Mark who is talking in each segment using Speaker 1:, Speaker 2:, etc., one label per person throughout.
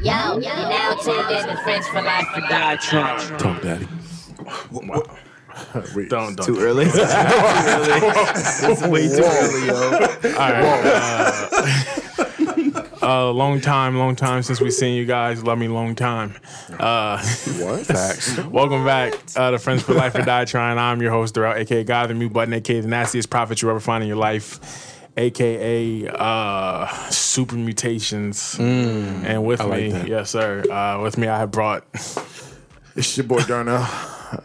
Speaker 1: Yo, yo, now tuned in to French for Life for Diatron.
Speaker 2: Talk daddy. Wait,
Speaker 3: Don't don't.
Speaker 4: Too early? too early. It's way too early, yo.
Speaker 3: All right. Uh, uh, long time, long time since we seen you guys. Love me long time. Uh,
Speaker 2: What?
Speaker 3: welcome back uh, to Friends for Life or Die Trying. I'm your host, Darrell, aka Guy, the mute button, aka the nastiest prophet you ever find in your life, aka uh, Super Mutations. and with
Speaker 2: Mm, like
Speaker 3: me,
Speaker 2: that.
Speaker 3: yes, sir. Uh, with me, I have brought,
Speaker 2: It's your boy Darnell,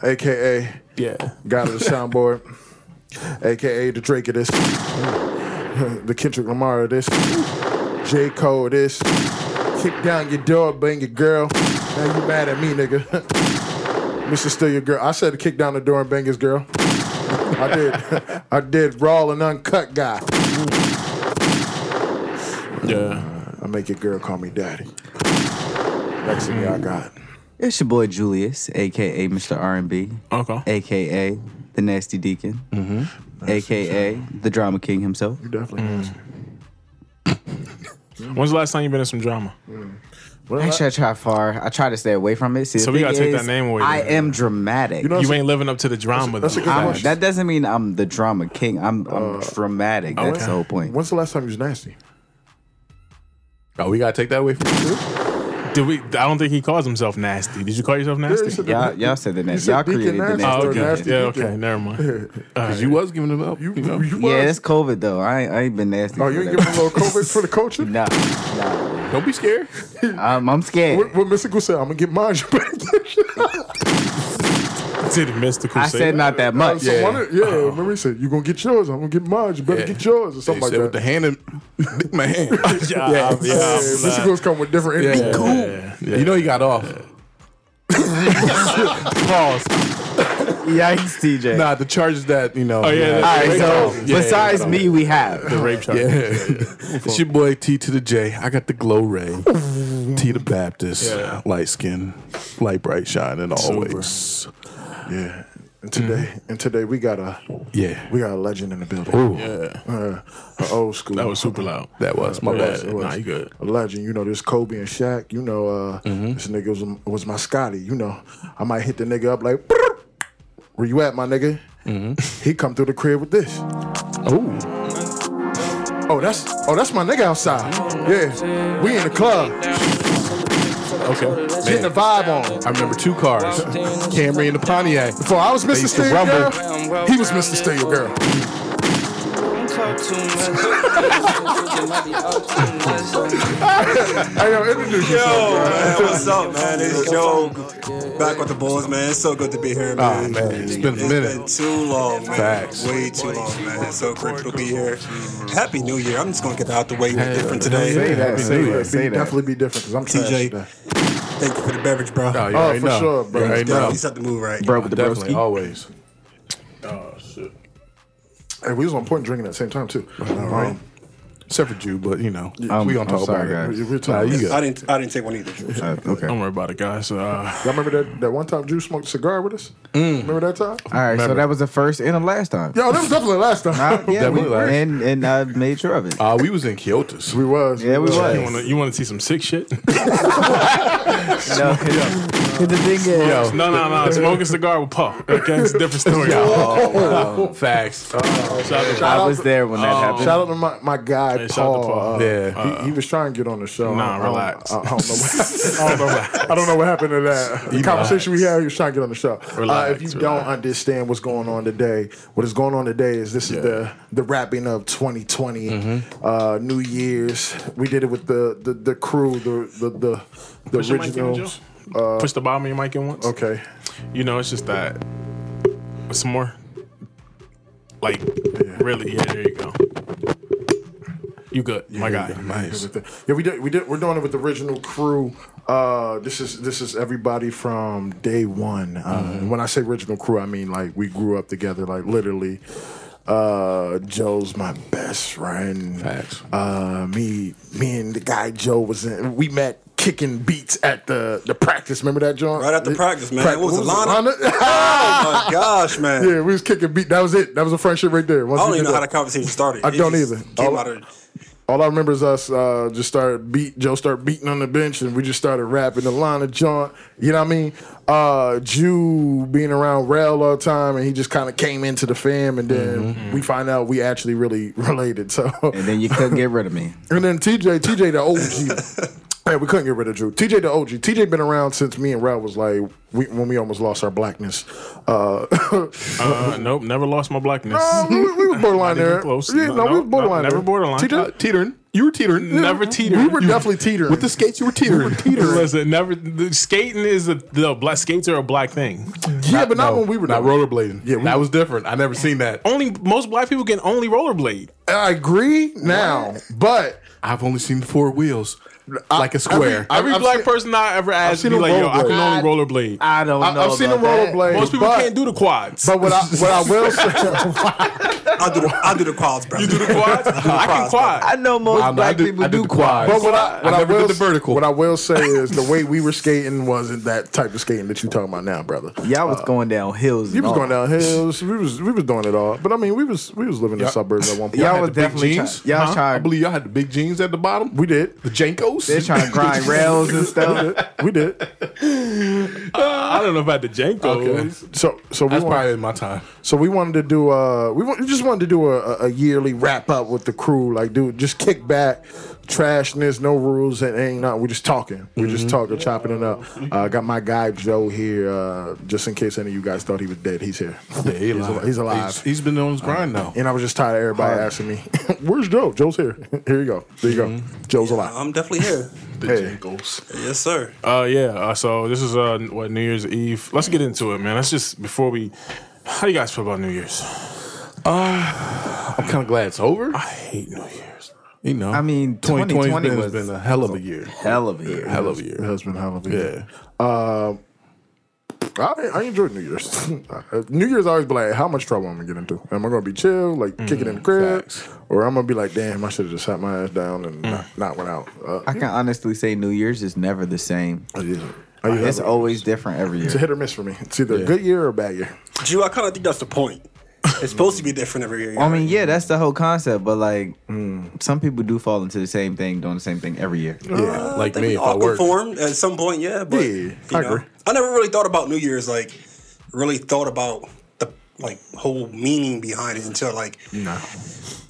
Speaker 2: aka
Speaker 3: yeah,
Speaker 2: God of the Soundboard, aka the Drake of this, the Kendrick Lamar of this, J. Cole of this. Kick down your door, bang your girl. Now you mad at me, nigga. Mr. Still Your Girl. I said to kick down the door and bang his girl. I did. I did raw and uncut guy.
Speaker 3: yeah.
Speaker 2: I make your girl call me daddy. Next thing I got.
Speaker 4: It's your boy Julius, aka Mr. R&B,
Speaker 3: Okay.
Speaker 4: aka the Nasty Deacon, aka the Drama King himself.
Speaker 2: You definitely nasty.
Speaker 3: When's the last time you been in some drama?
Speaker 2: What
Speaker 4: Actually, I try far. I try to stay away from it. See, the
Speaker 3: So we
Speaker 4: thing
Speaker 3: gotta take that
Speaker 4: is,
Speaker 3: name away
Speaker 4: I
Speaker 3: then.
Speaker 4: am dramatic.
Speaker 2: know-
Speaker 3: You ain't living up to the drama.
Speaker 2: That's a
Speaker 3: though.
Speaker 2: good
Speaker 4: I'm-
Speaker 2: question.
Speaker 4: that doesn't mean I'm the drama king. I'm, I'm dramatic. That's the whole point.
Speaker 2: When's the last time you was nasty?
Speaker 5: Oh, we gotta take that away from you. too?
Speaker 3: Did we? I don't think he calls himself nasty. Did you call yourself nasty?
Speaker 4: Y'all, y'all said the
Speaker 2: said
Speaker 4: nasty. Y'all
Speaker 2: Deacon
Speaker 4: created the
Speaker 2: Nasty.
Speaker 4: nasty.
Speaker 3: Oh,
Speaker 2: Mr.
Speaker 3: okay.
Speaker 2: Nasty
Speaker 3: yeah,
Speaker 2: Deacon.
Speaker 3: okay. Never mind.
Speaker 5: Cause you was giving them up. You, know.
Speaker 4: Yeah, that's COVID though. I ain't, I ain't been nasty.
Speaker 2: Oh,
Speaker 4: for
Speaker 2: you ain't
Speaker 4: that.
Speaker 2: giving a little COVID for the culture?
Speaker 4: Nah, nah.
Speaker 5: Don't be scared.
Speaker 4: I'm, I'm scared.
Speaker 2: What, what Mystical said, I'm gonna get mine.
Speaker 3: Did mystical
Speaker 4: I
Speaker 3: say
Speaker 4: said
Speaker 3: that?
Speaker 4: not that
Speaker 2: Uh,
Speaker 4: much.
Speaker 2: so one of- yeah, remember he said, you gonna get yours. I'm gonna get mine. You better
Speaker 5: Oh. Yeah.
Speaker 2: get yours or something
Speaker 5: They
Speaker 2: like
Speaker 5: said
Speaker 2: that.
Speaker 5: with the hand in my hand.
Speaker 3: Yeah, yeah. I'm- yeah,
Speaker 2: yeah,
Speaker 3: I'm not-
Speaker 2: Mysticals come with different energy.
Speaker 5: Yeah. You know he got off.
Speaker 4: Pause. Yikes, TJ.
Speaker 5: Nah, Uh, the charges that you know.
Speaker 3: Oh, yeah,
Speaker 4: All
Speaker 3: yeah.
Speaker 4: right, so
Speaker 3: Yeah,
Speaker 4: besides me, we have.
Speaker 3: the rape charge.
Speaker 5: Yeah. it's your boy T to the J. I got the glow ray. T the Baptist.
Speaker 3: Yeah.
Speaker 5: Light skin, light bright shining always.
Speaker 2: Yeah. And today, and today we got a
Speaker 5: Mm-hmm. Yeah.
Speaker 2: we got a legend in the building.
Speaker 5: yeah.
Speaker 2: Uh, an old school.
Speaker 3: That was super loud.
Speaker 5: That was my
Speaker 3: Yeah,
Speaker 5: bad.
Speaker 2: it was.
Speaker 3: nah, you good.
Speaker 2: a legend. You know, this Kobe and Shaq. You know, uh,
Speaker 5: Mm-hmm.
Speaker 2: this nigga was, was my Scotty. You know, I might hit the nigga up like, "Brrr, where you at, my nigga?
Speaker 5: Mm-hmm.
Speaker 2: He come through the crib with this.
Speaker 5: Oh,
Speaker 2: Oh, that's oh, that's my nigga outside. Yeah, we in the club,
Speaker 5: okay.
Speaker 2: getting the
Speaker 5: Man,
Speaker 2: vibe on.
Speaker 5: I remember two cars, Camry and the Pontiac.
Speaker 2: Before I was Mr.
Speaker 5: used to
Speaker 2: Steel
Speaker 5: rumble.
Speaker 2: Girl, he was Mr. Steel Girl. Hey, yo, introduce yourself.
Speaker 6: Man, what's up, man? It's Joe. Back with the Bulls, man. It's so good to be here,
Speaker 5: Ah,
Speaker 6: man.
Speaker 5: man, it's been a
Speaker 6: It's
Speaker 5: minute.
Speaker 6: been too long, man.
Speaker 5: Facts.
Speaker 6: Way too long, man. It's so grateful to be here. Happy New Year. I'm just gonna get that out the way. We're different
Speaker 5: Say
Speaker 6: today.
Speaker 5: that.
Speaker 2: Hey,
Speaker 5: Say
Speaker 2: it'd
Speaker 5: that.
Speaker 2: be- Definitely be different because I'm
Speaker 6: TJ.
Speaker 2: trash. today.
Speaker 6: Thank you for the beverage, bro.
Speaker 5: Oh, you
Speaker 2: Oh,
Speaker 5: already
Speaker 2: for
Speaker 5: know.
Speaker 2: sure, bro.
Speaker 5: You already know.
Speaker 6: Definitely set the mood right.
Speaker 4: Bro with the
Speaker 5: Definitely,
Speaker 4: broski.
Speaker 5: always. Oh shit.
Speaker 2: Hey, we was on point drinking at the same time too. Um,
Speaker 5: Except for you, but you know,
Speaker 4: Um,
Speaker 5: Oh, we gonna
Speaker 4: I'm
Speaker 5: talk
Speaker 4: sorry,
Speaker 5: about
Speaker 2: guys.
Speaker 5: it. Um, We're talking. Nah, you
Speaker 6: I
Speaker 5: good.
Speaker 6: didn't. I didn't take one either.
Speaker 4: Uh, okay.
Speaker 3: Don't worry about it, guys. Uh,
Speaker 2: y'all remember that, that one time Drew smoked a cigar with us?
Speaker 4: Mm.
Speaker 2: Remember that time?
Speaker 4: All right, so that was the first and the last time.
Speaker 2: Yo, that was definitely last time.
Speaker 4: Uh, yeah, we,
Speaker 5: Definitely last.
Speaker 4: and and I made sure of it.
Speaker 5: Uh, we was in Kyoto's.
Speaker 2: We was.
Speaker 4: Yeah, we
Speaker 3: you
Speaker 4: was.
Speaker 3: want to you want to see some sick shit?
Speaker 4: No, 'cause the thing is,
Speaker 3: no, no, no. Smoking cigar with Paul. Okay, it's a different story.
Speaker 4: Oh,
Speaker 5: Facts.
Speaker 3: Shout out to
Speaker 4: I
Speaker 2: out
Speaker 4: was
Speaker 2: to-
Speaker 4: there when
Speaker 5: Uh,
Speaker 4: that happened.
Speaker 2: Shout out to my, my guy
Speaker 3: Hey, shout out
Speaker 2: Paul.
Speaker 3: to Paul.
Speaker 2: Uh,
Speaker 5: Yeah.
Speaker 2: he, he was trying to get on the show.
Speaker 3: Nah,
Speaker 2: I don't-
Speaker 3: relax.
Speaker 2: I don't, know. What, I, don't know what, I don't know what happened to that. The conversation we had, he was trying to get on the show. uh, if
Speaker 3: Relax,
Speaker 2: you
Speaker 3: relax.
Speaker 2: don't understand what's going on today, what is going on today is this is the the wrapping of 2020, uh, New Year's. We did it with the the, the crew, the the the, the
Speaker 3: Push your mic in,
Speaker 2: originals.
Speaker 3: Joe. Push the bottom of your mic in once.
Speaker 2: Okay.
Speaker 3: You know, it's just that. Some more. Like, really? Yeah, there you go. You good, my guy.
Speaker 5: Nice.
Speaker 2: with the- yeah, we did. We did. We're doing it with the original crew. Uh, this is this is everybody from day one. Uh,
Speaker 3: Mm-hmm.
Speaker 2: When I say original crew, I mean like we grew up together. Like literally, uh, Joe's my best friend.
Speaker 5: Facts.
Speaker 2: Uh, me, me and the guy Joe was in. We met kicking beats at the the practice. Remember that, John?
Speaker 6: Right after practice, man. It was
Speaker 2: Alana.
Speaker 6: Alana. Oh my gosh, man.
Speaker 2: yeah, we was kicking beat. That was it. That was a friendship right there. Once
Speaker 6: I don't
Speaker 2: we
Speaker 6: even
Speaker 2: did
Speaker 6: know how
Speaker 2: that-
Speaker 6: the conversation started.
Speaker 2: I
Speaker 6: It
Speaker 2: don't
Speaker 6: just
Speaker 2: either.
Speaker 6: Came
Speaker 2: All-
Speaker 6: out of,
Speaker 2: All I remember is us uh, just started beat Joe started beating on the bench and we just started rapping the line of John. You know what I mean? Uh, Jew being around Rail all the time and he just kind of came into the fam and then we find out we actually really related. So
Speaker 4: And then you couldn't get rid of me.
Speaker 2: and then TJ, TJ the OG. Yeah, we couldn't get rid of Drew. TJ the OG. TJ been around since me and Ralph was like we, when we almost lost our blackness. Uh,
Speaker 3: Uh, nope, never lost my blackness.
Speaker 4: Oh,
Speaker 2: we, we was borderline
Speaker 3: even
Speaker 2: there.
Speaker 3: close.
Speaker 2: Yeah, no,
Speaker 3: No,
Speaker 2: we was
Speaker 3: no,
Speaker 2: borderline.
Speaker 3: never
Speaker 2: there.
Speaker 3: borderline.
Speaker 2: TJ,
Speaker 3: Uh,
Speaker 5: Teetering. You were teetering.
Speaker 3: Never teetering.
Speaker 2: We were definitely teetering.
Speaker 5: With the skates, you were teetering.
Speaker 3: Listen, never the, skating is a the black skates are a black thing.
Speaker 2: yeah, but not when we were
Speaker 5: not
Speaker 2: doing it.
Speaker 5: rollerblading. Yeah,
Speaker 2: we-
Speaker 5: that was different. I never seen that.
Speaker 3: Only most black people can only rollerblade.
Speaker 2: I agree now, but
Speaker 5: I've only seen four wheels, like a square.
Speaker 2: I-
Speaker 3: Every
Speaker 2: I've
Speaker 3: black
Speaker 2: seen-
Speaker 3: person I ever asked
Speaker 2: seen
Speaker 3: be
Speaker 2: a
Speaker 3: like, "Yo, I can
Speaker 2: rollerblade.
Speaker 3: only rollerblade."
Speaker 4: I don't
Speaker 2: I, have seen a rollerblade.
Speaker 3: most people
Speaker 2: but,
Speaker 3: can't do the quads.
Speaker 2: But what I, what I will say,
Speaker 7: I'll do the I'll do the quads, bro.
Speaker 3: you do the quads. I can
Speaker 7: quads,
Speaker 3: quad.
Speaker 4: I know most
Speaker 5: I- I
Speaker 4: black
Speaker 5: do-
Speaker 4: people
Speaker 5: I do
Speaker 4: do,
Speaker 5: the
Speaker 4: quads.
Speaker 2: but what I, what I,
Speaker 5: never
Speaker 2: will
Speaker 5: did the vertical.
Speaker 2: What I will say is the way we were skating wasn't that type of skating that you talking about now, brother.
Speaker 4: Y'all
Speaker 5: Uh,
Speaker 4: was going down hills.
Speaker 2: You
Speaker 4: and
Speaker 2: was
Speaker 4: all.
Speaker 2: going down hills. We was we was doing it all. But I mean, we was we was living in the suburbs at one point.
Speaker 4: Y'all
Speaker 5: Had
Speaker 4: was
Speaker 5: the big
Speaker 4: definitely
Speaker 5: jeans.
Speaker 4: try- y'all was trying-
Speaker 5: I believe y'all had the big jeans at the bottom.
Speaker 2: we did.
Speaker 5: The Jankos.
Speaker 4: They're trying to grind rails and stuff.
Speaker 2: We did.
Speaker 3: I don't know about the Jankos.
Speaker 2: So so we
Speaker 5: That's
Speaker 2: wanted,
Speaker 5: probably in my time.
Speaker 2: so we wanted to do uh we, want, we just wanted to do a, a- a yearly wrap up with the crew like dude just kick back trashness no rules and ain't nothing. we just talking we
Speaker 5: Mm-hmm.
Speaker 2: just talking chopping it up uh, got my guy Joe here uh, just in case any of you guys thought he was dead he's here
Speaker 5: he's,
Speaker 2: al- he's alive.
Speaker 5: he's been on his grind now.
Speaker 2: and I was just tired of everybody asking me where's Joe Joe's here here you go there you go
Speaker 5: Mm-hmm.
Speaker 2: Joe's alive
Speaker 7: I'm definitely here.
Speaker 5: The
Speaker 2: Hey.
Speaker 5: Jankos.
Speaker 7: Yes, sir.
Speaker 3: Uh, yeah. Uh, so this is uh, what New Year's Eve. Let's get into it, man. Let's just before we. How do you guys feel about New Year's?
Speaker 5: I'm kind of glad it's over.
Speaker 3: I hate New Year's.
Speaker 5: You know,
Speaker 4: I mean,
Speaker 5: 2020
Speaker 4: 2020
Speaker 5: has been,
Speaker 4: was-
Speaker 5: has been a hell of a year.
Speaker 4: Hell of a year.
Speaker 5: Hell of a year.
Speaker 2: has been hell of a Um,
Speaker 5: Yeah.
Speaker 2: I, I enjoyed New Year's. New Year's always be like, how much trouble am I gonna get into? Am I gonna be chill, like
Speaker 5: Mm,
Speaker 2: kick it in the crib, or I'm gonna be like, damn, I should have just sat my ass down and
Speaker 5: Mm.
Speaker 2: not, not went out. Uh,
Speaker 4: I can honestly say New Year's is never the same.
Speaker 2: I usually- I usually-
Speaker 4: It's always different every
Speaker 2: it's a
Speaker 4: year.
Speaker 2: hit or miss for me. It's either a good year or a bad year.
Speaker 7: Drew, I kind of think that's the point. It's supposed to be different every year.
Speaker 4: I mean, yeah, that's the whole concept, but like,
Speaker 3: Mm.
Speaker 4: some people do fall into the same thing, doing the same thing every year.
Speaker 5: Yeah, like
Speaker 7: think
Speaker 5: me
Speaker 7: we
Speaker 5: if I
Speaker 7: all
Speaker 5: work.
Speaker 7: conformed at some point, yeah. But
Speaker 2: Yeah,
Speaker 7: you
Speaker 2: I
Speaker 7: know,
Speaker 2: agree.
Speaker 7: I never really thought about New Year's like really thought about the like whole meaning behind it until like
Speaker 3: Mm.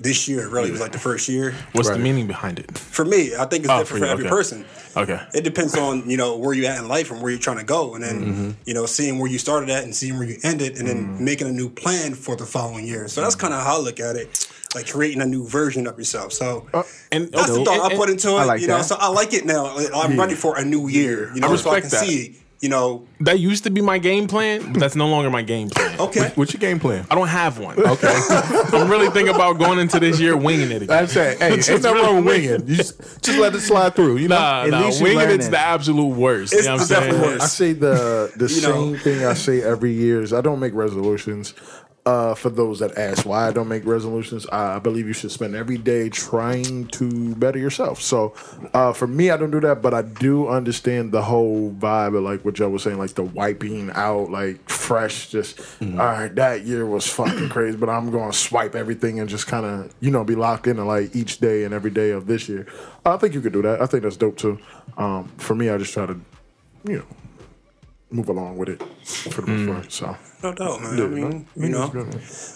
Speaker 7: this year really was like the first year.
Speaker 3: What's the meaning behind it?
Speaker 7: For me, I think it's
Speaker 3: Oh,
Speaker 7: different
Speaker 3: for
Speaker 7: for,
Speaker 3: you,
Speaker 7: every
Speaker 3: okay.
Speaker 7: person.
Speaker 3: Okay.
Speaker 7: It depends on, you know, where you at in life and where you're trying to go and then you know, seeing where you started at and seeing where you ended and then making a new plan for the following year. So that's kinda how I look at it. Like creating a new version of yourself. So
Speaker 3: and-
Speaker 7: that's
Speaker 3: okay.
Speaker 7: the thought
Speaker 3: And-
Speaker 7: I put into it.
Speaker 4: I like
Speaker 7: you know,
Speaker 4: that.
Speaker 7: so I like it now. Like, I'm ready for a new year. You know, so I
Speaker 3: respect
Speaker 7: can
Speaker 3: that.
Speaker 7: see, you know,
Speaker 3: That used to be my game plan, but that's no longer my game plan.
Speaker 7: okay.
Speaker 5: What's your game plan?
Speaker 3: I don't have one. Okay. I'm really thinking about going into this year winging it. Again.
Speaker 5: That's it. Hey, ain't nothing wrong with winging. You just, just let it slide through. You know,
Speaker 3: Nah,
Speaker 4: At
Speaker 3: nah,
Speaker 4: least you
Speaker 3: winging it's
Speaker 4: learning.
Speaker 3: the absolute worst.
Speaker 7: It's
Speaker 3: you know what I'm
Speaker 7: the
Speaker 3: saying?
Speaker 7: definite worst.
Speaker 2: I say the the
Speaker 7: You know.
Speaker 2: same thing I say every year is I don't make resolutions. Uh, for those that ask why I don't make resolutions, I believe you should spend every day trying to better yourself. So, uh, for me, I don't do that, but I do understand the whole vibe of like what Joe was saying, like the wiping out, like fresh, just
Speaker 7: Mm-hmm.
Speaker 2: all right. That year was fucking crazy, but I'm going to swipe everything and just kind of you know be locked into like each day and every day of this year. I think you could do that. I think that's dope too. Um, for me, I just try to you know move along with it for the most part. So
Speaker 7: No doubt, man. I mean, you know,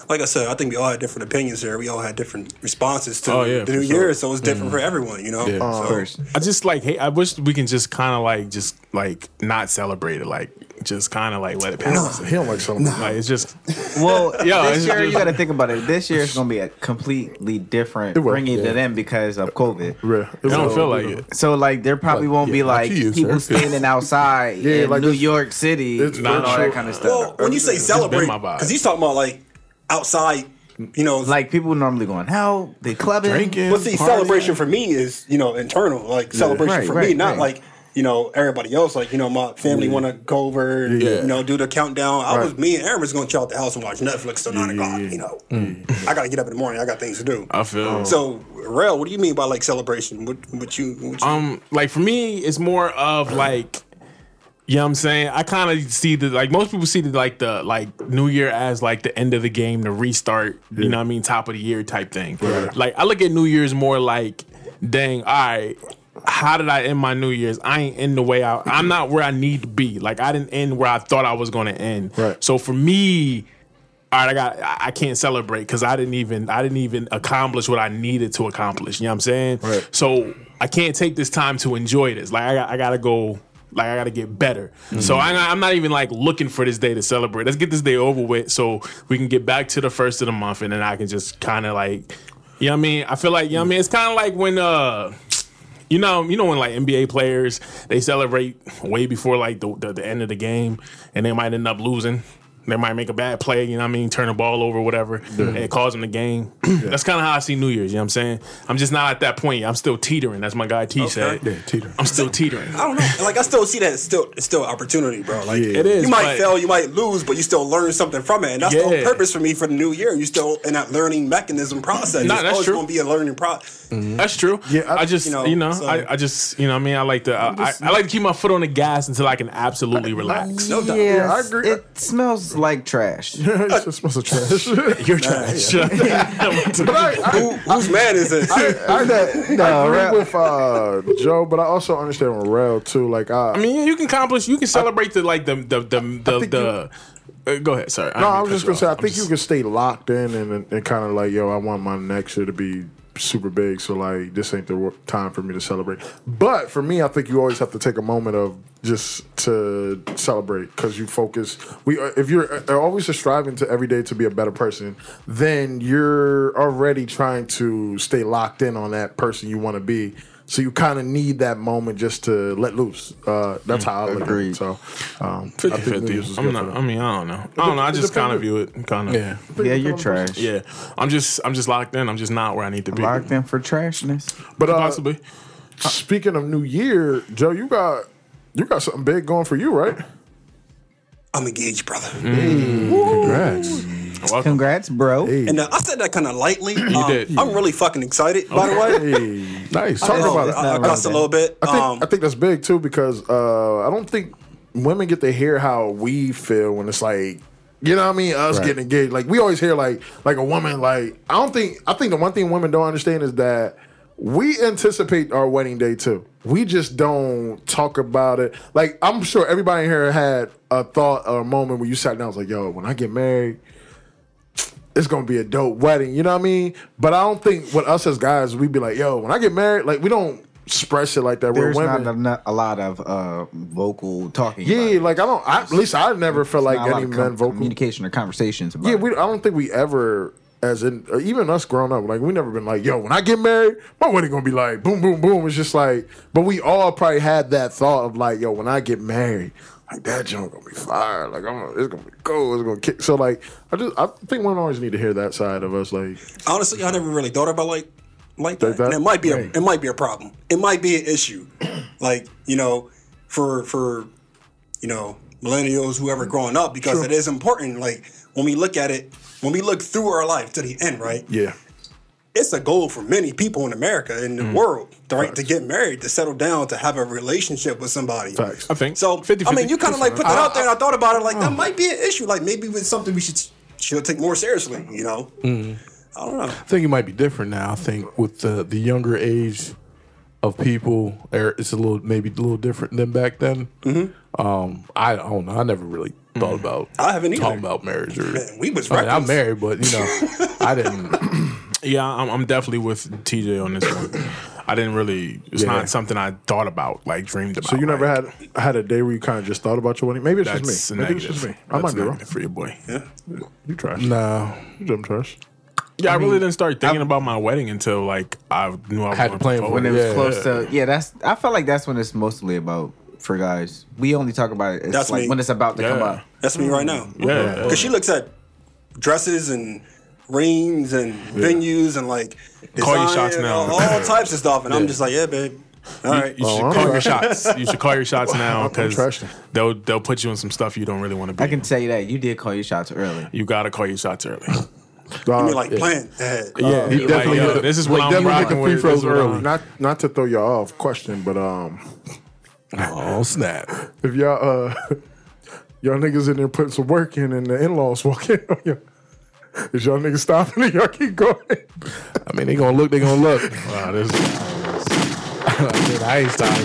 Speaker 7: like I said, I think we all had different opinions here. We all had different responses to
Speaker 3: Oh, yeah,
Speaker 7: the new
Speaker 3: for sure. Mm.
Speaker 7: year, so it's different for everyone, you know?
Speaker 5: Yeah.
Speaker 7: So,
Speaker 4: First,
Speaker 3: I just like hey, I wish we can just kind of like just like not celebrate it, like just kind of like let it pass.
Speaker 2: he don't like something.
Speaker 3: Like it's just
Speaker 4: well,
Speaker 3: Yeah, it's
Speaker 4: this year
Speaker 3: just-
Speaker 4: you got to think about it. This year is going to be a completely different
Speaker 2: will,
Speaker 4: bringing
Speaker 2: yeah.
Speaker 4: to them because of COVID.
Speaker 2: Yeah, it
Speaker 3: it don't
Speaker 2: was-
Speaker 3: feel like it.
Speaker 4: So like there probably
Speaker 5: But,
Speaker 4: won't
Speaker 5: yeah,
Speaker 4: be
Speaker 5: like
Speaker 4: like
Speaker 5: you used,
Speaker 4: people
Speaker 5: sir.
Speaker 4: standing outside
Speaker 2: Yeah,
Speaker 4: in
Speaker 2: like
Speaker 4: New
Speaker 2: it's-
Speaker 4: York City
Speaker 2: it's
Speaker 4: and all
Speaker 2: virtual.
Speaker 4: that kind of stuff.
Speaker 7: Well, when you say celebrate,
Speaker 3: my vibe.
Speaker 7: because he's talking about like outside, you know,
Speaker 4: like people normally going out, they clubbing,
Speaker 5: Drinking.
Speaker 7: but see,
Speaker 5: partying.
Speaker 7: celebration for me is, you know, internal, like celebration
Speaker 4: Right,
Speaker 7: for me,
Speaker 4: right,
Speaker 7: not
Speaker 4: right.
Speaker 7: like, you know, everybody else. Like, you know, my family want to go over, and,
Speaker 5: Yeah.
Speaker 7: you know, do the countdown. I
Speaker 2: Right.
Speaker 7: was, me and Aaron was going to chill out the house and watch Netflix till nine o'clock, you know. I got to get up in the morning. I got things to do.
Speaker 3: Mm. I feel
Speaker 7: So, Rel, what do you mean by like celebration? What what you? What you
Speaker 3: um like for me it's more of like you know what I'm saying? I kind of see the like most people see the like the like New Year as like the end of the game, the restart, you know what I mean, top of the year type thing. Like I look at New Year's more like dang, all right, how did I end my New Year's? I ain't end the way I, I'm not where I need to be. Like, I didn't end where I thought I was going to end.
Speaker 2: Right.
Speaker 3: So for me, all right, I got. I I can't celebrate because I didn't even. I didn't even accomplish what I needed to accomplish. You know what I'm saying?
Speaker 2: Right.
Speaker 3: So I can't take this time to enjoy this. Like I, got, I gotta go. Like I gotta get better. So I, I'm not even like looking for this day to celebrate. Let's get this day over with so we can get back to the first of the month, and then I can just kind of like, you know what I mean? I feel like you know what I mean. It's kind of like when uh. You know, you know when like NBA players they celebrate way before like the, the the end of the game, and they might end up losing. They might make a bad play, you know what I mean, turn the ball over, whatever, and it costs them the game. That's kind of how I see New Year's, you know what I'm saying? I'm just not at that point. yet. I'm still teetering. That's my guy T said.
Speaker 5: Yeah, Teeter.
Speaker 3: I'm still teetering.
Speaker 7: I don't know. Like I still see that it's still it's still opportunity, bro. Like
Speaker 5: Yeah. It
Speaker 3: is,
Speaker 7: You might
Speaker 3: but-
Speaker 7: fail, you might lose, but you still learn something from it, and that's the whole
Speaker 3: Yeah.
Speaker 7: purpose for me for the new year. You still in that learning mechanism process.
Speaker 3: Nah,
Speaker 7: it's
Speaker 3: that's
Speaker 7: always
Speaker 3: true.
Speaker 7: Going to be a learning process.
Speaker 3: That's true.
Speaker 2: Yeah, I-
Speaker 3: I, just,
Speaker 7: you
Speaker 3: you
Speaker 7: know,
Speaker 3: know,
Speaker 7: so-
Speaker 3: I, I just, you know, what I mean, I like to, I, I, I like to keep my foot on the gas until I can absolutely relax.
Speaker 7: No doubt.
Speaker 4: Yes,
Speaker 2: Yeah, I agree.
Speaker 4: It smells like trash.
Speaker 2: it's just supposed to trash.
Speaker 3: You're trash.
Speaker 2: But I, I,
Speaker 7: Who, whose man is this?
Speaker 2: I, I,
Speaker 4: No,
Speaker 2: agree
Speaker 4: rap.
Speaker 2: with uh, Joe, but I also understand with Rel too. Like, I,
Speaker 3: I mean, yeah, you can accomplish, you can celebrate the like the the the the.
Speaker 2: think
Speaker 3: the uh, go ahead. Sorry.
Speaker 2: no, I was just gonna say, I think you can stay locked in and, and, kind of like, yo, I want my next year to be super big, so like, this ain't the wor- time for me to celebrate. But for me, I think you always have to take a moment of just to celebrate because you focus. We, are- if you're uh, always just striving to every day to be a better person, then you're already trying to stay locked in on that person you want to be. So you kind of need that moment just to let loose. Uh, that's how I look at it.
Speaker 4: Agreed.
Speaker 2: So um, I think New
Speaker 3: 50
Speaker 2: Year's is
Speaker 3: I'm
Speaker 2: good
Speaker 3: not.
Speaker 2: for that.
Speaker 3: I mean, I don't know. I don't know. I
Speaker 2: It
Speaker 3: just kind of
Speaker 2: depends.
Speaker 3: view it. Kind of.
Speaker 5: Yeah.
Speaker 4: yeah, you're trash.
Speaker 3: Yeah. I'm just. I'm just locked in. I'm just not where I need to be.
Speaker 4: Locked in for trashness.
Speaker 2: But uh,
Speaker 3: Possibly.
Speaker 2: Speaking of New Year, Joe, you got you got something big going for you, right?
Speaker 7: I'm engaged, brother.
Speaker 2: Mm.
Speaker 5: Congrats.
Speaker 3: Welcome.
Speaker 4: Congrats, bro.
Speaker 7: And uh, I said that kind of lightly. You
Speaker 3: did.
Speaker 7: I'm really fucking excited. By the way,
Speaker 2: Hey,
Speaker 5: Nice.
Speaker 2: talk
Speaker 7: Oh,
Speaker 2: about it.
Speaker 7: I, I
Speaker 4: It's not
Speaker 7: cussed a
Speaker 4: really
Speaker 7: little bit.
Speaker 2: I think
Speaker 7: um,
Speaker 2: I think that's big too because uh, I don't think women get to hear how we feel when it's like. You know what I mean? Us
Speaker 5: Right.
Speaker 2: getting engaged, like we always hear, like like a woman, like I don't think I think the one thing women don't understand is that we anticipate our wedding day too. We just don't talk about it. Like I'm sure everybody here had a thought or a moment where you sat down, and was like, "Yo, when I get married, it's gonna be a dope wedding, you know what I mean? But I don't think with us as guys, we'd be like, yo, when I get married, like we don't express it like that.
Speaker 4: There's
Speaker 2: We're
Speaker 4: not
Speaker 2: women.
Speaker 4: a, not a lot of uh, vocal talking. about
Speaker 2: yeah,
Speaker 4: it.
Speaker 2: like I don't I, at least I never felt like
Speaker 4: Not a lot
Speaker 2: any
Speaker 4: of com-
Speaker 2: men vocal.
Speaker 4: communication or conversations. About
Speaker 2: Yeah,
Speaker 4: it.
Speaker 2: we I don't think we ever as in or even us growing up, like we never been like, yo, when I get married, my wedding gonna be like boom, boom, boom. It's just like but we all probably had that thought of like, yo, when I get married, like that joint gonna be fire. Like I'm gonna, it's gonna be cool, it's gonna kick. So like I just I think women always need to hear that side of us, like
Speaker 7: honestly, I never really thought about like like that.
Speaker 2: that-
Speaker 7: and it might be
Speaker 2: right.
Speaker 7: a, it might be a problem. It might be an issue. like you know, for for you know millennials, whoever growing up, because it is important. Like when we look at it, when we look through our life to the end, right?
Speaker 2: Yeah.
Speaker 7: It's a goal for many people in America in
Speaker 3: Mm.
Speaker 7: the world, right? To get married, to settle down, to have a relationship with somebody.
Speaker 2: Facts.
Speaker 3: I think Oh.
Speaker 7: So
Speaker 3: 50-50.
Speaker 7: I mean, you kind of like put that out there, and I thought about it. Like that might be an issue. Like maybe it's something we should should take more seriously. You know,
Speaker 3: Mm.
Speaker 7: I don't know.
Speaker 5: I think it might be different now. I think with the the younger age of people, er, it's a little maybe a little different than back then. Um, I don't know. I never really thought about.
Speaker 7: Mm-hmm. I haven't
Speaker 5: talking
Speaker 7: either.
Speaker 5: about marriage or.
Speaker 7: Man, we was
Speaker 5: I mean, I'm
Speaker 7: reckless.
Speaker 5: married, but you know, I didn't.
Speaker 3: Yeah, I'm, I'm definitely with TJ on this one. I didn't really. It's
Speaker 5: Yeah.
Speaker 3: not something I thought about, like dreamed about.
Speaker 2: So you never
Speaker 3: like,
Speaker 2: had had a day where you kind of just thought about your wedding? Maybe it's
Speaker 3: That's
Speaker 2: just
Speaker 3: a
Speaker 2: me. Maybe it's
Speaker 3: negative.
Speaker 2: just me. I
Speaker 3: That's
Speaker 2: might be wrong.
Speaker 3: negative for your boy. Yeah,
Speaker 2: You trash.
Speaker 5: No,
Speaker 2: You dumb trash.
Speaker 3: I, really didn't start thinking about my wedding until like I knew I was
Speaker 5: Had to
Speaker 3: gonna
Speaker 5: plan
Speaker 3: propose.
Speaker 5: for
Speaker 4: when it was
Speaker 5: Yeah.
Speaker 4: close to yeah that's i felt like that's when it's mostly about for guys we only talk about it it's
Speaker 7: That's
Speaker 4: like
Speaker 7: me.
Speaker 4: when it's about to come
Speaker 3: Yeah.
Speaker 4: up
Speaker 7: That's me right now.
Speaker 3: Mm. Yeah,
Speaker 7: Because she looks at dresses and rings and venues and like
Speaker 3: Call your
Speaker 7: design
Speaker 3: shots
Speaker 7: and
Speaker 3: now.
Speaker 7: All, all types of stuff, and I'm just like, yeah, babe. All right.
Speaker 5: Oh,
Speaker 7: Oh,
Speaker 3: You should
Speaker 2: I'm
Speaker 3: call your
Speaker 2: trash.
Speaker 3: shots. You should call your shots now because
Speaker 2: trashing.
Speaker 3: they'll they'll put you in some stuff you don't really want to be.
Speaker 4: i can
Speaker 3: in.
Speaker 4: tell you that you did call your shots early
Speaker 3: you gotta call your shots early.
Speaker 2: Dog,
Speaker 7: I mean, like plan ahead.
Speaker 5: yeah, he
Speaker 3: Like,
Speaker 5: definitely.
Speaker 3: yo,
Speaker 5: hit the-
Speaker 3: this is what
Speaker 5: like,
Speaker 3: I'm
Speaker 5: definitely hit
Speaker 3: rocking
Speaker 5: the
Speaker 3: with.
Speaker 5: free
Speaker 3: This is
Speaker 5: throws
Speaker 3: what I'm-
Speaker 5: early.
Speaker 2: uh, not not to throw y'all off question, but um,
Speaker 5: Oh snap!
Speaker 2: if y'all uh, y'all niggas in there putting some work in, and the in laws walk in on you, is y'all niggas stopping and y'all keep going?
Speaker 5: I mean, they gonna look. They gonna look.
Speaker 3: Wow, this
Speaker 5: I ain't stopping.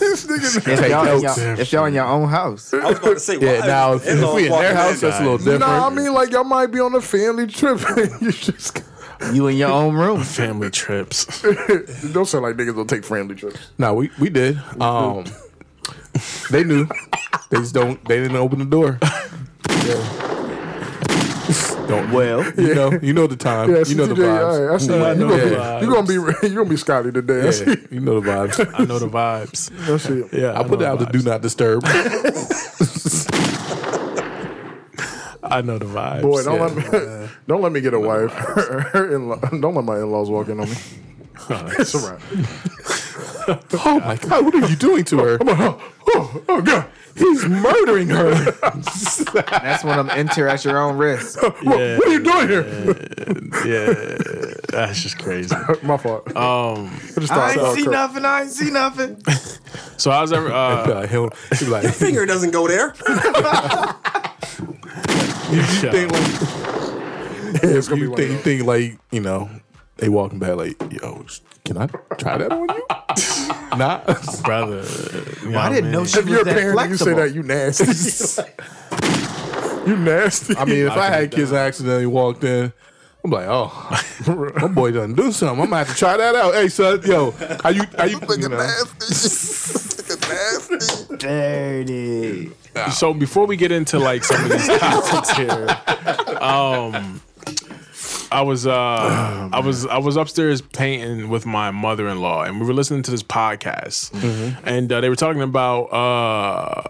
Speaker 2: this nigga.
Speaker 4: If y'all, in
Speaker 5: notes.
Speaker 4: y'all- if y'all in your own house.
Speaker 6: I was about to say,
Speaker 5: Yeah,
Speaker 6: why
Speaker 5: now
Speaker 6: is
Speaker 5: if, if
Speaker 6: in-laws
Speaker 5: we in their
Speaker 6: walking
Speaker 5: house, that's a little different.
Speaker 2: Nah, I mean like y'all might be on a family trip. and you just
Speaker 4: You in your own room.
Speaker 3: Family trips.
Speaker 2: don't sound like niggas don't take family trips.
Speaker 5: No, we we did. Um, they knew. They just don't. They didn't open the door. Yeah. don't.
Speaker 4: Well,
Speaker 5: You know. You know the time.
Speaker 2: Yeah,
Speaker 5: you know the
Speaker 2: CJ,
Speaker 5: vibes.
Speaker 2: all right, I see
Speaker 5: Yeah,
Speaker 2: you. You gonna,
Speaker 5: yeah.
Speaker 2: be, you gonna be you gonna be Scotty today. I see.
Speaker 5: Yeah, you know the vibes.
Speaker 3: I know the vibes.
Speaker 2: I see.
Speaker 3: Yeah,
Speaker 5: I, put
Speaker 3: know
Speaker 5: it out
Speaker 3: the
Speaker 5: to do
Speaker 3: vibes.
Speaker 5: not disturb.
Speaker 3: I know the vibes.
Speaker 2: Boy, don't
Speaker 5: Yeah.
Speaker 2: let me don't let me get a wife. Her, her in-law, don't let my in-laws walk in on me. It's all right.
Speaker 5: oh my god! What are you doing to her?
Speaker 2: Oh, oh, oh, God.
Speaker 5: He's murdering her.
Speaker 4: that's when I'm enter at your own risk.
Speaker 2: What- What are you doing here?
Speaker 3: Yeah, that's just crazy.
Speaker 2: My fault.
Speaker 3: Um,
Speaker 4: I ain't see nothing. I ain't see nothing.
Speaker 3: so I was ever. Uh,
Speaker 5: Uh, he'll, he's like, you
Speaker 6: Finger doesn't go there.
Speaker 5: think like,
Speaker 2: It's gonna be
Speaker 5: you
Speaker 2: one of
Speaker 5: think, you
Speaker 2: those.
Speaker 5: think like, you know, they walking back like, yo, can I try that on you? nah.
Speaker 3: brother.
Speaker 4: I didn't know she
Speaker 2: If
Speaker 4: was
Speaker 2: you're a
Speaker 4: that
Speaker 2: parent, and you say
Speaker 4: flexible.
Speaker 2: that you nasty. you nasty.
Speaker 5: I mean, if I,
Speaker 3: I
Speaker 5: had
Speaker 3: could've
Speaker 5: kids I accidentally walked in, I'm like, oh, my boy doesn't do something. I'm gonna have to try that out. Hey, son, yo, are you? Are you? you know,
Speaker 4: Dirty.
Speaker 3: So before we get into like some of these topics here, um, I was uh, I was I was upstairs painting with my mother in law, and we were listening to this podcast,
Speaker 5: Mm-hmm.
Speaker 3: and uh, they were talking about uh,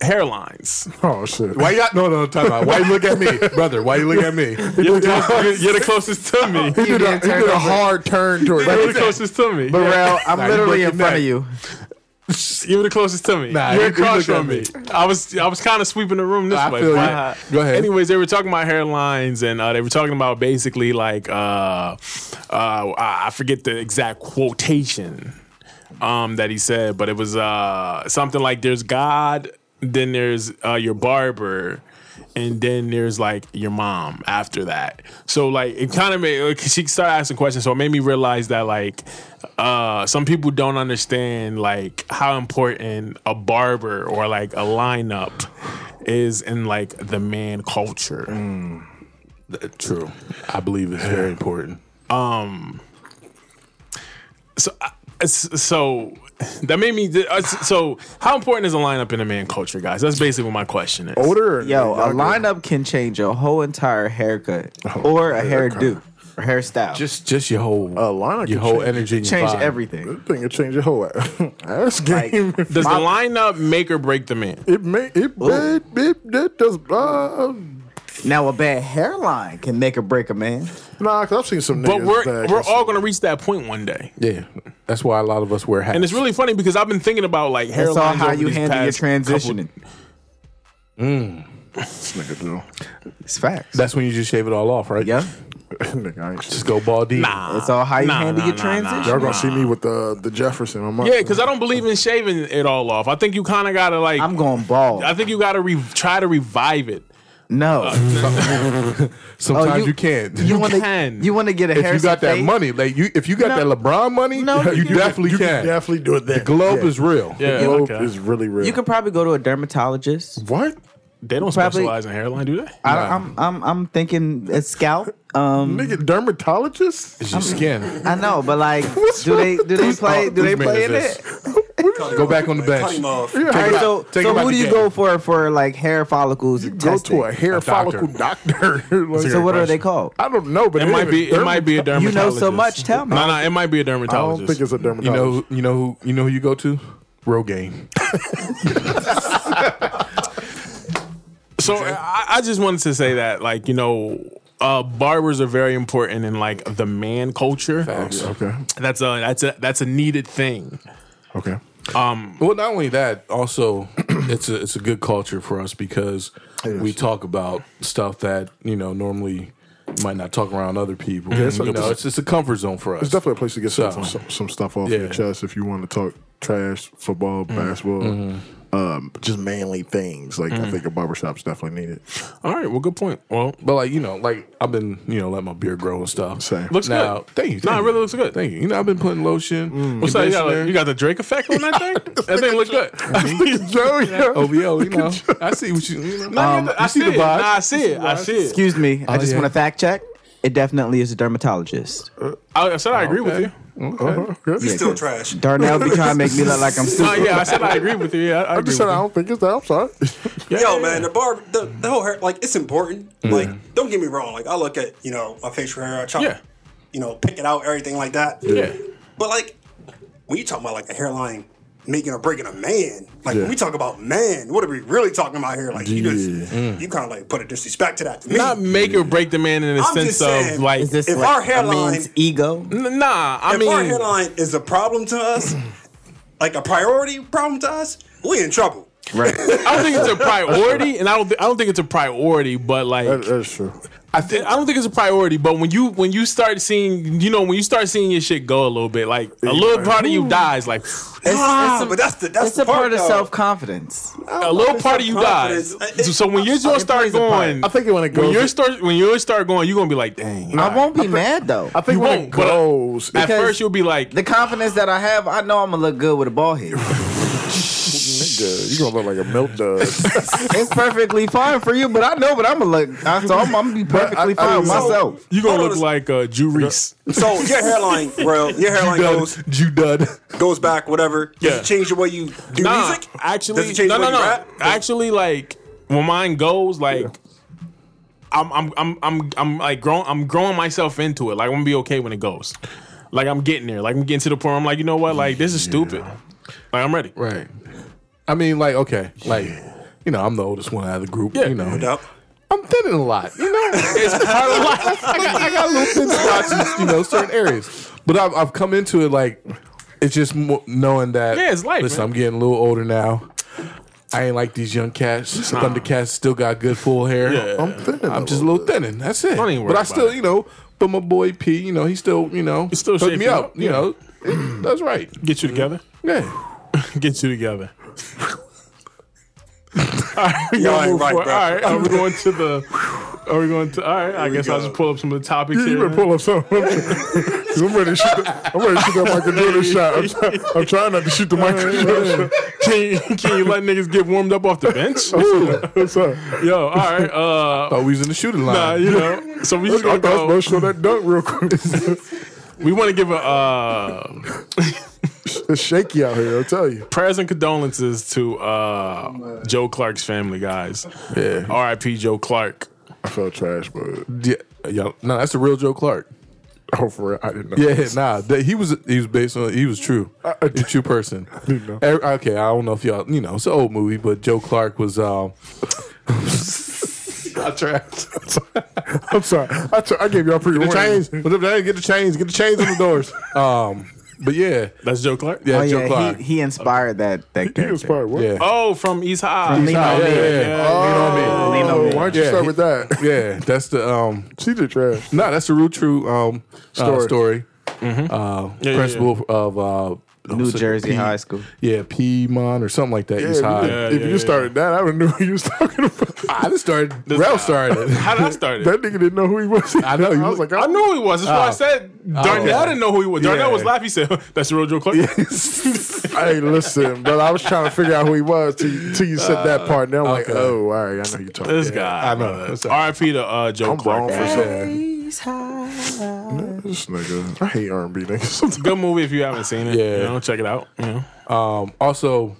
Speaker 3: hairlines.
Speaker 2: oh shit.
Speaker 5: why you? No, no, no, time out. Why you look at me, brother? Why you look at me?
Speaker 3: You're the closest, you're the closest to me.
Speaker 2: He did, a, he
Speaker 4: did turn
Speaker 2: did a
Speaker 4: over.
Speaker 2: hard turn towards
Speaker 3: You're the closest to me.
Speaker 4: Burrell, I'm
Speaker 5: Nah, you
Speaker 4: literally in
Speaker 5: breaking
Speaker 4: front
Speaker 5: neck.
Speaker 4: of you.
Speaker 3: You were the closest to me.
Speaker 5: Nah,
Speaker 3: You're
Speaker 5: you-
Speaker 3: a
Speaker 5: you
Speaker 3: crush
Speaker 5: look at
Speaker 3: on me.
Speaker 5: me.
Speaker 3: I was I was kind of sweeping the room this
Speaker 5: I
Speaker 3: way.
Speaker 5: feel
Speaker 3: but-
Speaker 5: you. Go ahead.
Speaker 3: Anyways, they were talking about hairlines and uh, they were talking about basically like uh, uh, I I forget the exact quotation um, that he said, but it was uh, something like "There's God, then there's uh, your barber." And then there's like your mom after that. So like it kind of made like, she started asking questions. So it made me realize that like uh, some people don't understand like how important a barber or like a lineup is in like the man culture.
Speaker 5: True, I believe it's very important.
Speaker 3: So, I- it's- so that made me. uh, So, how important is a lineup in a man culture, guys? That's basically what my question is.
Speaker 2: older.
Speaker 4: Yo, a lineup can change your whole entire haircut or a hairdo or hairstyle. Just
Speaker 5: Just, just your whole,
Speaker 2: A lineup
Speaker 5: your
Speaker 2: can
Speaker 5: whole
Speaker 2: change-
Speaker 5: energy, and your
Speaker 4: change
Speaker 5: vibe.
Speaker 4: everything.
Speaker 2: thing will change your whole ass game.
Speaker 3: Does the lineup make or break the man?
Speaker 2: it may it, it, it that does uh,
Speaker 4: Now a bad hairline can make or break a man.
Speaker 2: nah. Cause I've seen some niggas.
Speaker 3: But we're
Speaker 2: that-
Speaker 3: we're all gonna reach that point one day,
Speaker 5: Yeah, that's why a lot of us wear hats.
Speaker 3: and it's really funny because I've been thinking about like hairlines.
Speaker 4: That's all how
Speaker 3: over
Speaker 4: you
Speaker 3: these
Speaker 4: handle your
Speaker 3: past couple-
Speaker 4: transitioning.
Speaker 2: This nigga do.
Speaker 4: It's facts.
Speaker 5: that's when you just shave it all off, right?
Speaker 4: yeah.
Speaker 2: nigga, I ain't shit.
Speaker 5: Just go ball deep.
Speaker 3: Nah,
Speaker 4: It's all how you
Speaker 3: nah,
Speaker 4: handle
Speaker 3: nah,
Speaker 4: your
Speaker 3: nah,
Speaker 4: transition.
Speaker 2: Y'all gonna see me with the the Jefferson on my
Speaker 3: Yeah, because I don't believe in shaving it all off. I think you kind of gotta like.
Speaker 4: I'm going bald.
Speaker 3: I think you gotta re- try to revive it.
Speaker 4: no.
Speaker 5: Sometimes
Speaker 4: Oh, you-
Speaker 5: you, can't.
Speaker 4: you want to
Speaker 3: can.
Speaker 4: you want to get a
Speaker 5: if
Speaker 4: hair
Speaker 5: you got that money, like you, if you got
Speaker 4: No.
Speaker 5: that LeBron money,
Speaker 4: No,
Speaker 5: you,
Speaker 4: you can-
Speaker 5: definitely
Speaker 2: You
Speaker 5: can.
Speaker 2: can definitely do it then. The
Speaker 5: Globe is real.
Speaker 3: Yeah,
Speaker 2: Globe
Speaker 3: okay.
Speaker 2: is really real.
Speaker 4: You could probably go to a dermatologist.
Speaker 2: what?
Speaker 3: They don't
Speaker 4: Probably-
Speaker 3: specialize in hairline, do they?
Speaker 4: I, I'm I'm I'm thinking a scalp. Um,
Speaker 2: Nigga, dermatologist?
Speaker 5: It's your skin.
Speaker 4: I know, but like, do they do they play do they
Speaker 5: whose man
Speaker 4: play
Speaker 5: is
Speaker 4: in
Speaker 5: this?
Speaker 4: it?
Speaker 5: Go back on the
Speaker 6: Cut him
Speaker 5: bench.
Speaker 6: off.
Speaker 4: All right, so
Speaker 5: Take
Speaker 4: so
Speaker 5: him out
Speaker 4: who
Speaker 5: the
Speaker 4: do you
Speaker 5: game.
Speaker 4: go for for like hair follicles? and
Speaker 2: Go
Speaker 4: testing?
Speaker 2: to a hair
Speaker 5: A doctor.
Speaker 2: follicle doctor. Like,
Speaker 4: So what are they called?
Speaker 2: I don't know, but
Speaker 3: It might be. It might be a
Speaker 4: You
Speaker 3: dermatologist.
Speaker 4: know so much. Tell me.
Speaker 3: No, no, it might be a
Speaker 2: I don't
Speaker 3: dermatologist.
Speaker 2: think it's a
Speaker 5: You
Speaker 2: dermatologist.
Speaker 5: know, you know who, you know who you go to? Rogaine.
Speaker 3: so I, I just wanted to say that, like, you know, uh, barbers are very important in like the man culture.
Speaker 2: okay.
Speaker 3: That's a that's a that's a needed thing.
Speaker 2: Okay.
Speaker 5: Well, not only that, also it's a it's a good culture for us because
Speaker 2: It
Speaker 5: we
Speaker 2: is.
Speaker 5: talk about stuff that you know normally you might not talk around other people.
Speaker 2: it's
Speaker 5: you
Speaker 2: like-
Speaker 5: know, it's just a comfort zone for us.
Speaker 2: It's definitely a place to get some,
Speaker 5: So-
Speaker 2: some, some stuff off
Speaker 5: Yeah.
Speaker 2: Mm-hmm. your chest if you want to talk trash, football, basketball, um, just manly things. Like I think a barbershop's definitely needed.
Speaker 3: All right. Well, good point. Well,
Speaker 5: But like you know, like I've been you know letting my beard grow and stuff.
Speaker 2: Same.
Speaker 3: looks
Speaker 5: now,
Speaker 3: good.
Speaker 5: Thank you.
Speaker 3: Nah, it
Speaker 5: thank you. Mm.
Speaker 3: really looks good.
Speaker 5: Thank you. You know, I've been putting lotion.
Speaker 3: What's that? You got,
Speaker 5: conditioner.
Speaker 3: like- you got the Drake effect on that thing? that thing look good.
Speaker 2: Joe, Oh, yeah.
Speaker 5: OVO, you know. I see what you, you know.
Speaker 3: Nah, you got the- I
Speaker 5: Um, you see
Speaker 3: see
Speaker 5: the
Speaker 3: it.
Speaker 5: vibes.
Speaker 3: Nah, I see it. I see it.
Speaker 4: Excuse me. I just
Speaker 5: yeah.
Speaker 4: want to fact check. It definitely is a dermatologist.
Speaker 3: I, I said I agree with
Speaker 5: Oh, Okay.
Speaker 3: you.
Speaker 2: Uh-huh,
Speaker 6: He's still trash.
Speaker 4: Darnell be trying to make me look like I'm
Speaker 3: Oh
Speaker 4: stupid.
Speaker 3: yeah, I said I agree with you. Yeah, I, I
Speaker 2: I
Speaker 3: agree
Speaker 2: just said
Speaker 3: with
Speaker 2: I
Speaker 3: you.
Speaker 2: don't think it's that. I'm sorry.
Speaker 3: Yeah,
Speaker 6: Yo,
Speaker 3: yeah,
Speaker 6: man, the barb, the, the whole hair, like it's important. Like, don't get me wrong. Like, I look at you know my facial hair, I try,
Speaker 3: Yeah.
Speaker 6: to you know, pick it out, everything like that.
Speaker 3: Yeah.
Speaker 6: But like, when you talk about like a hairline making or breaking a man, like
Speaker 2: Yeah.
Speaker 6: when we talk about man, what are we really talking about here? Like, you just you kind of like put a disrespect to that to me.
Speaker 3: Not make or break the man in the
Speaker 6: I'm
Speaker 3: sense
Speaker 6: just
Speaker 3: of
Speaker 6: saying,
Speaker 3: like.
Speaker 4: Is this
Speaker 6: If
Speaker 4: like
Speaker 6: our
Speaker 4: a
Speaker 6: hairline-
Speaker 4: man's ego?
Speaker 3: N- Nah, I
Speaker 6: if
Speaker 3: mean,
Speaker 6: our hairline is a problem to us, like a priority problem to us, we in trouble.
Speaker 4: Right.
Speaker 3: I don't think it's a priority, and I don't, th- I don't think it's a priority. But like,
Speaker 2: That- that's true.
Speaker 3: I, th- I don't think it's a priority, but when you when you start seeing, you know, when you start seeing your shit go a little bit, like a little part of you dies, like
Speaker 6: ah,
Speaker 4: it's a-
Speaker 6: but that's the that's
Speaker 4: It's
Speaker 6: the
Speaker 4: a part of
Speaker 6: though.
Speaker 4: self confidence.
Speaker 3: a little part of you dies.
Speaker 6: confidence.
Speaker 3: So, so when yours yours start
Speaker 4: plays a part.
Speaker 3: going,
Speaker 2: I think when it
Speaker 3: when
Speaker 2: goes,
Speaker 3: yours start when yours start going, you're gonna be like, dang.
Speaker 4: I won't be mad though.
Speaker 2: I think
Speaker 3: you
Speaker 2: when
Speaker 3: won't,
Speaker 2: it
Speaker 3: but I-
Speaker 2: goes,
Speaker 3: At
Speaker 2: it-
Speaker 4: because
Speaker 3: first, you'll be like,
Speaker 4: The confidence that I have, I know I'm gonna look good with a ball head.
Speaker 2: nigga, you gonna look like a milk dud.
Speaker 4: it's perfectly fine for you, but I know what I'm gonna look. I, so I'm, I'm gonna be perfectly
Speaker 2: I- I-
Speaker 4: fine with
Speaker 2: so-
Speaker 4: myself.
Speaker 3: you gonna
Speaker 6: Hold on
Speaker 3: look
Speaker 6: a-
Speaker 3: like uh, Drew Reese.
Speaker 6: So your hairline, bro, your hairline goes
Speaker 5: You done.
Speaker 6: goes back, whatever. Does
Speaker 3: Yeah.
Speaker 6: it change the way you do
Speaker 3: Nah,
Speaker 6: music?
Speaker 3: actually,
Speaker 6: Does it change
Speaker 3: no,
Speaker 6: the way
Speaker 3: no, no.
Speaker 6: you rap?
Speaker 3: Actually, like when mine goes, like I'm, I'm, I'm, I'm, I'm like growing, I'm growing myself into it. Like I'm gonna be okay when it goes. Like I'm getting there. Like I'm getting to the point. Where I'm like, you know what? Like this is stupid. Like I'm ready.
Speaker 5: Right. I mean, like, okay. Like, you know, I'm the oldest one out of the group.
Speaker 3: Yeah.
Speaker 5: you know.
Speaker 6: Nope.
Speaker 5: I'm thinning a lot. You know, it's part of life. I got, I got little thin spots, in, you know, certain areas. But I've, I've come into it like it's just mo- knowing that.
Speaker 3: Yeah, it's life,
Speaker 5: Listen,
Speaker 3: man.
Speaker 5: I'm getting a little older now. I ain't like these young cats. Thundercats still got good full hair.
Speaker 3: Yeah.
Speaker 5: I'm thinning. I'm just a little thinning. That's it.
Speaker 3: Don't even worry
Speaker 5: But I
Speaker 3: about
Speaker 5: still,
Speaker 3: it.
Speaker 5: you know, but my boy P, you know, he still, you know,
Speaker 3: He's still
Speaker 5: hooked me
Speaker 3: shaping
Speaker 5: up.
Speaker 3: up,
Speaker 5: You
Speaker 3: yeah.
Speaker 5: know, that's right.
Speaker 3: Get you together.
Speaker 5: Yeah.
Speaker 3: Get you together.
Speaker 6: Y'all ain't right,
Speaker 3: All
Speaker 6: bro.
Speaker 3: right, are we going to the? Are we going to? All right, I
Speaker 6: we
Speaker 3: guess I'll
Speaker 6: go.
Speaker 3: just pull up some of the topics
Speaker 2: You
Speaker 3: here.
Speaker 2: better pull up something. Cause I'm ready to shoot. The, I'm ready to shoot that Michael Jordan shot. I'm, try, I'm trying not to shoot the Michael Jordan
Speaker 3: can, you, can you let niggas get warmed up off the bench?
Speaker 2: shot. I'm sorry.
Speaker 3: Yo, all right. Uh,
Speaker 5: Thought we was in the shooting line.
Speaker 3: Nah, you know. So we just
Speaker 2: I
Speaker 3: gonna
Speaker 2: thought I was
Speaker 3: go.
Speaker 2: supposed to show that dunk real quick.
Speaker 3: We want to give a uh,
Speaker 2: it's shaky out here. I'll tell you.
Speaker 3: prayers and condolences to uh, Joe Clark's family, guys.
Speaker 5: Yeah.
Speaker 3: R.I.P. Joe Clark.
Speaker 2: I felt trash, but
Speaker 5: Yeah. Yo, no, that's the real Joe Clark.
Speaker 2: oh, for real, I didn't know.
Speaker 5: Yeah, nah, that, he was he was based on he was true, a true person.
Speaker 2: didn't know.
Speaker 5: Every- okay, I don't know if y'all you know it's an old movie, but Joe Clark was um, I trapped.
Speaker 2: I'm sorry. I, t- I gave y'all pre
Speaker 5: The chains,
Speaker 2: warning.
Speaker 5: What's up, Dad? Get the chains, get the chains on the doors. Um, but yeah,
Speaker 3: That's Joe Clark.
Speaker 5: yeah,
Speaker 4: Oh
Speaker 5: Joe
Speaker 4: yeah,
Speaker 5: Clark.
Speaker 4: he, he inspired that that
Speaker 2: He
Speaker 4: character.
Speaker 2: was probably what?
Speaker 5: yeah.
Speaker 3: Oh, from East High.
Speaker 5: Nah,
Speaker 4: on
Speaker 5: yeah,
Speaker 4: me.
Speaker 5: yeah, yeah.
Speaker 2: Oh,
Speaker 4: Lean on me.
Speaker 2: why don't you
Speaker 5: Yeah,
Speaker 2: start
Speaker 5: he-
Speaker 2: with that?
Speaker 5: yeah, that's the um,
Speaker 2: She did trash.
Speaker 5: No, that's the real true um, story.
Speaker 2: Story.
Speaker 5: Uh, story. Uh,
Speaker 3: yeah, yeah.
Speaker 5: principal of uh,
Speaker 4: Mm-hmm. New
Speaker 5: what's it,
Speaker 4: Jersey
Speaker 5: P-
Speaker 4: High School.
Speaker 5: Yeah, Piedmont or something like that. East
Speaker 2: if
Speaker 5: High.
Speaker 2: you,
Speaker 3: Yeah,
Speaker 2: if
Speaker 3: yeah,
Speaker 2: you
Speaker 3: yeah.
Speaker 2: started that, I would have knew who you was talking about.
Speaker 5: I just started. Ralph started.
Speaker 3: How did I start it?
Speaker 2: That nigga didn't know who he was.
Speaker 5: I know, you-
Speaker 2: I was like,
Speaker 3: I knew he was. That's why I said Darnell. I didn't know who he was. Darnell
Speaker 5: Yeah.
Speaker 3: was laughing. He said, "That's the real Joe Clark."
Speaker 2: Hey, listen, but I was trying to figure out who he was till you, till you said that part. Now I'm like,
Speaker 5: Uh, okay.
Speaker 2: oh, all right, I know you're talking.
Speaker 3: This
Speaker 2: about.
Speaker 3: guy.
Speaker 5: I know.
Speaker 3: brother.
Speaker 5: That's all right.
Speaker 3: R.I.P. to uh, Joe
Speaker 2: I'm
Speaker 3: Clark.
Speaker 2: wrong for
Speaker 3: man.
Speaker 2: something.
Speaker 4: He's high.
Speaker 2: This nigga, I hate R&B niggas.
Speaker 3: It's a good movie if you haven't seen it.
Speaker 5: Yeah.
Speaker 3: you know, check it out. You know.
Speaker 5: Um, also,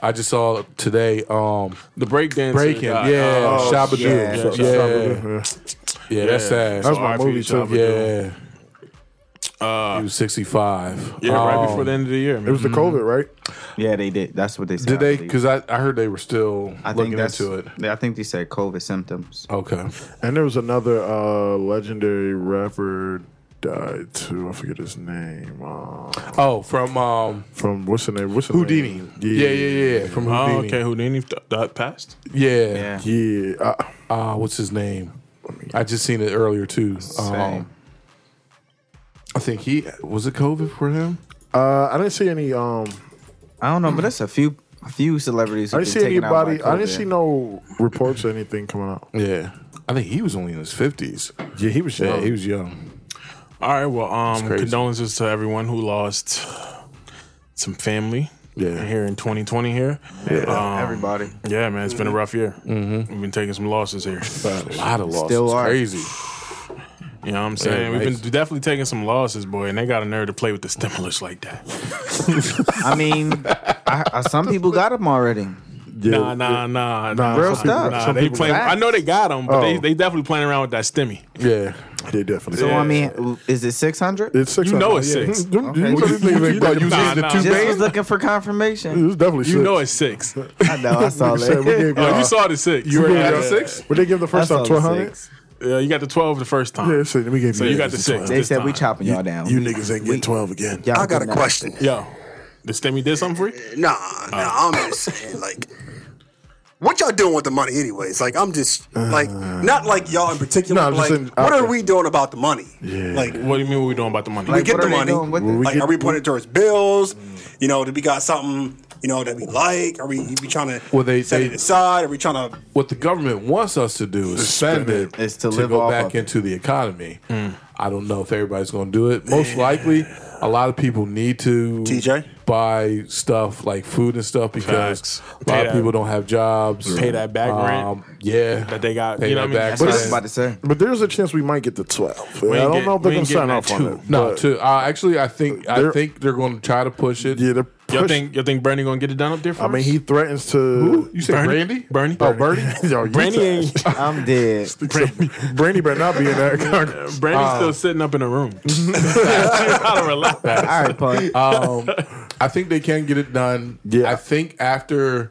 Speaker 5: I just saw today. Um,
Speaker 3: The breakdance.
Speaker 5: Breaking.
Speaker 3: guy.
Speaker 5: Yeah,
Speaker 3: Oh,
Speaker 5: Shabba
Speaker 4: yeah,
Speaker 5: Doo.
Speaker 2: Something
Speaker 5: Yeah,
Speaker 2: about
Speaker 5: yeah,
Speaker 2: that.
Speaker 5: that's sad.
Speaker 2: That was my
Speaker 3: R.I.P.
Speaker 2: movie
Speaker 3: to
Speaker 2: too.
Speaker 3: Shabba
Speaker 5: yeah. he was sixty-five.
Speaker 3: Uh, yeah, right before
Speaker 5: Um,
Speaker 3: the end of the year.
Speaker 2: It was the COVID, right?
Speaker 4: Yeah, they did. That's what they said.
Speaker 5: Did
Speaker 4: I
Speaker 5: they?
Speaker 4: believe.
Speaker 5: Because I, I heard they were still
Speaker 4: I think
Speaker 5: looking
Speaker 4: that's
Speaker 5: into it.
Speaker 4: Yeah, I think they said COVID symptoms.
Speaker 5: Okay.
Speaker 2: And there was another uh, legendary rapper died too. I forget his name. Uh,
Speaker 5: Oh, from um,
Speaker 2: from what's the name? What's the
Speaker 5: Houdini.
Speaker 2: name?
Speaker 5: Yeah, yeah, yeah. yeah. From
Speaker 3: Oh,
Speaker 5: Houdini.
Speaker 3: okay. Houdini th- that passed.
Speaker 5: Yeah.
Speaker 4: Yeah.
Speaker 2: yeah. Uh,
Speaker 5: Uh, what's his name? I just seen it earlier too.
Speaker 2: Oh.
Speaker 4: Same.
Speaker 5: Um, I think he was it COVID for him.
Speaker 2: uh, I didn't see any. Um,
Speaker 4: I don't know, but it's a few a few celebrities.
Speaker 2: I
Speaker 4: who've
Speaker 2: didn't
Speaker 4: been
Speaker 2: see
Speaker 4: taken out by
Speaker 2: anybody. I didn't
Speaker 4: COVID.
Speaker 2: see no reports or anything coming out.
Speaker 5: Yeah. I think he was only in his fifties.
Speaker 2: Yeah, he was
Speaker 5: Yeah,
Speaker 2: young.
Speaker 5: he was young.
Speaker 3: All right. Well, um,
Speaker 5: crazy.
Speaker 3: condolences to everyone who lost some family.
Speaker 5: Yeah.
Speaker 3: Here in 2020. Here.
Speaker 4: everybody.
Speaker 3: Yeah, man. It's been a rough year. Mm-hmm. We've been taking some losses here.
Speaker 5: A lot of losses.
Speaker 4: Still are.
Speaker 5: Crazy.
Speaker 3: You know what I'm saying?
Speaker 5: Yeah,
Speaker 3: We've
Speaker 5: nice.
Speaker 3: been definitely taking some losses, boy, and they got a nerve to play with the stimulus like that.
Speaker 4: I mean, I, I, some people got them already.
Speaker 3: Nah, nah, nah, nah. Some people-
Speaker 4: Real stuff.
Speaker 3: Nah,
Speaker 4: Some
Speaker 3: they
Speaker 4: people-
Speaker 3: playing. I know they got them, but they,
Speaker 2: Oh.
Speaker 3: they definitely playing around with that stimmy.
Speaker 5: Yeah.
Speaker 2: They definitely.
Speaker 4: So
Speaker 3: Yeah.
Speaker 4: I mean, is it six hundred?
Speaker 2: It's six.
Speaker 3: You know
Speaker 2: hundred.
Speaker 3: it's
Speaker 2: Yeah.
Speaker 3: six.
Speaker 2: Them-
Speaker 4: Okay.
Speaker 2: you know these niggas ain't gonna use
Speaker 3: Nah,
Speaker 2: these- the
Speaker 3: nah.
Speaker 2: two
Speaker 4: Just
Speaker 2: bands.
Speaker 4: was looking for
Speaker 2: It
Speaker 4: confirmation.
Speaker 2: was definitely
Speaker 3: You
Speaker 2: six.
Speaker 3: know it's six. Oh,
Speaker 4: I know. I saw
Speaker 2: We said we
Speaker 4: that.
Speaker 2: gave y'all-
Speaker 3: you saw the six.
Speaker 2: we gave
Speaker 5: at
Speaker 2: y'all-
Speaker 5: six?
Speaker 2: What they give the
Speaker 4: I
Speaker 2: first
Speaker 4: saw
Speaker 2: time?
Speaker 4: the
Speaker 2: Twelve hundred.
Speaker 4: six.
Speaker 3: Yeah, you got the twelve the first time.
Speaker 2: Yeah, so we gave
Speaker 3: So
Speaker 2: you.
Speaker 3: you got the six.
Speaker 4: They
Speaker 3: this
Speaker 4: said we
Speaker 3: time.
Speaker 4: chopping y'all down.
Speaker 2: You niggas ain't getting twelve again.
Speaker 4: Y'all
Speaker 6: I got a
Speaker 4: getting out.
Speaker 6: question.
Speaker 3: Yo, the stimmy did something for you.
Speaker 6: Nah,
Speaker 3: Uh.
Speaker 6: nah, I'm just saying, like, what y'all doing with the money, anyways? Like, I'm just like,
Speaker 3: Uh.
Speaker 6: not like y'all in particular.
Speaker 2: Nah,
Speaker 6: but,
Speaker 2: just
Speaker 6: like,
Speaker 2: in-
Speaker 6: what
Speaker 2: out
Speaker 6: are
Speaker 2: there.
Speaker 6: we doing about the money?
Speaker 2: Yeah.
Speaker 6: Like,
Speaker 3: What do you mean? What we doing about the money?
Speaker 6: we get
Speaker 4: what
Speaker 6: the
Speaker 4: are they
Speaker 6: money.
Speaker 4: doing with it?
Speaker 6: like, are we putting it towards bills? You know, do we got something? You know that we like? Are we, we trying to
Speaker 5: Well, they-
Speaker 6: set
Speaker 5: they-
Speaker 6: it aside? Are we trying to?
Speaker 5: What the government wants us to do is spend it
Speaker 4: Is to live
Speaker 5: go
Speaker 4: off
Speaker 5: back
Speaker 4: of it.
Speaker 5: into the economy. I don't know if everybody's going to do it. Most likely, a lot of people need to
Speaker 6: TJ?
Speaker 5: buy stuff like food and stuff because
Speaker 3: Facts.
Speaker 5: a lot
Speaker 3: Pay
Speaker 5: of
Speaker 3: that-
Speaker 5: people don't have jobs. Um,
Speaker 3: Pay that back rent
Speaker 5: Yeah,
Speaker 3: that they got.
Speaker 5: Pay
Speaker 3: you know what
Speaker 5: that
Speaker 3: I mean?
Speaker 5: back
Speaker 4: That's what I was
Speaker 5: Right.
Speaker 4: about to say.
Speaker 2: But there's a chance we might get to twelve. I don't
Speaker 3: get-
Speaker 2: know if
Speaker 3: we
Speaker 2: they're gonna
Speaker 3: ain't
Speaker 2: sign
Speaker 3: getting
Speaker 2: off
Speaker 3: that
Speaker 2: on
Speaker 3: two.
Speaker 2: it.
Speaker 5: No,
Speaker 2: but-
Speaker 5: to, uh, actually, I think I
Speaker 2: They're-
Speaker 5: think they're going to try to push it.
Speaker 2: Yeah, they're
Speaker 3: You
Speaker 2: pushing.
Speaker 3: think you think Bernie gonna get it done up there? First?
Speaker 2: I mean, he threatens to.
Speaker 5: You said Brandy?
Speaker 3: Bernie.
Speaker 2: Oh, Bernie. Yo, you
Speaker 3: Brandy
Speaker 2: tough.
Speaker 3: ain't.
Speaker 4: I'm dead.
Speaker 2: Brandy better not be in that Congress.
Speaker 3: Brandy's still sitting up in a room. She's gotta relax.
Speaker 4: All right, pun.
Speaker 5: Um, I think they can get it done.
Speaker 2: Yeah.
Speaker 5: I think after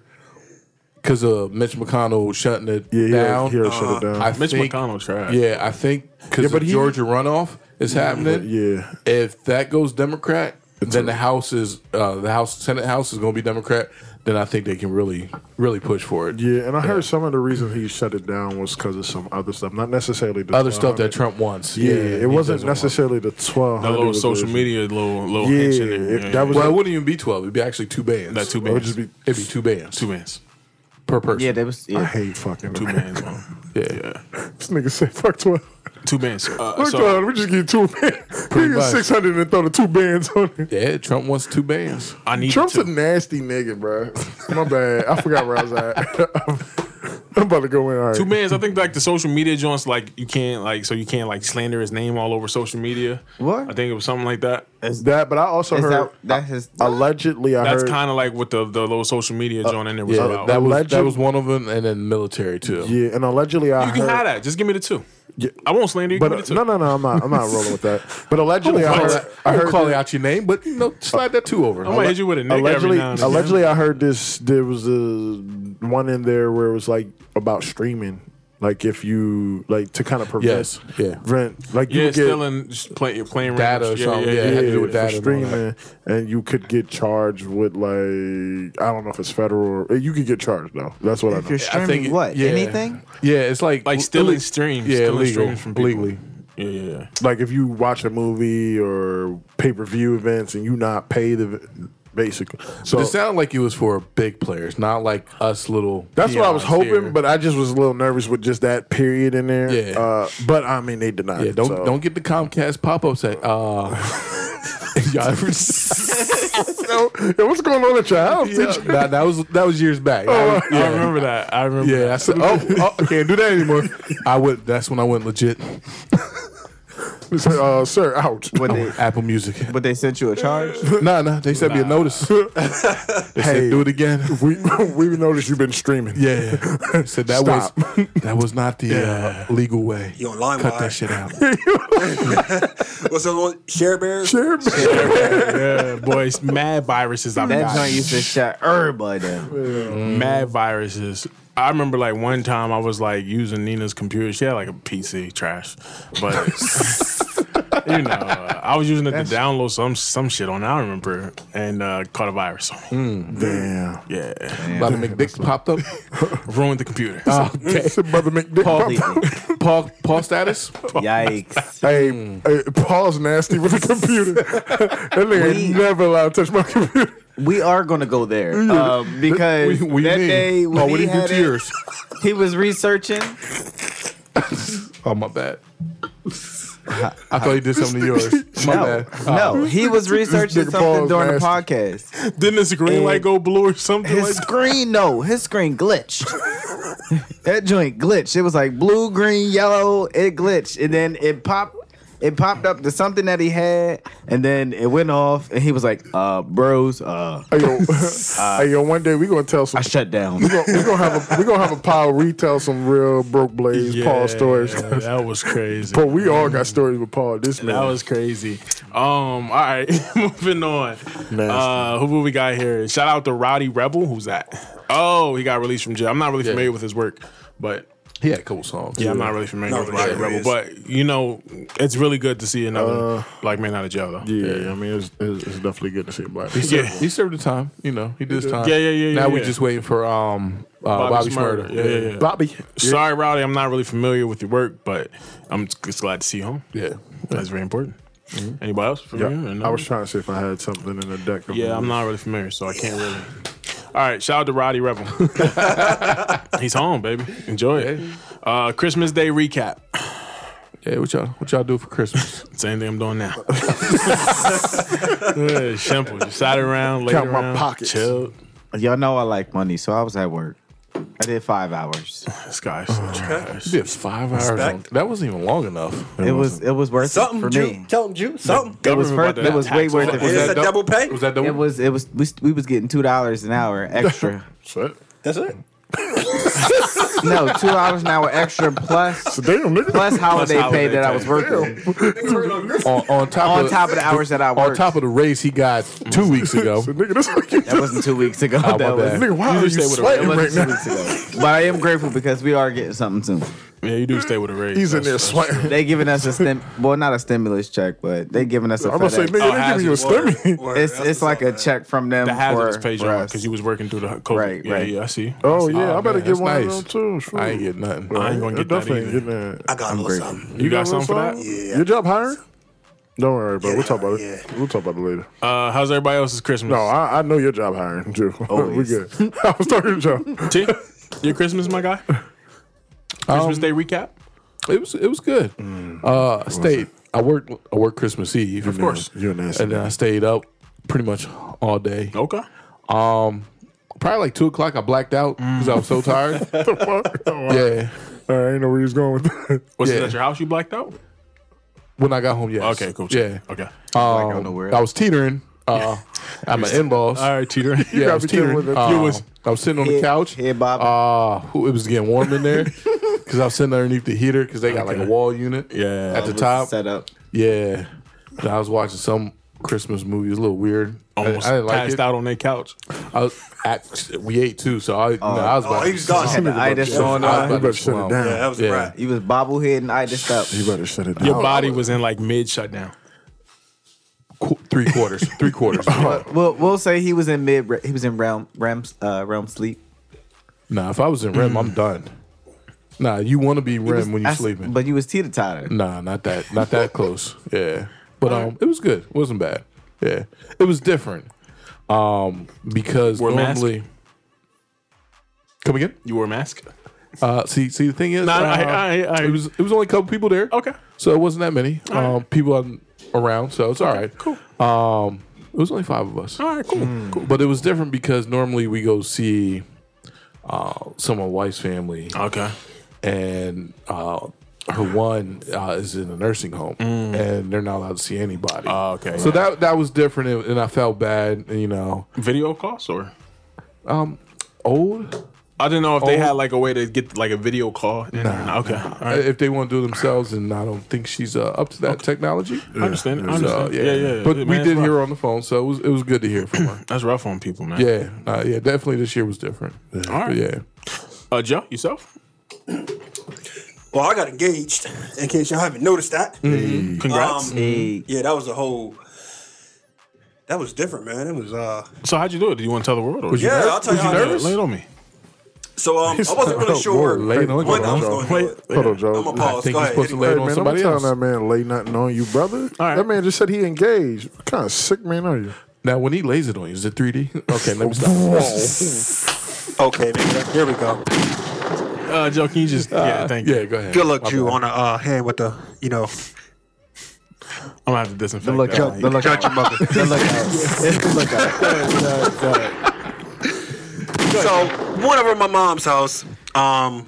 Speaker 5: because of Mitch McConnell shutting it
Speaker 2: Yeah, yeah,
Speaker 5: down. uh-huh.
Speaker 2: he'll shut it down.
Speaker 5: I
Speaker 3: Mitch
Speaker 5: think,
Speaker 3: McConnell tried.
Speaker 5: Yeah, I think because
Speaker 2: but
Speaker 5: the
Speaker 2: he-
Speaker 5: Georgia runoff is happening.
Speaker 2: yeah.
Speaker 5: if that goes Democrat, then the House is uh, the House Senate House is going to be Democrat. Then I think they can really really push for it.
Speaker 2: yeah, and I heard some of the reason he shut it down was because of some other stuff, not necessarily the
Speaker 5: Other stuff
Speaker 2: 1200.
Speaker 5: that Trump wants.
Speaker 2: Uh-huh. Yeah,
Speaker 5: he
Speaker 2: it wasn't
Speaker 5: doesn't want.
Speaker 2: necessarily the twelve.
Speaker 3: That little social media, little little
Speaker 2: Yeah,
Speaker 3: hitch in there.
Speaker 2: if that was
Speaker 5: Well, it wouldn't even be twelve. It'd be actually two bands.
Speaker 3: That two
Speaker 5: It would
Speaker 3: bands.
Speaker 5: just be it'd be two bands
Speaker 3: two minutes.
Speaker 5: per person.
Speaker 4: Yeah, they was.
Speaker 2: I
Speaker 4: Yeah.
Speaker 2: hate fucking
Speaker 3: Two
Speaker 2: man.
Speaker 3: bands. man.
Speaker 5: yeah.
Speaker 2: This nigga said fuck twelve.
Speaker 3: Two bands. Uh,
Speaker 2: Fuck
Speaker 3: so-
Speaker 2: twelve. We just get two bands. We get
Speaker 5: much.
Speaker 2: six hundred and throw the two bands on it.
Speaker 5: Yeah, Trump wants two bands.
Speaker 3: I need
Speaker 2: Trump's
Speaker 3: to.
Speaker 2: a nasty nigga, bro. My bad. I forgot where I was at. I'm about to go in. All right.
Speaker 3: Two bands. I think like the social media joints, like you can't like so you can't like slander his name all over social media.
Speaker 4: What?
Speaker 3: I think it was something like that.
Speaker 2: That, but I also
Speaker 4: Is
Speaker 2: heard
Speaker 4: that that's his?
Speaker 2: allegedly. I
Speaker 3: That's
Speaker 2: heard. Uh,
Speaker 3: kind of like what the the little social media joint in there was
Speaker 5: Yeah,
Speaker 3: about.
Speaker 5: that was that
Speaker 2: Alleged-
Speaker 5: was one of them, and then military too.
Speaker 2: yeah, and allegedly I
Speaker 3: you
Speaker 2: heard.
Speaker 3: can have that. Just give me the two.
Speaker 2: Yeah.
Speaker 3: I won't slander you.
Speaker 2: But
Speaker 3: give me the
Speaker 2: uh,
Speaker 3: two.
Speaker 2: no, no, no. I'm not. I'm not rolling with that. But allegedly, I
Speaker 5: I
Speaker 2: heard.
Speaker 5: heard,
Speaker 2: I heard
Speaker 5: calling out your name, but you know, slide that two over.
Speaker 3: I might hit you with a nigga
Speaker 2: allegedly,
Speaker 3: every now and again.
Speaker 2: allegedly, I heard this. There was a one in there where it was like about streaming, like if you like to kind of prevent,
Speaker 5: Yes, yeah.
Speaker 2: prevent, like you
Speaker 3: Yeah,
Speaker 2: would get
Speaker 3: stealing, just play, playing
Speaker 5: Data or
Speaker 3: random-
Speaker 5: something,
Speaker 3: Yeah, yeah,
Speaker 5: yeah.
Speaker 3: yeah.
Speaker 5: had to do with
Speaker 2: for
Speaker 5: that and all
Speaker 2: streaming, and, you could get charged with like I don't know if it's federal. or You could get charged though. That's what I
Speaker 4: You're
Speaker 2: know.
Speaker 4: streaming what? Anything?
Speaker 5: Yeah, it's like
Speaker 3: Like stealing streams,
Speaker 5: Yeah,
Speaker 3: stealing
Speaker 5: legal,
Speaker 3: streams from people.
Speaker 5: legally.
Speaker 3: Yeah, yeah, yeah.
Speaker 2: Like if you watch a movie or pay per view events and you not pay the basically. So
Speaker 5: It sounded like it was for big players, not like us little.
Speaker 2: That's what I was
Speaker 5: peons
Speaker 2: hoping,
Speaker 5: here.
Speaker 2: but I just was a little nervous with just that period in there.
Speaker 5: Yeah.
Speaker 2: Uh, but I mean, they denied
Speaker 5: yeah,
Speaker 2: it.
Speaker 5: don't
Speaker 2: so.
Speaker 5: don't get the Comcast pop up say. Uh, y'all ever-
Speaker 2: Yo, yo, what's going on at your house? Did you-
Speaker 5: Nah, that was that was years
Speaker 2: Oh,
Speaker 5: back. I was-
Speaker 3: I remember that. I remember.
Speaker 5: yeah, I
Speaker 3: that.
Speaker 5: said, oh, oh, I can't do that anymore. I went. That's when I went legit.
Speaker 2: They said, uh, sir, out.
Speaker 4: But they,
Speaker 5: Apple Music.
Speaker 4: but they sent you a charge.
Speaker 5: Nah, nah. They sent me a notice. They
Speaker 2: Hey.
Speaker 5: said, do it again.
Speaker 2: We we noticed you've been streaming.
Speaker 5: Yeah. said that
Speaker 2: Stop.
Speaker 5: was that was not the uh, legal way.
Speaker 6: You on line
Speaker 5: Cut
Speaker 6: wire.
Speaker 5: that shit out.
Speaker 6: What's the one? Share bears.
Speaker 2: Sure, man.
Speaker 3: yeah, boy, it's mad viruses. I've
Speaker 4: That
Speaker 3: got.
Speaker 4: joint used to shut everybody down.
Speaker 3: mad viruses. I remember like one time I was like using Nina's computer. She had like a PC trash, but you know uh, I was using it to download some some shit on. it, I remember and uh, caught a virus on. me.
Speaker 2: Damn.
Speaker 3: Yeah,
Speaker 5: A lot of McDicks popped up.
Speaker 2: Mm.
Speaker 3: ruined the computer.
Speaker 2: Uh,
Speaker 5: Okay.
Speaker 2: Said Brother McDick.
Speaker 5: Paul, Paul, Paul status.
Speaker 4: Yikes!
Speaker 2: Hey, hey, Paul's nasty with the computer. that nigga ain't
Speaker 4: We-
Speaker 2: never allowed to touch my computer.
Speaker 4: we are gonna go there um, because
Speaker 5: What- what you
Speaker 4: that
Speaker 5: mean?
Speaker 4: day when
Speaker 5: Oh, what
Speaker 4: he
Speaker 5: did he do
Speaker 4: had
Speaker 5: to
Speaker 4: it,
Speaker 5: yours?
Speaker 4: he was researching.
Speaker 5: Oh my bad. I thought he did something to yours. My
Speaker 4: No,
Speaker 5: bad. Uh,
Speaker 4: no, he was researching
Speaker 2: nigga
Speaker 4: something
Speaker 2: balls
Speaker 4: during the
Speaker 2: nasty.
Speaker 4: podcast.
Speaker 3: Didn't his green light go blue or something like
Speaker 4: His screen, no, his screen glitched. that joint glitched. It was like blue, green, yellow. It glitched, and then it popped. It popped up to something that he had, and then it went off, and he was like, "Uh, bros, uh,
Speaker 2: Hey yo, hey, yo, one day we gonna tell some.
Speaker 4: I shut down."
Speaker 2: we gonna, we gonna have a we gonna have a pile retell some real broke blaze Paul stories.
Speaker 3: That was crazy.
Speaker 2: But we all got stories with Paul. This man,
Speaker 3: That was crazy. Um, all right, moving on. Uh, who we got here? Shout out to Roddy Rebel. Who's that? Oh, he got released from jail. I'm not really familiar with his work, but
Speaker 5: He had cool songs.
Speaker 3: yeah, I'm not really familiar
Speaker 6: Not
Speaker 3: with
Speaker 6: really
Speaker 3: Roddy
Speaker 6: sure
Speaker 3: Rebel.
Speaker 6: who
Speaker 3: But you know, it's really good to see another black man out of jail, though.
Speaker 2: yeah, I mean, it's, it's, it's definitely good to see a black. man.
Speaker 3: Yeah.
Speaker 5: He served the time. You know, he did his time.
Speaker 3: Yeah, yeah, yeah, yeah,
Speaker 5: Now we
Speaker 3: yeah.
Speaker 5: just waiting for um uh, Bobby, Smurda.
Speaker 3: Yeah, yeah, yeah.
Speaker 2: Bobby,
Speaker 3: Sorry, Roddy, I'm not really familiar with your work, but I'm just glad to see you home.
Speaker 5: yeah.
Speaker 3: That's very important. Anybody else?
Speaker 2: Yeah,
Speaker 3: familiar? No?
Speaker 2: I was trying to see if I had something in the deck. Of
Speaker 3: Yeah, I'm not really familiar, so I can't really. All right, shout out to Roddy Rebel. He's home, baby. Enjoy it. Uh, Christmas Day recap.
Speaker 5: yeah. what y'all what y'all do for Christmas?
Speaker 3: Same thing I'm doing now. Yeah, simple. Just sat around, laid
Speaker 2: Count my
Speaker 3: around,
Speaker 2: pockets.
Speaker 3: chilled.
Speaker 4: Y'all know I like money, so I was at work. I did five hours.
Speaker 3: This guy's so trash.
Speaker 5: It was five hours.
Speaker 6: Respect.
Speaker 5: On, that wasn't even long enough.
Speaker 4: It was it was worth
Speaker 6: Something
Speaker 4: it for
Speaker 6: Jew.
Speaker 4: me.
Speaker 6: Tell him Jew. Something.
Speaker 4: It was
Speaker 3: Government
Speaker 4: worth,
Speaker 3: about
Speaker 4: it
Speaker 3: to
Speaker 4: was way
Speaker 3: tax
Speaker 4: worth
Speaker 3: all that.
Speaker 4: it for
Speaker 6: Is
Speaker 4: me.
Speaker 6: that double pay?
Speaker 5: Was that the
Speaker 4: It was it was we, we was getting two dollars an hour extra.
Speaker 2: Shit.
Speaker 6: That's it.
Speaker 4: no, two dollars an hour extra plus
Speaker 2: Damn, nigga.
Speaker 4: plus holiday
Speaker 3: holiday
Speaker 4: pay that I was
Speaker 3: pay.
Speaker 4: working
Speaker 5: on, on top
Speaker 4: on
Speaker 5: of,
Speaker 4: top of the hours that I
Speaker 5: on
Speaker 4: worked.
Speaker 5: top of the race he got two weeks ago.
Speaker 2: nigga, this nigga,
Speaker 4: that wasn't two weeks ago.
Speaker 5: Oh, my
Speaker 4: that was,
Speaker 5: bad.
Speaker 2: nigga, why are you
Speaker 3: just stay with a
Speaker 2: sweating
Speaker 4: that
Speaker 2: right
Speaker 4: wasn't two
Speaker 2: now?
Speaker 4: weeks ago. But I am grateful because we are getting something soon.
Speaker 3: Yeah, you do stay with a raise.
Speaker 2: He's in
Speaker 3: That's-
Speaker 2: there
Speaker 3: that's-
Speaker 2: sweating.
Speaker 4: They giving us a stim well not a stimulus check, but they giving us a
Speaker 2: I'm gonna say,
Speaker 4: FedEx.
Speaker 2: nigga, they giving you a
Speaker 6: Word,
Speaker 2: stimmy.
Speaker 6: word.
Speaker 4: it's
Speaker 6: That's what's
Speaker 4: it's like
Speaker 6: up,
Speaker 4: a
Speaker 6: man.
Speaker 4: check from them
Speaker 3: The hazardous
Speaker 4: for,
Speaker 3: page
Speaker 4: for us.
Speaker 3: because you was working through the COVID.
Speaker 4: Right,
Speaker 3: yeah,
Speaker 4: right.
Speaker 3: yeah, I see.
Speaker 2: Oh yeah, I better get
Speaker 5: man, that's
Speaker 2: one
Speaker 5: nice.
Speaker 2: of them too. Shoot.
Speaker 5: I ain't getting nothing.
Speaker 3: I ain't gonna
Speaker 2: I
Speaker 3: get that
Speaker 2: definitely
Speaker 3: either.
Speaker 2: ain't getting that.
Speaker 6: I got a little something.
Speaker 3: You got something for that?
Speaker 2: Yeah. Your job hiring? Don't worry, bro.
Speaker 6: Yeah,
Speaker 2: we'll talk about
Speaker 6: yeah.
Speaker 2: it. We'll talk about it later.
Speaker 3: Uh, how's everybody else's Christmas?
Speaker 2: No, I, I know your job hiring too. we
Speaker 4: Always.
Speaker 2: good. I was talking to Joe.
Speaker 3: T, your Christmas, my guy.
Speaker 5: Um,
Speaker 3: Christmas Day recap.
Speaker 5: It was it was good.
Speaker 3: Mm.
Speaker 5: uh, I stayed. I worked. I worked Christmas Eve, of
Speaker 3: course.
Speaker 2: You're nasty.
Speaker 5: And then I stayed up pretty much all day.
Speaker 3: Okay.
Speaker 5: Probably like two o'clock. I blacked out because I was so tired. yeah.
Speaker 2: All right, I ain't know where he was going with that.
Speaker 3: Was it
Speaker 5: Yeah.
Speaker 3: at your house you blacked out?
Speaker 5: When I got home, yes.
Speaker 3: Okay, cool.
Speaker 5: Yeah.
Speaker 3: Okay.
Speaker 5: Um,
Speaker 4: out nowhere.
Speaker 5: I was teetering. Uh, at my in laws.
Speaker 3: All right, Cheater.
Speaker 5: Yeah, I
Speaker 2: gotta
Speaker 5: was
Speaker 2: be dealing
Speaker 5: teetering.
Speaker 2: with it.
Speaker 5: Um,
Speaker 2: You
Speaker 3: was-
Speaker 5: I was sitting on the
Speaker 4: Head-
Speaker 5: couch.
Speaker 4: head bobbing.
Speaker 5: Uh, who- it was getting warm in there because I was sitting underneath the heater because they got like
Speaker 3: Okay.
Speaker 5: a wall unit.
Speaker 3: Yeah.
Speaker 5: at the
Speaker 4: was
Speaker 5: top.
Speaker 4: set up.
Speaker 5: Yeah, And I was watching some Christmas movie. It was a little weird. I-
Speaker 3: Almost
Speaker 5: I, didn't like
Speaker 3: passed
Speaker 5: it.
Speaker 3: out on their couch.
Speaker 5: I was at, we ate too, so I, no, I was
Speaker 6: Oh,
Speaker 5: about.
Speaker 6: he was gone.
Speaker 4: Had the itis on. uh,
Speaker 5: I was
Speaker 2: You
Speaker 5: about
Speaker 2: better
Speaker 5: to
Speaker 2: shut it
Speaker 5: swallow.
Speaker 2: down.
Speaker 6: Yeah, that was
Speaker 5: Yeah.
Speaker 6: a wrap.
Speaker 4: He was bobblehead and itis up.
Speaker 2: You better shut it down.
Speaker 5: Oh,
Speaker 3: Your body was in like mid shutdown.
Speaker 5: Qu- three quarters, three quarters.
Speaker 4: We'll we'll say he was in mid he was in realm realm uh, realm sleep.
Speaker 5: nah, if I was in REM, I'm done. Nah, you want to be REM when you're
Speaker 4: That's-
Speaker 5: sleeping.
Speaker 4: But you Mm. was teeter totter.
Speaker 5: Nah, not that, not that close. Yeah, but um, it was good. It wasn't bad. Yeah, it was different. Um, because
Speaker 3: Wore a mask?
Speaker 5: normally, come again.
Speaker 3: You wore a mask.
Speaker 5: Uh, see, see, the thing is,
Speaker 3: Nah,
Speaker 5: uh,
Speaker 3: I- I- I-
Speaker 5: it was it was only a couple people there.
Speaker 3: Okay.
Speaker 5: so it wasn't that many um, people I'm around, so it's all right.
Speaker 3: Cool.
Speaker 5: Um, it was only five of us,
Speaker 3: All right, cool. cool.
Speaker 5: but it was different because normally we go see uh, someone wife's family,
Speaker 3: Okay.
Speaker 5: and uh, her one uh, is in a nursing home, and they're not allowed to see anybody.
Speaker 3: Mm. Oh, okay.
Speaker 5: so that that was different, and, and I felt bad. You know,
Speaker 3: Video calls or?
Speaker 5: old
Speaker 3: I didn't know if they
Speaker 5: Oh.
Speaker 3: had like a way to get like a video call. in. Okay. All right.
Speaker 5: if they want to do it themselves, and I don't think she's uh, up to that technology.
Speaker 3: I understand. I
Speaker 5: So
Speaker 3: understand.
Speaker 5: yeah,
Speaker 3: yeah, yeah.
Speaker 5: But
Speaker 3: Man,
Speaker 5: we
Speaker 3: it's
Speaker 5: did hear
Speaker 3: rough.
Speaker 5: her on the phone, so it was it was good to hear from her.
Speaker 3: That's rough on people, man.
Speaker 5: yeah, uh, yeah, definitely this year was different. Yeah.
Speaker 3: All right.
Speaker 5: yeah.
Speaker 3: Uh, Joe, yourself?
Speaker 6: Well, I got engaged. In case y'all haven't noticed that.
Speaker 5: Mm.
Speaker 3: Congrats.
Speaker 6: Um, Yeah, that was a whole. That was different, man. It was uh.
Speaker 3: so how'd you do it? Do you want to tell the world? Or
Speaker 6: Yeah, I'll tell you how I did it.
Speaker 3: Lay it on me.
Speaker 6: So um, I wasn't really sure.
Speaker 5: Whoa, lay it on
Speaker 6: when
Speaker 5: you,
Speaker 6: I was
Speaker 5: bro.
Speaker 6: going
Speaker 3: Wait.
Speaker 6: to.
Speaker 2: Hold on, Joe.
Speaker 6: I'm gonna pause. Go
Speaker 5: I think he's
Speaker 6: ahead.
Speaker 5: supposed to lay it
Speaker 2: Hey,
Speaker 5: on
Speaker 2: man, I'm
Speaker 5: somebody
Speaker 2: telling
Speaker 5: else.
Speaker 2: that man lay nothing on you, brother.
Speaker 3: right.
Speaker 2: That man just said he engaged. What kind of sick man are you?
Speaker 5: Now, when he lays it on you, is it 3D? Okay, let me stop.
Speaker 7: Okay, man, here we go.
Speaker 3: Uh, Joe, can you just yeah, thank you.
Speaker 5: Ah, yeah, go ahead.
Speaker 7: Good luck,
Speaker 5: My
Speaker 7: Jew,
Speaker 5: bad.
Speaker 7: on a uh, hand with the you know.
Speaker 3: I'm gonna have to disinfect
Speaker 4: look
Speaker 3: that.
Speaker 4: out. The look out. The look out. It's the look out.
Speaker 7: So went over to my mom's house. Um,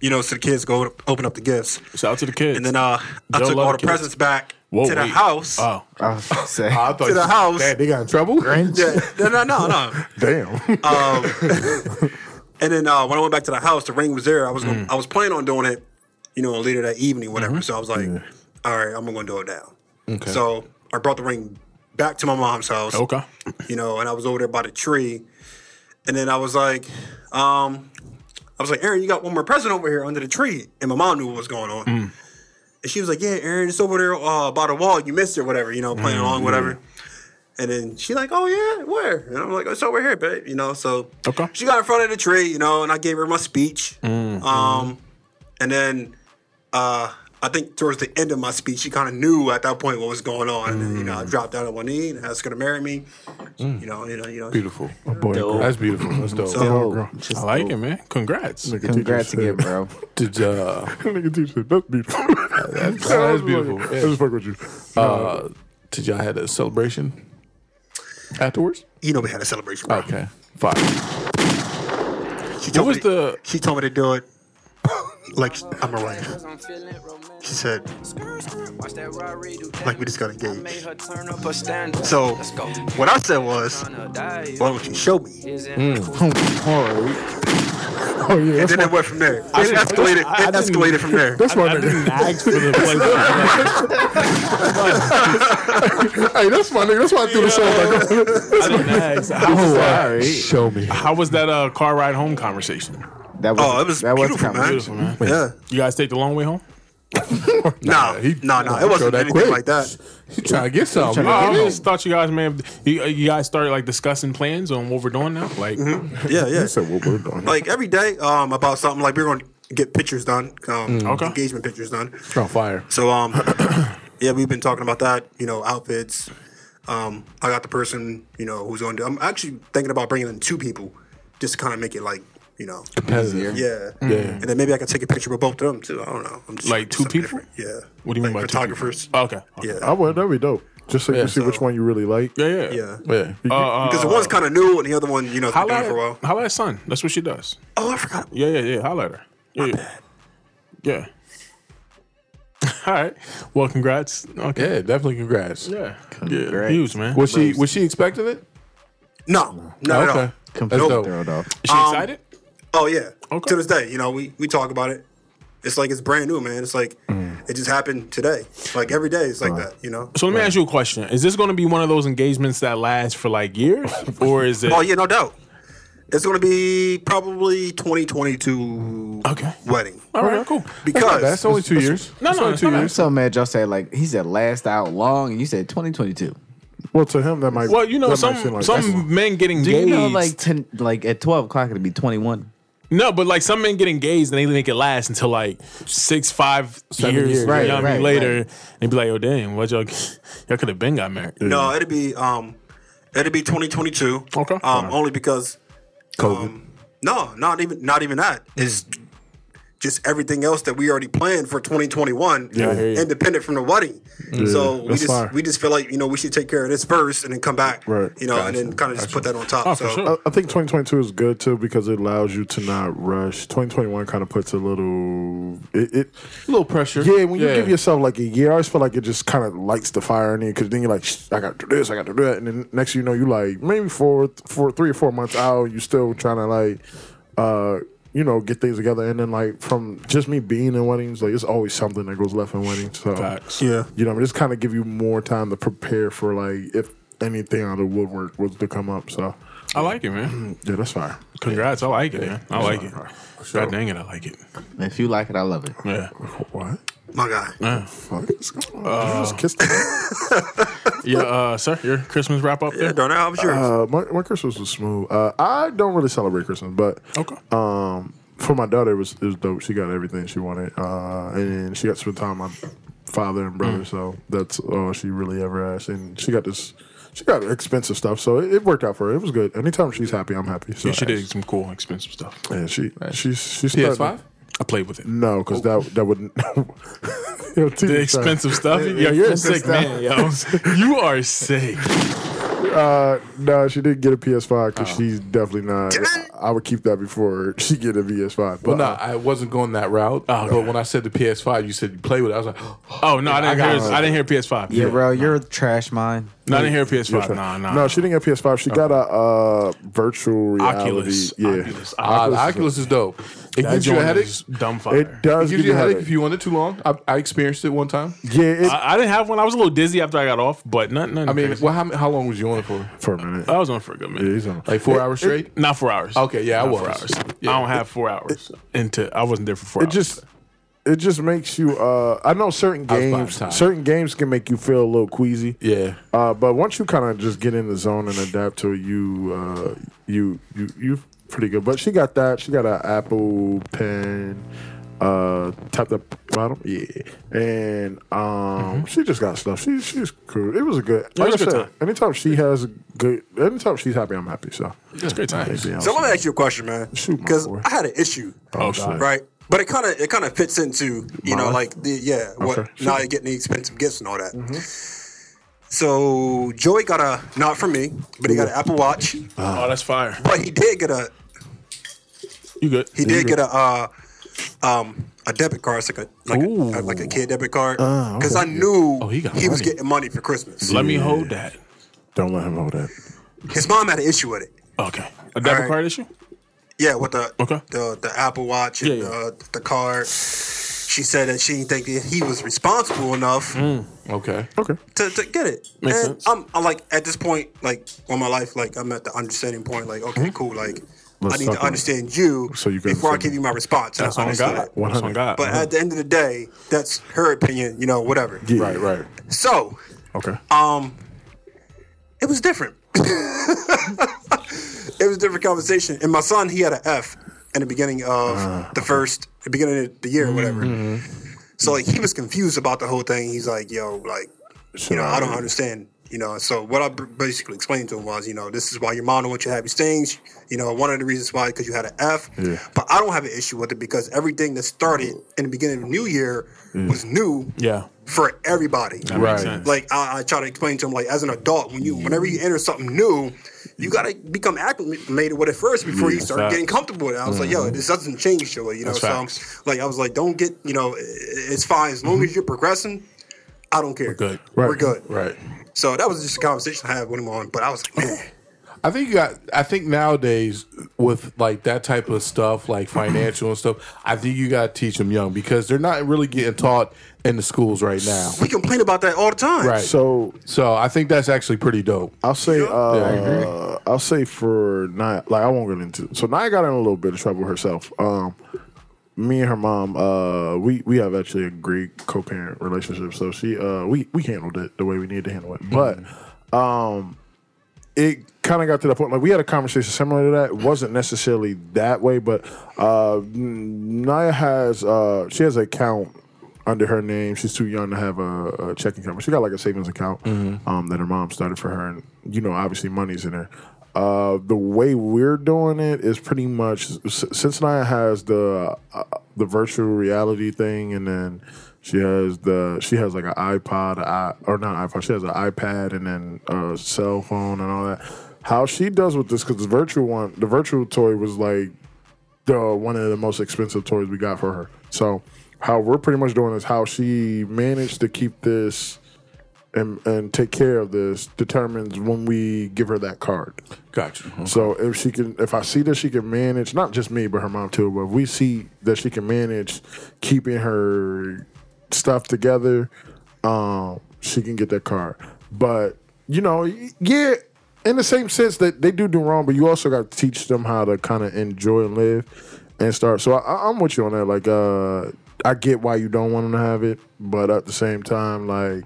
Speaker 7: you know, so the kids go open up the gifts,
Speaker 3: Shout out to the kids.
Speaker 7: and then uh, I
Speaker 3: Joe
Speaker 7: took
Speaker 3: love
Speaker 7: all
Speaker 3: the
Speaker 7: the
Speaker 3: kids.
Speaker 7: presents back
Speaker 3: Whoa,
Speaker 7: to the
Speaker 3: wait.
Speaker 7: house.
Speaker 3: oh,
Speaker 4: I was about to say.
Speaker 5: I thought
Speaker 7: To the
Speaker 5: you-
Speaker 7: house.
Speaker 5: Damn, they got in trouble.
Speaker 7: Yeah, no, no, no, no. Um,
Speaker 2: Damn.
Speaker 7: And then uh, when I went back to the house, the ring was there. I was gonna, I was planning on doing it, you know, later that evening, whatever. So I was like, all right, I'm gonna do it now. So I brought the ring back to my mom's house.
Speaker 3: okay.
Speaker 7: you know, and I was over there by the tree. And then I was like, um, I was like, Aaron, you got one more present over here under the tree. And my mom knew what was going on. And she was like, Yeah, Aaron, it's over there uh, by the wall. You missed it, whatever, you know, playing along, whatever. And then she like, Oh yeah, where? And I'm like, It's over here, babe, you know. So
Speaker 3: Okay.
Speaker 7: she got in front of the tree, you know, and I gave her my speech. Um, and then uh, I think towards the end of my speech, she kind of knew at that point what was going on. And then, you know, I dropped down on one knee and asked her to marry me. You know, you know, you know.
Speaker 5: Beautiful.
Speaker 2: Boy, girl.
Speaker 5: That's beautiful. That's dope.
Speaker 7: So,
Speaker 3: I like it, man. Congrats.
Speaker 2: Nigga
Speaker 4: Congrats
Speaker 2: teacher
Speaker 4: again, bro.
Speaker 5: Did, uh,
Speaker 2: said- Nigga teacher said, that's beautiful. that's,
Speaker 5: beautiful,
Speaker 2: I
Speaker 5: yeah.
Speaker 2: just fuck with you.
Speaker 5: uh, did y'all had a celebration afterwards?
Speaker 7: you know, we had a celebration. bro.
Speaker 5: Okay, fine.
Speaker 7: She
Speaker 3: What
Speaker 7: told
Speaker 3: was
Speaker 7: me,
Speaker 3: the
Speaker 7: She told me to do it. like I'm a writer. She said,
Speaker 8: Like we just got
Speaker 7: engaged.
Speaker 8: engaged.
Speaker 7: So
Speaker 8: So, Mm.
Speaker 7: what I said was, why don't you show me?
Speaker 5: Mm.
Speaker 2: Oh, yeah.
Speaker 7: And
Speaker 2: That's
Speaker 7: then
Speaker 2: my,
Speaker 7: it went from there. It escalated. It escalated from there.
Speaker 2: that's my nigga.
Speaker 3: ask for the place?
Speaker 2: Hey, that's my nigga. That's why I threw the show back up.
Speaker 3: I didn't ask. How,
Speaker 5: Show me.
Speaker 3: how was that uh, car ride home conversation?
Speaker 4: That was,
Speaker 7: Oh, it was
Speaker 4: that
Speaker 7: beautiful,
Speaker 4: was
Speaker 7: man.
Speaker 3: Beautiful, man.
Speaker 7: Yeah.
Speaker 3: You guys take the long way home?
Speaker 7: Nah,
Speaker 5: he-
Speaker 7: nah, nah. It wasn't
Speaker 5: that
Speaker 7: anything
Speaker 5: quick.
Speaker 7: like that.
Speaker 5: You trying to get something?
Speaker 3: Oh, I just thought you guys may have. You, you guys started like discussing plans on what we're doing now. Like,
Speaker 7: Yeah, yeah.
Speaker 2: said what we're doing.
Speaker 7: Like every day, um, about something like we were gonna get pictures done, um,
Speaker 3: Okay.
Speaker 7: engagement pictures done.
Speaker 5: on fire.
Speaker 7: So um, yeah, we've been talking about that. You know, outfits. Um, I got the person you know who's going to. I'm actually thinking about bringing in two people, just to kind of make it like you know,
Speaker 5: Competitive.
Speaker 7: yeah, And then maybe I can take a picture with both of them too. I don't know. I'm just
Speaker 3: Like
Speaker 7: trying to do
Speaker 3: two
Speaker 7: something
Speaker 3: people?
Speaker 7: different. Yeah.
Speaker 3: what do you mean
Speaker 7: Like
Speaker 3: by two people?
Speaker 7: photographers?
Speaker 3: Okay.
Speaker 7: Yeah.
Speaker 2: I would. That'd be dope. Just so you can see which
Speaker 7: so-
Speaker 2: one you really like.
Speaker 3: Yeah, yeah.
Speaker 7: yeah.
Speaker 5: Yeah.
Speaker 3: Uh,
Speaker 7: Because the one's kind of new, and the other one, you know, has been
Speaker 3: Holla
Speaker 7: doing
Speaker 3: at,
Speaker 7: for a while.
Speaker 3: holla at son. That's what she does.
Speaker 7: Oh, I forgot.
Speaker 3: Yeah, yeah, yeah. Holla at her. Yeah. yeah. yeah. All right. Well, congrats. Okay.
Speaker 5: Yeah, definitely. Congrats.
Speaker 3: Yeah. Yeah. Huge, man.
Speaker 5: Was she was she expecting it?
Speaker 7: No, not at all.
Speaker 5: That's dope.
Speaker 4: Throw it off.
Speaker 3: Is she excited?
Speaker 7: Oh yeah.
Speaker 3: Okay.
Speaker 7: To this day, you know, we we talk about it. It's like it's brand new, man. It's like it just happened today. Like every day, it's like that, you know.
Speaker 3: Mm. So let me ask you a question. Is this going to be one of those engagements that lasts for like years, or is it?
Speaker 7: Oh yeah, no doubt. It's gonna be probably 2022
Speaker 3: Okay.
Speaker 7: wedding
Speaker 3: All right. Cool.
Speaker 7: because
Speaker 5: That's only two years.
Speaker 3: No, no, it's not
Speaker 4: I'm
Speaker 3: bad.
Speaker 4: so mad y'all said like he said last out long and you said 2022.
Speaker 2: Well, to him, that might
Speaker 3: Well, you know,
Speaker 2: that might
Speaker 3: some
Speaker 2: seem like-
Speaker 3: some men get engaged.
Speaker 4: Do you know like 10 like at 12 o'clock it'll be 21?
Speaker 3: No, but like some men get engaged and they make it last until like six, five years,
Speaker 5: years,
Speaker 3: you know
Speaker 5: right,
Speaker 3: what I mean,
Speaker 4: right,
Speaker 3: later. They be like, oh, dang, what y'all, y'all could have been got married.
Speaker 7: no, it'll be um, it'll be 2022.
Speaker 3: Okay.
Speaker 7: Um, only because um, no, not even not even that. It's just everything else that we already planned for 2021,
Speaker 3: I hear you.
Speaker 7: independent from the wedding. So we
Speaker 2: that's
Speaker 7: just
Speaker 2: fire.
Speaker 7: we just feel like you know we should take care of this first and then come back,
Speaker 2: Right.
Speaker 7: You know, and then kind of just put that on top.
Speaker 3: Oh,
Speaker 7: so
Speaker 3: for sure.
Speaker 2: I, I think 2022 is good too because it allows you to not rush. 2021 kind of puts a little it, it
Speaker 5: A little pressure.
Speaker 2: yeah. When you give yourself like a year, I always feel like it just kind of lights the fire in you because then you're like, "Shh, I got to do this, I got to do that, and then next thing you know, you like maybe four, four, three or four months out, you still trying to like, uh, you know, get things together, and then like from just me being in weddings, like it's always something that goes left in weddings. So
Speaker 3: Facts.
Speaker 7: yeah,
Speaker 2: you know, I mean, just kind of give you more time to prepare for like if anything out of the woodwork was to come up. So
Speaker 3: I like it, man.
Speaker 2: yeah, that's fire.
Speaker 3: Congrats. I like it, man. I like it. God dang it, I like it.
Speaker 4: If you like it, I love it.
Speaker 3: Yeah.
Speaker 2: What?
Speaker 7: my guy.
Speaker 2: Fuck is going on? You just kissed me.
Speaker 3: Yeah, uh, sir, your Christmas wrap up
Speaker 7: Yeah,
Speaker 3: there?
Speaker 7: Darnell, how was yours?
Speaker 2: uh, my, my Christmas was smooth. Uh, I don't really celebrate Christmas, but
Speaker 3: Okay.
Speaker 2: um, for my daughter, it was, it was dope. She got everything she wanted, uh, and she got to
Speaker 3: Mm.
Speaker 2: spend time with my father and brother. So that's all she really ever asked, and she got this. She got expensive stuff, so it, it worked out for her. It was good. Anytime she's happy, I'm happy. So
Speaker 3: Yeah, she did some cool, expensive stuff.
Speaker 2: Yeah, she she's she's
Speaker 5: PS5?
Speaker 3: I played with it.
Speaker 2: No, because that that wouldn't. Yo, TV
Speaker 3: Oh. The
Speaker 2: time.
Speaker 3: expensive stuff.
Speaker 2: The
Speaker 3: Yo, you're a
Speaker 2: expensive
Speaker 3: sick man. Yo, you are sick.
Speaker 2: Uh, no, she didn't get a PS5 because
Speaker 3: Oh.
Speaker 2: she's definitely not. I would keep that before she get a PS5. But uh,
Speaker 5: Well, no, I wasn't going that route.
Speaker 3: uh, Oh,
Speaker 5: But
Speaker 3: okay.
Speaker 5: when I said the PS5, you said you play with it. I was like,
Speaker 3: Oh no, I didn't
Speaker 5: got
Speaker 3: hear. I didn't hear PS5.
Speaker 4: Yeah, bro, you're trash mine.
Speaker 3: No, I didn't hear
Speaker 2: Yeah,
Speaker 3: PS5.
Speaker 2: sure.
Speaker 3: Nah, nah. Uh-huh.
Speaker 2: No, she didn't get a PS5. She got a uh, virtual reality.
Speaker 3: Oculus.
Speaker 2: Yeah,
Speaker 3: Oculus.
Speaker 5: ah, the
Speaker 3: Oculus.
Speaker 5: Oculus is dope. It
Speaker 3: That
Speaker 5: gives you a
Speaker 3: joint
Speaker 5: headache.
Speaker 3: is dumb fire.
Speaker 2: it does
Speaker 5: It
Speaker 2: give
Speaker 5: gives you a headache
Speaker 2: headache.
Speaker 5: if you want it too long. I, I experienced it one time.
Speaker 2: yeah, it,
Speaker 3: I, I didn't have one. I was a little dizzy after I got off, but nothing. nothing
Speaker 5: I mean,
Speaker 3: crazy.
Speaker 5: well, how, how long was you on it for?
Speaker 2: for a minute.
Speaker 3: I was on for a good minute.
Speaker 2: He's on.
Speaker 5: Like four hours straight?
Speaker 3: Not four hours.
Speaker 5: Okay, yeah, I
Speaker 3: Not
Speaker 5: was.
Speaker 3: Four hours.
Speaker 5: Yeah.
Speaker 3: I don't have four hours. Into I wasn't there for four
Speaker 2: It
Speaker 3: hours.
Speaker 2: just it just makes you. Uh, I know certain
Speaker 5: was by
Speaker 2: games.
Speaker 5: the time.
Speaker 2: Certain games can make you feel a little queasy.
Speaker 5: Yeah.
Speaker 2: Uh, but once you kind of just get in the zone and adapt to it, you, uh, you, you, you pretty good. But she got that. She got an Apple Pen, uh, tapped up bottom, yeah. And um, she just got stuff. She, she's cool. It was a good.
Speaker 3: Mm-hmm. Yeah, it was
Speaker 2: like
Speaker 3: a
Speaker 2: I
Speaker 3: good
Speaker 2: said,
Speaker 3: time.
Speaker 2: anytime she has a good, anytime she's happy, I'm happy. So
Speaker 3: it's a great time.
Speaker 2: anything else?
Speaker 7: So let me ask you a question, man.
Speaker 2: Shoot, my
Speaker 7: Because
Speaker 2: boy.
Speaker 7: I had an issue,
Speaker 3: Oh, shit.
Speaker 7: right? But it kind of it kind of fits into you know
Speaker 2: Mine?
Speaker 7: like the yeah what
Speaker 2: Okay, Mm-hmm.
Speaker 7: now you're getting the expensive gifts and all that. So Joey got a not for me, but he got an Apple Watch.
Speaker 3: Oh, that's fire.
Speaker 7: But he did get a
Speaker 3: You good?
Speaker 7: he did get a uh, um a debit card, it's like a like, a like a kid debit card, because I knew
Speaker 5: Oh, he
Speaker 7: he,
Speaker 5: got
Speaker 7: was
Speaker 5: money.
Speaker 7: getting money for Christmas.
Speaker 3: Let me hold that.
Speaker 2: Don't let him hold that.
Speaker 7: His mom had an issue with it.
Speaker 3: Okay. A debit
Speaker 7: right.
Speaker 3: card issue?
Speaker 7: Yeah, with the
Speaker 3: Okay.
Speaker 7: the, the Apple Watch and
Speaker 3: Yeah, yeah.
Speaker 7: The, the card. She said that she didn't think that he was responsible enough
Speaker 5: Okay.
Speaker 2: Okay.
Speaker 7: to, to get it.
Speaker 3: Makes
Speaker 7: and
Speaker 3: sense.
Speaker 7: I'm, I'm like at this point, like on my life, like I'm at the understanding point. Like okay, cool. Like
Speaker 2: Let's
Speaker 7: I need
Speaker 2: talk
Speaker 7: to
Speaker 2: on it.
Speaker 7: understand you,
Speaker 2: So you can
Speaker 7: before I
Speaker 2: understand
Speaker 7: give you my response.
Speaker 3: That's
Speaker 7: I
Speaker 3: on
Speaker 7: understood
Speaker 3: God.
Speaker 7: it.
Speaker 3: That's on God.
Speaker 7: But at the end of the day, that's her opinion. You know, whatever.
Speaker 2: Yeah.
Speaker 5: Right, right.
Speaker 7: So
Speaker 2: Okay.
Speaker 7: um, it was different. it was a different conversation. And my son, he had an F in the beginning of
Speaker 2: Ah,
Speaker 7: the first, the beginning of the year, or whatever.
Speaker 2: Mm-hmm.
Speaker 7: So like he was confused about the whole thing. He's like, "Yo, like, you know, I don't understand." You know, so what I b- basically explained to him was, you know, this is why your mom don't want you to have these things. You know, one of the reasons why because you had an F.
Speaker 2: Yeah.
Speaker 7: But I don't have an issue with it because everything that started in the beginning of the new year was new
Speaker 3: Yeah.
Speaker 7: for everybody.
Speaker 5: Right.
Speaker 3: sense.
Speaker 7: Like I, I try to explain to him, like as an adult, when you whenever you enter something new, you gotta become acclimated with it first before you start
Speaker 3: facts.
Speaker 7: getting comfortable. with it. I was like, yo, this doesn't change, Joey. You know,
Speaker 3: That's
Speaker 7: so
Speaker 3: facts.
Speaker 7: like I was like, don't get, you know, i- i- it's fine as long as you're progressing. I don't care. We're
Speaker 3: good.
Speaker 7: We're
Speaker 2: Right.
Speaker 7: good.
Speaker 5: Right.
Speaker 7: So that was just a conversation I had with him on, but I was like, man,
Speaker 5: I think you got. I think nowadays with like that type of stuff, like financial and stuff, I think you got to teach them young because they're not really getting taught in the schools right now.
Speaker 7: we complain about that all the time.
Speaker 5: Right.
Speaker 2: So
Speaker 5: So I think that's actually pretty dope.
Speaker 2: I'll say,
Speaker 5: I
Speaker 2: uh, I'll say for Nia, like I won't get into. So Nia got in a little bit of trouble herself. Um, me and her mom, uh, we we have actually a great co-parent relationship. So she, uh, we we handled it the way we needed to handle it. But, um, it kind of got to the point like we had a conversation similar to that. It wasn't necessarily that way, but uh, Nia has uh, she has an account under her name. She's too young to have a, a checking account. but She got like a savings account um, that her mom started for her, and you know, obviously, money's in there. Uh, the way we're doing it is pretty much s- since Nia has the uh, the virtual reality thing, and then she has the she has like an iPod, a i or not iPod. She has an iPad, and then a cell phone, and all that. How she does with this because the virtual one, the virtual toy was like the one of the most expensive toys we got for her. So how we're pretty much doing is how she managed to keep this and and take care of this determines when we give her that card.
Speaker 5: Gotcha.
Speaker 2: So if she can, if I see that she can manage, not just me, but her mom too. But if we see that she can manage keeping her stuff together, um, she can get that card. But you know, y- yeah, in the same sense that they do do wrong, but you also got to teach them how to kind of enjoy and live and start. So I- I, I'm with you on that. Like, uh, I get why you don't want him to have it, but at the same time, like.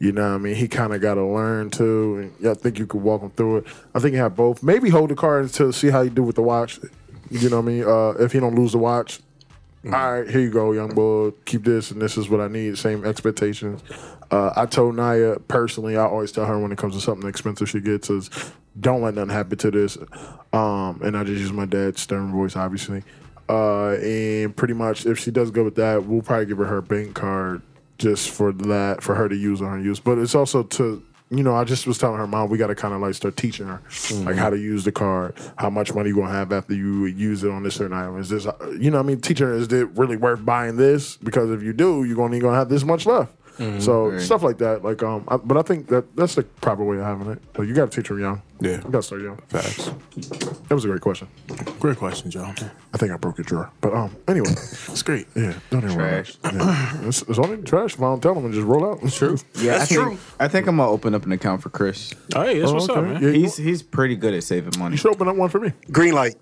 Speaker 2: You know what I mean? He kind of got to learn too. And I think you could walk him through it. I think you have both. Maybe hold the card until see how you do with the watch. You know what I mean? Uh, if he don't lose the watch, all right, here you go, young boy. Keep this, and this is what I need. Same expectations. Uh, I told Naya personally, I always tell her when it comes to something expensive she gets is, don't let nothing happen to this. Um, and I just use my dad's stern voice, obviously. Uh, and pretty much, if she does go with that, we'll probably give her her bank card just for that, for her to use on her use. But it's also to you know, I just was telling her mom we got to kind of like start teaching her like how to use the card, how much money you gonna have after you use it on this certain item. Is this, you know, what I mean, teaching her is it really worth buying this? Because if you do, you're gonna gonna have this much left. So stuff like that, like um, I, but I think that that's the proper way of having it. Like you got to teach her young.
Speaker 5: Yeah.
Speaker 2: you got to start young.
Speaker 5: Facts.
Speaker 2: That was a great question.
Speaker 3: Great question, Joe.
Speaker 2: I think I broke your drawer, but um, anyway,
Speaker 3: It's great.
Speaker 2: yeah, don't even worry.
Speaker 4: Trash.
Speaker 2: Yeah. It's, it's only trash. If I don't tell them, and just roll out. It's true.
Speaker 4: Yeah, I
Speaker 7: That's
Speaker 4: think,
Speaker 7: true.
Speaker 4: I think I'm gonna open up an account for Chris.
Speaker 3: Oh, yeah, that's what's up,
Speaker 2: okay.
Speaker 3: man.
Speaker 2: Yeah, you
Speaker 4: He's he's pretty good at saving money.
Speaker 2: should open up one for me.
Speaker 7: Green light.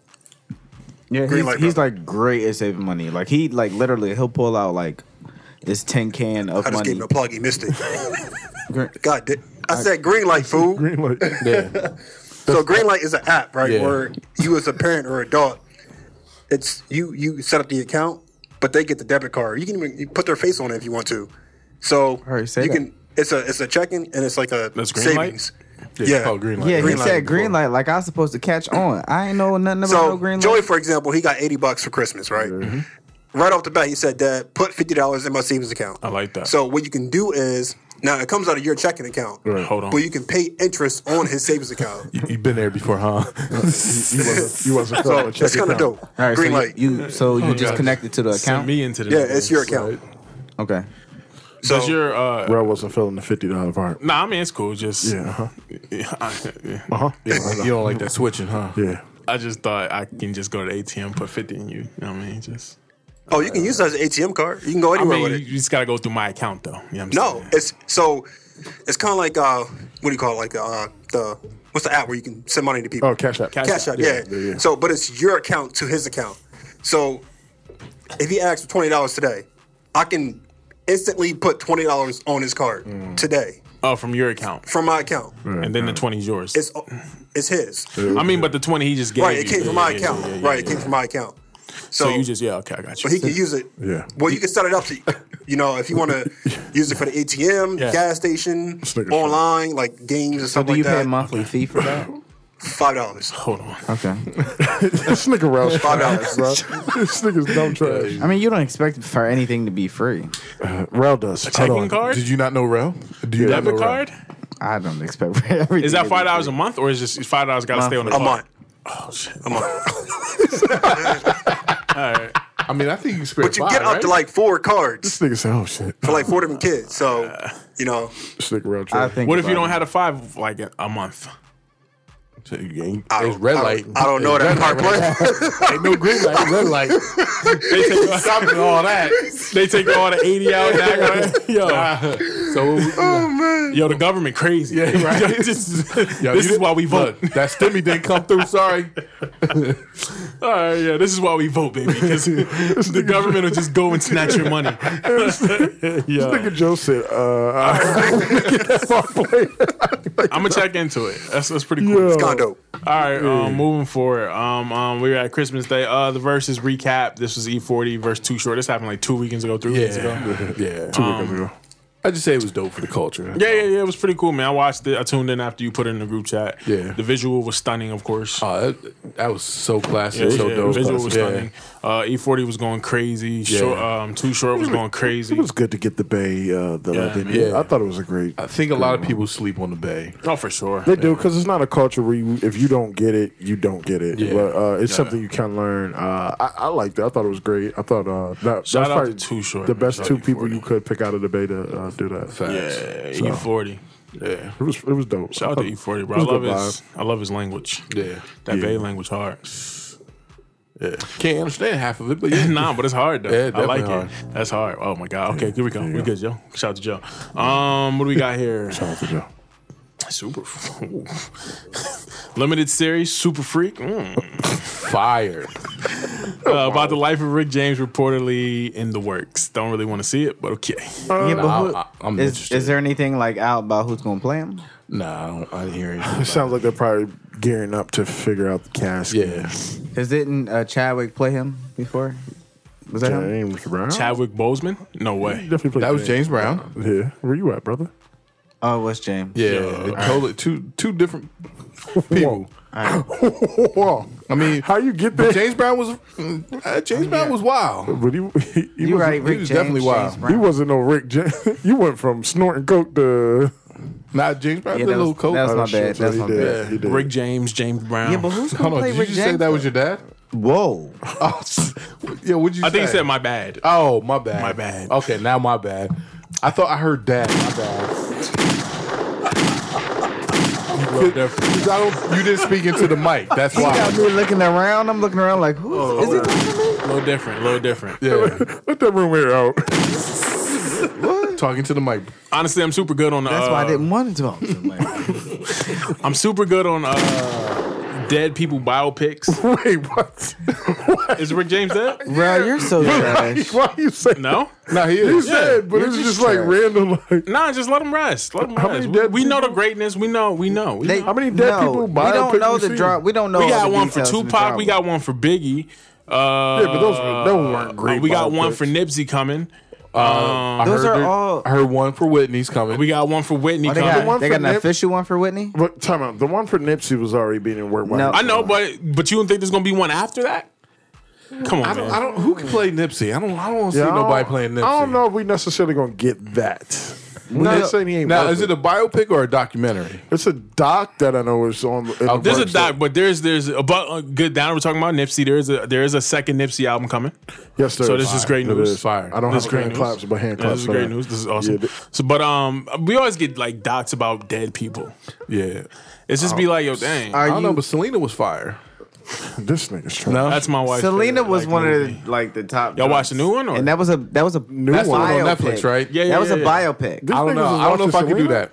Speaker 4: Yeah,
Speaker 7: Green
Speaker 4: he's,
Speaker 7: light,
Speaker 4: he's
Speaker 7: brother.
Speaker 4: like great at saving money. Like he like literally he'll pull out like this tin can of
Speaker 7: I just
Speaker 4: money.
Speaker 7: gave him a plug. He missed it.
Speaker 4: Gr-
Speaker 7: God, di- I said green light, fool.
Speaker 2: Green light.
Speaker 5: Yeah.
Speaker 7: So green light is an app, right?
Speaker 5: Yeah.
Speaker 7: Where you as a parent or adult, it's you you set up the account, but they get the debit card. You can even you put their face on it if you want to. So
Speaker 4: right, say
Speaker 7: you
Speaker 4: that.
Speaker 7: can it's a it's a checking and it's like a
Speaker 3: That's green light?
Speaker 7: savings.
Speaker 5: yeah.
Speaker 7: Yeah.
Speaker 5: Oh, green light.
Speaker 4: Yeah,
Speaker 7: Green
Speaker 4: he
Speaker 7: light
Speaker 4: said
Speaker 7: before.
Speaker 4: green light. Like I was supposed to catch on. I ain't know nothing about no
Speaker 7: So
Speaker 4: green light. Mm-hmm.
Speaker 7: Joey, for example, he got eighty bucks for Christmas, right? Right off the bat, he said, "Dad, put fifty dollars in my savings account."
Speaker 3: I like that.
Speaker 7: So what you can do is now it comes out of your checking account,
Speaker 3: Right, hold on.
Speaker 7: but you can pay interest on his savings account.
Speaker 5: You, have been there before, huh?
Speaker 2: You wasn't. You wasn't.
Speaker 7: so
Speaker 2: calling. Check
Speaker 7: it's
Speaker 2: it
Speaker 7: kind of
Speaker 2: out.
Speaker 7: dope.
Speaker 4: All right,
Speaker 7: Green
Speaker 4: so you-
Speaker 7: light.
Speaker 4: You, so you just
Speaker 3: God.
Speaker 4: connected to the
Speaker 3: Send
Speaker 4: account.
Speaker 3: me into the
Speaker 7: yeah, it's your account.
Speaker 4: okay.
Speaker 7: So
Speaker 3: Does your uh
Speaker 2: Bro wasn't feeling the fifty dollar part.
Speaker 3: Nah, I mean it's cool. Just
Speaker 2: Yeah, uh-huh.
Speaker 3: yeah.
Speaker 2: Uh huh.
Speaker 5: you don't like that switching, huh?
Speaker 2: Yeah.
Speaker 3: I just thought I can just go to the ATM, put fifty in you. You know what I mean? Just
Speaker 7: Oh, you can use that as an ATM card. You can go
Speaker 3: I
Speaker 7: anywhere
Speaker 3: mean,
Speaker 7: with
Speaker 3: you,
Speaker 7: it.
Speaker 3: you just gotta go through my account though. You know what I'm
Speaker 7: no,
Speaker 3: saying?
Speaker 7: it's so it's kind of like uh, what do you call it? like uh, the what's the app where you can send money to people?
Speaker 2: Oh, Cash App.
Speaker 3: Cash
Speaker 7: Cash
Speaker 3: App.
Speaker 7: out, yeah.
Speaker 2: yeah, yeah.
Speaker 7: So, but it's your account to his account. So, if he asks for twenty dollars today, I can instantly put twenty dollars on his card today
Speaker 3: Oh, from your account,
Speaker 7: from my account.
Speaker 3: and then the twenty is yours.
Speaker 7: It's it's his,
Speaker 3: I mean, but the twenty he just gave.
Speaker 7: right? It
Speaker 3: you-
Speaker 7: came
Speaker 3: yeah,
Speaker 7: from my
Speaker 3: yeah,
Speaker 7: account,
Speaker 3: yeah, yeah,
Speaker 7: right?
Speaker 3: yeah.
Speaker 7: It came from my account. So,
Speaker 3: So you just yeah okay I got you.
Speaker 7: but he can use it.
Speaker 2: Yeah.
Speaker 7: Well, you can set it up to, you know, if you want to use it for the ATM,
Speaker 3: Yeah.
Speaker 7: gas station,
Speaker 2: Snickers.
Speaker 7: online, like games
Speaker 4: So
Speaker 7: or something
Speaker 4: do you
Speaker 7: like
Speaker 4: pay a
Speaker 7: that.
Speaker 4: monthly fee for that?
Speaker 7: Five dollars.
Speaker 3: Hold on.
Speaker 4: Okay.
Speaker 2: Snicker rouse five
Speaker 7: Five dollars.
Speaker 2: bro. this nigga's dumb trash.
Speaker 4: I mean, you don't expect for anything to be free.
Speaker 2: Rel does.
Speaker 3: Checking
Speaker 2: Hold on.
Speaker 3: card,
Speaker 5: Did you not know Rel? Do you not know
Speaker 3: debit
Speaker 5: Rel?
Speaker 3: card.
Speaker 4: I don't expect for everything.
Speaker 3: Is that
Speaker 4: to be
Speaker 3: five dollars a
Speaker 4: free.
Speaker 3: month or is just five dollars got to stay on the
Speaker 7: A
Speaker 3: card?
Speaker 7: month.
Speaker 3: Oh shit.
Speaker 7: A month.
Speaker 5: I mean, I think you can spare
Speaker 7: But you get up to like four cards
Speaker 2: This nigga said, "Oh shit."
Speaker 7: for like four different kids. So, you know,
Speaker 2: Snicker rouse
Speaker 4: I
Speaker 2: trash.
Speaker 4: think.
Speaker 3: What if you
Speaker 4: about
Speaker 3: don't
Speaker 4: it.
Speaker 3: have a five like a month?
Speaker 7: I
Speaker 5: It's
Speaker 7: don't,
Speaker 5: red
Speaker 7: I
Speaker 5: light.
Speaker 7: don't, I don't know that part. but-
Speaker 5: Ain't no green light. Red light.
Speaker 3: They take,
Speaker 5: Stopping all that.
Speaker 3: they take all the eighty out. That, yo, Oh,
Speaker 5: So
Speaker 3: yo, the government crazy.
Speaker 5: Yeah, right.
Speaker 3: this
Speaker 5: yo,
Speaker 3: this
Speaker 5: you
Speaker 3: is
Speaker 5: did-
Speaker 3: why we vote.
Speaker 5: Look, that stimmy didn't come through. Sorry.
Speaker 3: All right, yeah, this is why we vote, baby, because the government will just go and snatch your money.
Speaker 2: This nigga Joe said, "Uh, I get that far away."
Speaker 3: I'm gonna check into it. That's that's pretty cool.
Speaker 2: Yo.
Speaker 7: It's kind of dope.
Speaker 3: All right, um, moving forward. Um, um, we were at Christmas Day. Uh, the verses recap. This was E40 verse Too Short. This happened like two weekends ago, three weekends ago.
Speaker 5: Yeah. yeah. Two weekends ago. I just say it was dope for the culture.
Speaker 3: Yeah, yeah, yeah. It was pretty cool, man. I watched it. I tuned in after you put it in the group chat.
Speaker 5: Yeah.
Speaker 3: The visual was stunning, of course.
Speaker 5: Oh, that, that was so classic.
Speaker 3: Yeah,
Speaker 5: so
Speaker 3: yeah,
Speaker 5: dope.
Speaker 3: visual was
Speaker 5: Yeah.
Speaker 3: stunning. Uh, E40 was going crazy. Short, um, Too Short was going crazy.
Speaker 2: It was good to get the Bay uh, the love in
Speaker 5: yeah.
Speaker 2: I thought it was a great.
Speaker 5: I think a lot of people sleep on the bay.
Speaker 3: oh, for sure.
Speaker 2: They do because it's not a culture where you, if you don't get it, you don't get it.
Speaker 5: Yeah.
Speaker 2: But uh, it's something you can learn. Uh, I, I liked it. I thought it was great. I thought uh, that,
Speaker 3: Shout
Speaker 2: that's
Speaker 3: out
Speaker 2: probably
Speaker 3: to Too Short,
Speaker 2: the
Speaker 3: man.
Speaker 2: best
Speaker 3: Shout out
Speaker 2: two
Speaker 3: to E
Speaker 2: people
Speaker 3: 40.
Speaker 2: you could pick out of the Bay to uh, do that.
Speaker 3: Yeah,
Speaker 5: Facts.
Speaker 3: E40.
Speaker 5: Yeah.
Speaker 2: It was it was dope.
Speaker 3: Shout out to E40, bro. I
Speaker 2: It was
Speaker 3: love
Speaker 2: good
Speaker 3: his, I love his language.
Speaker 5: Yeah.
Speaker 3: That
Speaker 2: Yeah.
Speaker 3: Bay language hard.
Speaker 5: Yeah. Can't understand half of it, but yeah.
Speaker 3: nah, but it's hard though.
Speaker 5: Yeah,
Speaker 3: I
Speaker 5: definitely
Speaker 3: like it.
Speaker 5: hard.
Speaker 3: That's hard. Oh my god. Okay, here we go. We good, Joe. Shout out to Joe. Um, what do we got here?
Speaker 2: Shout out to Joe.
Speaker 3: Super. ooh. Limited series, Super Freak. Mm.
Speaker 5: Fire. Oh,
Speaker 3: Uh, about the life of Rick James, reportedly in the works. Don't really want to see it, but okay.
Speaker 4: Yeah, but who-
Speaker 5: I, I, I'm
Speaker 4: is,
Speaker 5: interested.
Speaker 4: is there anything like out about who's gonna play him?
Speaker 5: nah, I don't. I didn't hear
Speaker 2: It
Speaker 5: anything.
Speaker 2: sounds like they're probably gearing up to figure out the cast.
Speaker 5: yeah.
Speaker 4: Cause didn't uh, Chadwick play him before? Was that him?
Speaker 2: James Brown.
Speaker 3: Chadwick Boseman? No way.
Speaker 2: Definitely played
Speaker 5: That was James Brown.
Speaker 2: Yeah. Where you at, brother?
Speaker 4: Oh, it was James.
Speaker 5: Yeah, totally two two different people.
Speaker 2: Whoa.
Speaker 5: I mean,
Speaker 2: How you get
Speaker 5: but
Speaker 2: there?
Speaker 5: James Brown was uh, James Brown was wild.
Speaker 2: But he, he, he
Speaker 4: You
Speaker 2: was,
Speaker 4: right,
Speaker 5: he
Speaker 4: Rick James,
Speaker 5: was definitely wild.
Speaker 4: James
Speaker 5: He
Speaker 4: Brown.
Speaker 2: He wasn't no Rick James. you went from snorting coke to
Speaker 5: Nah, James Brown
Speaker 4: Yeah,
Speaker 5: did
Speaker 4: that
Speaker 5: a little
Speaker 4: was- that was
Speaker 5: coke.
Speaker 4: my
Speaker 2: Oh, shit,
Speaker 4: bad. That's
Speaker 2: he
Speaker 4: my
Speaker 2: did.
Speaker 4: bad.
Speaker 2: He did.
Speaker 3: Rick James, James Brown.
Speaker 4: Yeah, but who's gonna
Speaker 5: Hold on,
Speaker 4: play
Speaker 5: did you
Speaker 4: Rick
Speaker 5: just
Speaker 4: James?
Speaker 5: say that was your dad?
Speaker 4: Whoa!
Speaker 5: Oh, yeah, what'd you
Speaker 3: I
Speaker 5: say?
Speaker 3: think he said my bad.
Speaker 5: Oh, my bad.
Speaker 3: My bad.
Speaker 5: Okay, now my bad. I thought I heard dad. My bad. Because I don't. You didn't speak into the mic. That's
Speaker 4: He got
Speaker 5: why.
Speaker 4: me looking around. I'm looking around like, who is, is he talking to me?
Speaker 3: A little different. A little different.
Speaker 5: Yeah,
Speaker 2: Let that roommate out.
Speaker 5: talking to the mic.
Speaker 3: Honestly, I'm super good on. Uh,
Speaker 4: That's why I didn't want to talk to him. Like,
Speaker 3: I'm super good on uh, dead people biopics.
Speaker 2: Wait, what?
Speaker 3: Is Rick James dead?
Speaker 4: bro, you're so trash.
Speaker 2: Why you saying
Speaker 3: No.
Speaker 5: No, he
Speaker 2: He's
Speaker 5: is.
Speaker 2: dead, but it's just like random. Like,
Speaker 3: Nah, just let him rest. Let him
Speaker 2: How
Speaker 3: rest.
Speaker 2: many
Speaker 3: We-
Speaker 2: dead
Speaker 3: we know the
Speaker 2: people-
Speaker 3: greatness. We know. We know. We,
Speaker 4: They-
Speaker 3: know.
Speaker 2: How many dead
Speaker 4: no,
Speaker 2: people
Speaker 4: We
Speaker 2: biopic
Speaker 4: don't know
Speaker 2: you
Speaker 4: the
Speaker 2: seen?
Speaker 4: drop. We don't know.
Speaker 3: we
Speaker 4: all
Speaker 3: got
Speaker 4: the
Speaker 3: one for
Speaker 4: details of the Oh,
Speaker 3: Tupac. We
Speaker 4: drama.
Speaker 3: got one for Biggie. Uh,
Speaker 2: Yeah, but those were- those weren't great Uh,
Speaker 3: We got one
Speaker 2: biopics.
Speaker 3: for Nipsey coming. Um,
Speaker 5: I
Speaker 4: Those
Speaker 5: heard
Speaker 4: are
Speaker 5: there-
Speaker 4: all-
Speaker 5: I heard one for Whitney's coming.
Speaker 3: We got one for Whitney
Speaker 4: Oh, they
Speaker 3: coming.
Speaker 4: got,
Speaker 2: one
Speaker 4: they
Speaker 2: for
Speaker 4: got an
Speaker 2: Nip-
Speaker 4: official one for Whitney.
Speaker 2: But time out. The one for Nipsey was already being in work.
Speaker 4: No.
Speaker 3: I know, but but you don't think there's gonna be one after that? Come on,
Speaker 5: I don't,
Speaker 3: man.
Speaker 5: I don't. Who can play Nipsey? I don't. I don't want to
Speaker 2: Yeah, I
Speaker 5: see
Speaker 2: don't-
Speaker 5: nobody playing Nipsey.
Speaker 2: I don't know if we necessarily gonna get that.
Speaker 4: know-
Speaker 2: not saying he ain't.
Speaker 5: Now,
Speaker 2: worth
Speaker 5: is it a biopic or a documentary?
Speaker 2: It's a doc that I know is on. in the
Speaker 3: There's a
Speaker 2: works
Speaker 3: doc, but there's there's about uh, good. Now we're talking about Nipsey. There is a there is a second Nipsey album coming.
Speaker 2: that- Yes, there
Speaker 3: So this is great
Speaker 2: It
Speaker 3: news.
Speaker 2: is.
Speaker 5: Fire.
Speaker 2: I don't
Speaker 3: This is
Speaker 2: have
Speaker 3: great
Speaker 2: hand
Speaker 3: news.
Speaker 2: claps, but hand
Speaker 3: Yeah,
Speaker 2: claps.
Speaker 3: this is
Speaker 2: for
Speaker 3: great
Speaker 2: that.
Speaker 3: news. This is awesome.
Speaker 2: Yeah, th-
Speaker 3: so, but um, we always get like docs about dead people.
Speaker 5: Yeah.
Speaker 3: It's just be like, yo, dang,
Speaker 5: I
Speaker 4: Are
Speaker 5: don't know,
Speaker 4: you-
Speaker 5: but Selena was fire.
Speaker 2: This nigga's trying.
Speaker 5: No,
Speaker 3: that's my wife.
Speaker 4: Selena was one of the like the top.
Speaker 3: Y'all
Speaker 4: dogs.
Speaker 3: watch the new one, or-
Speaker 4: And that was a that was a new
Speaker 5: that's the one on Netflix, right?
Speaker 3: Yeah, yeah,
Speaker 4: that was a
Speaker 3: yeah.
Speaker 4: biopic.
Speaker 5: I don't know. I don't know if I could do that.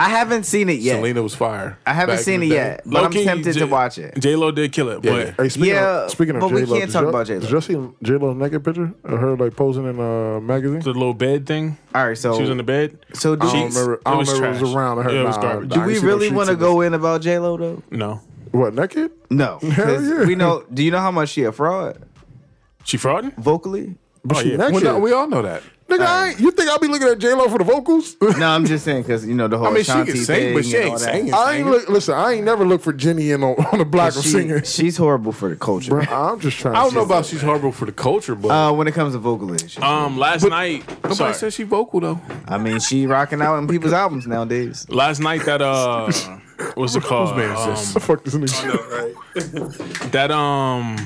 Speaker 4: I haven't seen it yet.
Speaker 5: Selena was fire.
Speaker 4: I haven't
Speaker 5: back
Speaker 4: seen
Speaker 5: in
Speaker 4: it
Speaker 5: the day.
Speaker 4: yet, but I'm tempted to watch it.
Speaker 3: J Lo did kill it,
Speaker 5: Yeah.
Speaker 3: but
Speaker 2: Hey, speaking
Speaker 4: Yeah,
Speaker 2: of, speaking of
Speaker 4: but we
Speaker 2: J-Lo,
Speaker 4: can't
Speaker 2: did
Speaker 4: talk
Speaker 2: y'all-
Speaker 4: about J-Lo.
Speaker 2: Did you see J-Lo's naked picture? I heard like posing in a magazine.
Speaker 3: the little bed thing.
Speaker 4: All right, so
Speaker 3: She was in the bed.
Speaker 4: so do
Speaker 2: I don't
Speaker 4: we,
Speaker 3: Sheets.
Speaker 2: remember. I
Speaker 3: It
Speaker 2: don't
Speaker 3: was
Speaker 2: remember. It was
Speaker 3: trash.
Speaker 2: around. I heard.
Speaker 3: Yeah, it was
Speaker 2: nah,
Speaker 3: garbage.
Speaker 2: nah,
Speaker 4: do
Speaker 2: I
Speaker 4: we
Speaker 2: see no
Speaker 4: really
Speaker 2: sheets
Speaker 4: want to
Speaker 2: in
Speaker 4: go in about J Lo though?
Speaker 3: No,
Speaker 2: it. What naked?
Speaker 4: No, 'cause
Speaker 2: yeah.
Speaker 4: we know. Do you know how much she a fraud
Speaker 3: she frauding.
Speaker 4: vocally?
Speaker 3: Oh yeah,
Speaker 2: Naked.
Speaker 5: Well, no, we all know that.
Speaker 2: Nigga, I ain't, you think I'll be looking at J Lo for the vocals?
Speaker 4: No, I'm just saying because you know the whole
Speaker 5: I mean, she
Speaker 4: Ashanti
Speaker 5: can sing,
Speaker 4: thing
Speaker 5: but she
Speaker 4: and
Speaker 5: ain't
Speaker 4: all that.
Speaker 5: singing.
Speaker 2: I ain't look. Listen, I ain't never looked for Jenny in on, on the block of
Speaker 4: She,
Speaker 2: singing.
Speaker 4: she's horrible for the culture.
Speaker 2: Bro, I'm just trying.
Speaker 5: I don't
Speaker 2: to
Speaker 5: know about she's horrible for the culture, but
Speaker 4: Uh, when it comes to vocally, she-
Speaker 3: Um, last night,
Speaker 5: nobody
Speaker 3: sorry,
Speaker 5: said she vocal though.
Speaker 4: I mean, she rocking out in people's albums nowadays.
Speaker 3: last night that uh, what's it called?
Speaker 5: man is
Speaker 3: Um,
Speaker 5: this?
Speaker 2: The fuck this nigga.
Speaker 6: right?
Speaker 3: that um,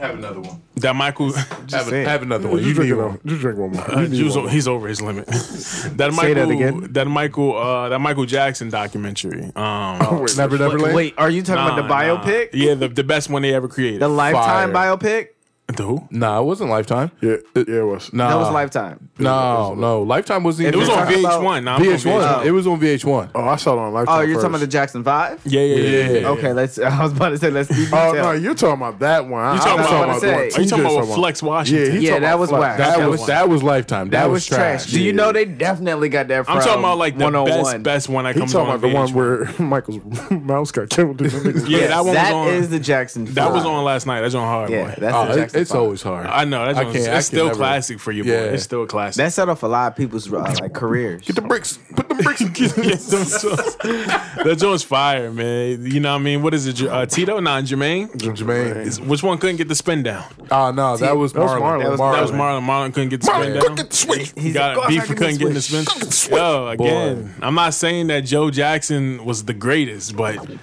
Speaker 5: Have another one.
Speaker 3: that Michael.
Speaker 5: Have,
Speaker 4: saying.
Speaker 5: have another one. You
Speaker 2: Just
Speaker 5: need
Speaker 2: drink, it
Speaker 5: one.
Speaker 2: on- just drink one more.
Speaker 3: Uh,
Speaker 2: You need
Speaker 3: Jules-
Speaker 2: one more.
Speaker 3: he's over his limit. that Michael,
Speaker 4: Say
Speaker 3: that,
Speaker 4: that again.
Speaker 3: Michael, uh, that Michael Jackson documentary. Um,
Speaker 2: Wait,
Speaker 5: Never, never land.
Speaker 4: Wait, are you talking
Speaker 3: nah,
Speaker 4: Oh, about
Speaker 3: nah.
Speaker 4: the biopic?
Speaker 3: Yeah, the, the best one they ever created.
Speaker 4: The Lifetime
Speaker 5: Fire.
Speaker 4: biopic?
Speaker 3: The who?
Speaker 5: Nah, it wasn't Lifetime.
Speaker 2: Yeah, yeah, it was.
Speaker 5: Nah,
Speaker 4: That was Lifetime.
Speaker 5: No, no, Lifetime wasn't.
Speaker 4: It
Speaker 3: It was
Speaker 4: You're
Speaker 3: on
Speaker 4: talking
Speaker 3: VH1.
Speaker 4: about-
Speaker 3: Nah, I'm on
Speaker 5: VH1. It was on VH1.
Speaker 2: Oh, I saw it on Lifetime.
Speaker 4: Oh, you're
Speaker 2: first.
Speaker 4: talking about the Jackson Five?
Speaker 3: Yeah, yeah, yeah. yeah, yeah.
Speaker 4: Okay, let's. I was about to say let's. Be
Speaker 2: Oh
Speaker 4: detailed.
Speaker 2: no, you're talking about that one. You
Speaker 3: talking about-
Speaker 4: I was about to say.
Speaker 3: Are you talking about with Flex
Speaker 2: Yeah,
Speaker 3: Washington?
Speaker 2: he talking
Speaker 4: Yeah, that
Speaker 2: about
Speaker 4: was
Speaker 2: Flex.
Speaker 4: whack.
Speaker 5: That
Speaker 4: That
Speaker 5: was
Speaker 4: was-
Speaker 5: that was Lifetime. That,
Speaker 4: that was trash. Do you know they definitely got that? From oh
Speaker 3: I'm talking about like the best best one that
Speaker 2: He
Speaker 3: comes
Speaker 2: talking
Speaker 3: on
Speaker 2: about the one
Speaker 3: VH1.
Speaker 2: where Michael's mouse got killed. in the nigga's-
Speaker 3: Yeah, that one was
Speaker 4: that
Speaker 3: on.
Speaker 4: is the Jackson.
Speaker 3: that was
Speaker 4: Five.
Speaker 3: on last night. That's on Hard
Speaker 4: Yeah,
Speaker 3: Boy.
Speaker 4: that's
Speaker 5: Oh,
Speaker 4: the
Speaker 5: it-
Speaker 4: Jackson
Speaker 5: it's
Speaker 4: Five.
Speaker 5: always hard.
Speaker 3: I know. That's
Speaker 5: I
Speaker 3: on,
Speaker 5: can't-
Speaker 3: it's
Speaker 5: I can
Speaker 3: still
Speaker 5: never-
Speaker 3: classic for you, boy.
Speaker 5: Yeah.
Speaker 3: It's still a classic.
Speaker 4: That set off a lot of people's uh, like careers.
Speaker 5: the bricks. Put the bricks.
Speaker 3: Yes, those joints- that joint's fire, man. You know what I mean? What is it? Ju- Uh, Tito? Nah, Jermaine?
Speaker 5: Jermaine.
Speaker 3: Which one couldn't get the spin down?
Speaker 5: Oh no, that was
Speaker 2: was
Speaker 5: Marlon.
Speaker 2: Marlon. That was- that
Speaker 3: That was Marlon. Marlon couldn't get the spin
Speaker 5: Marlon,
Speaker 3: down.
Speaker 5: cook it, sweet.
Speaker 3: He got
Speaker 4: like, "God,
Speaker 3: beef
Speaker 4: I
Speaker 3: for
Speaker 4: can
Speaker 3: couldn't get in the
Speaker 4: switch.
Speaker 3: spin. Yo, again, I'm not saying that Joe Jackson was the greatest, but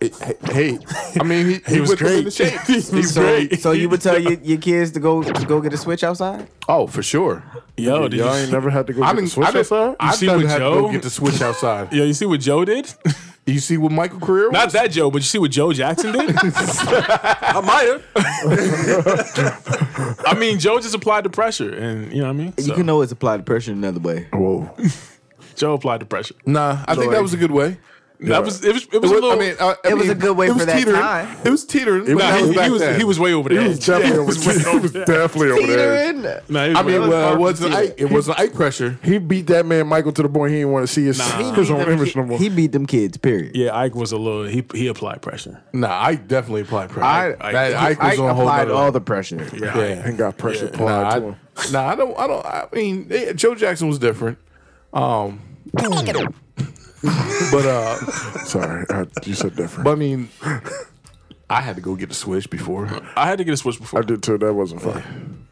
Speaker 5: Hey, I mean, he, he,
Speaker 3: was
Speaker 5: was great.
Speaker 3: great.
Speaker 5: shape.
Speaker 3: He was
Speaker 5: So-
Speaker 3: great.
Speaker 4: So you would tell your, your kids to go to go get a switch outside?
Speaker 5: Oh, for sure.
Speaker 3: yo, did
Speaker 2: Y'all
Speaker 3: you,
Speaker 2: ain't never had to go
Speaker 5: I
Speaker 2: get
Speaker 5: mean,
Speaker 2: the switch
Speaker 5: I didn't,
Speaker 2: outside.
Speaker 5: I
Speaker 3: see
Speaker 5: done
Speaker 3: what
Speaker 5: had to
Speaker 3: Joe-
Speaker 5: go get the switch outside.
Speaker 3: yo, you see what Joe did?
Speaker 5: You see what Michael Career?
Speaker 3: Not
Speaker 5: Was?
Speaker 3: that Joe, but you see what Joe Jackson did?
Speaker 6: I might have.
Speaker 3: I mean, Joe just applied the pressure, and you know what I mean? So,
Speaker 4: You can always apply the pressure another way.
Speaker 2: Whoa,
Speaker 3: Joe applied the pressure.
Speaker 5: Nah, I think that was a good way.
Speaker 3: That was it was it was, a
Speaker 5: It was,
Speaker 3: little.
Speaker 5: I mean, I, I
Speaker 4: It was
Speaker 5: mean,
Speaker 4: a good way
Speaker 5: it
Speaker 4: for
Speaker 5: was
Speaker 4: that
Speaker 5: teetering.
Speaker 4: time.
Speaker 5: It was teetering. but
Speaker 3: nah,
Speaker 5: that was
Speaker 3: he, he
Speaker 5: back
Speaker 3: was
Speaker 5: then.
Speaker 3: he was way over there.
Speaker 2: He was definitely over there. He was definitely over there.
Speaker 4: Teetering.
Speaker 3: Nah, he was
Speaker 5: I
Speaker 3: way
Speaker 5: mean,
Speaker 3: over
Speaker 5: well,
Speaker 3: there.
Speaker 5: it wasn't Ike, it wasn't Ike pressure.
Speaker 2: He beat that man Michael to the point he didn't want to see his, his own image no more.
Speaker 4: He beat them kids, period.
Speaker 3: yeah, Ike was a little. He he applied pressure.
Speaker 5: Nah, Ike definitely applied pressure.
Speaker 4: I,
Speaker 5: Ike, that, Ike was on a whole
Speaker 4: applied
Speaker 5: nother-
Speaker 4: all the pressure.
Speaker 3: Yeah,
Speaker 5: Yeah.
Speaker 2: and got pressure applied
Speaker 5: Nah, I,
Speaker 2: to him.
Speaker 5: nah, I don't. I don't. I mean, eh, Joe Jackson was different. Um, but uh,
Speaker 2: Sorry, I, you said different.
Speaker 5: but I mean, I had to go get the switch before.
Speaker 3: I had to get a switch before.
Speaker 2: I did too. That wasn't fun.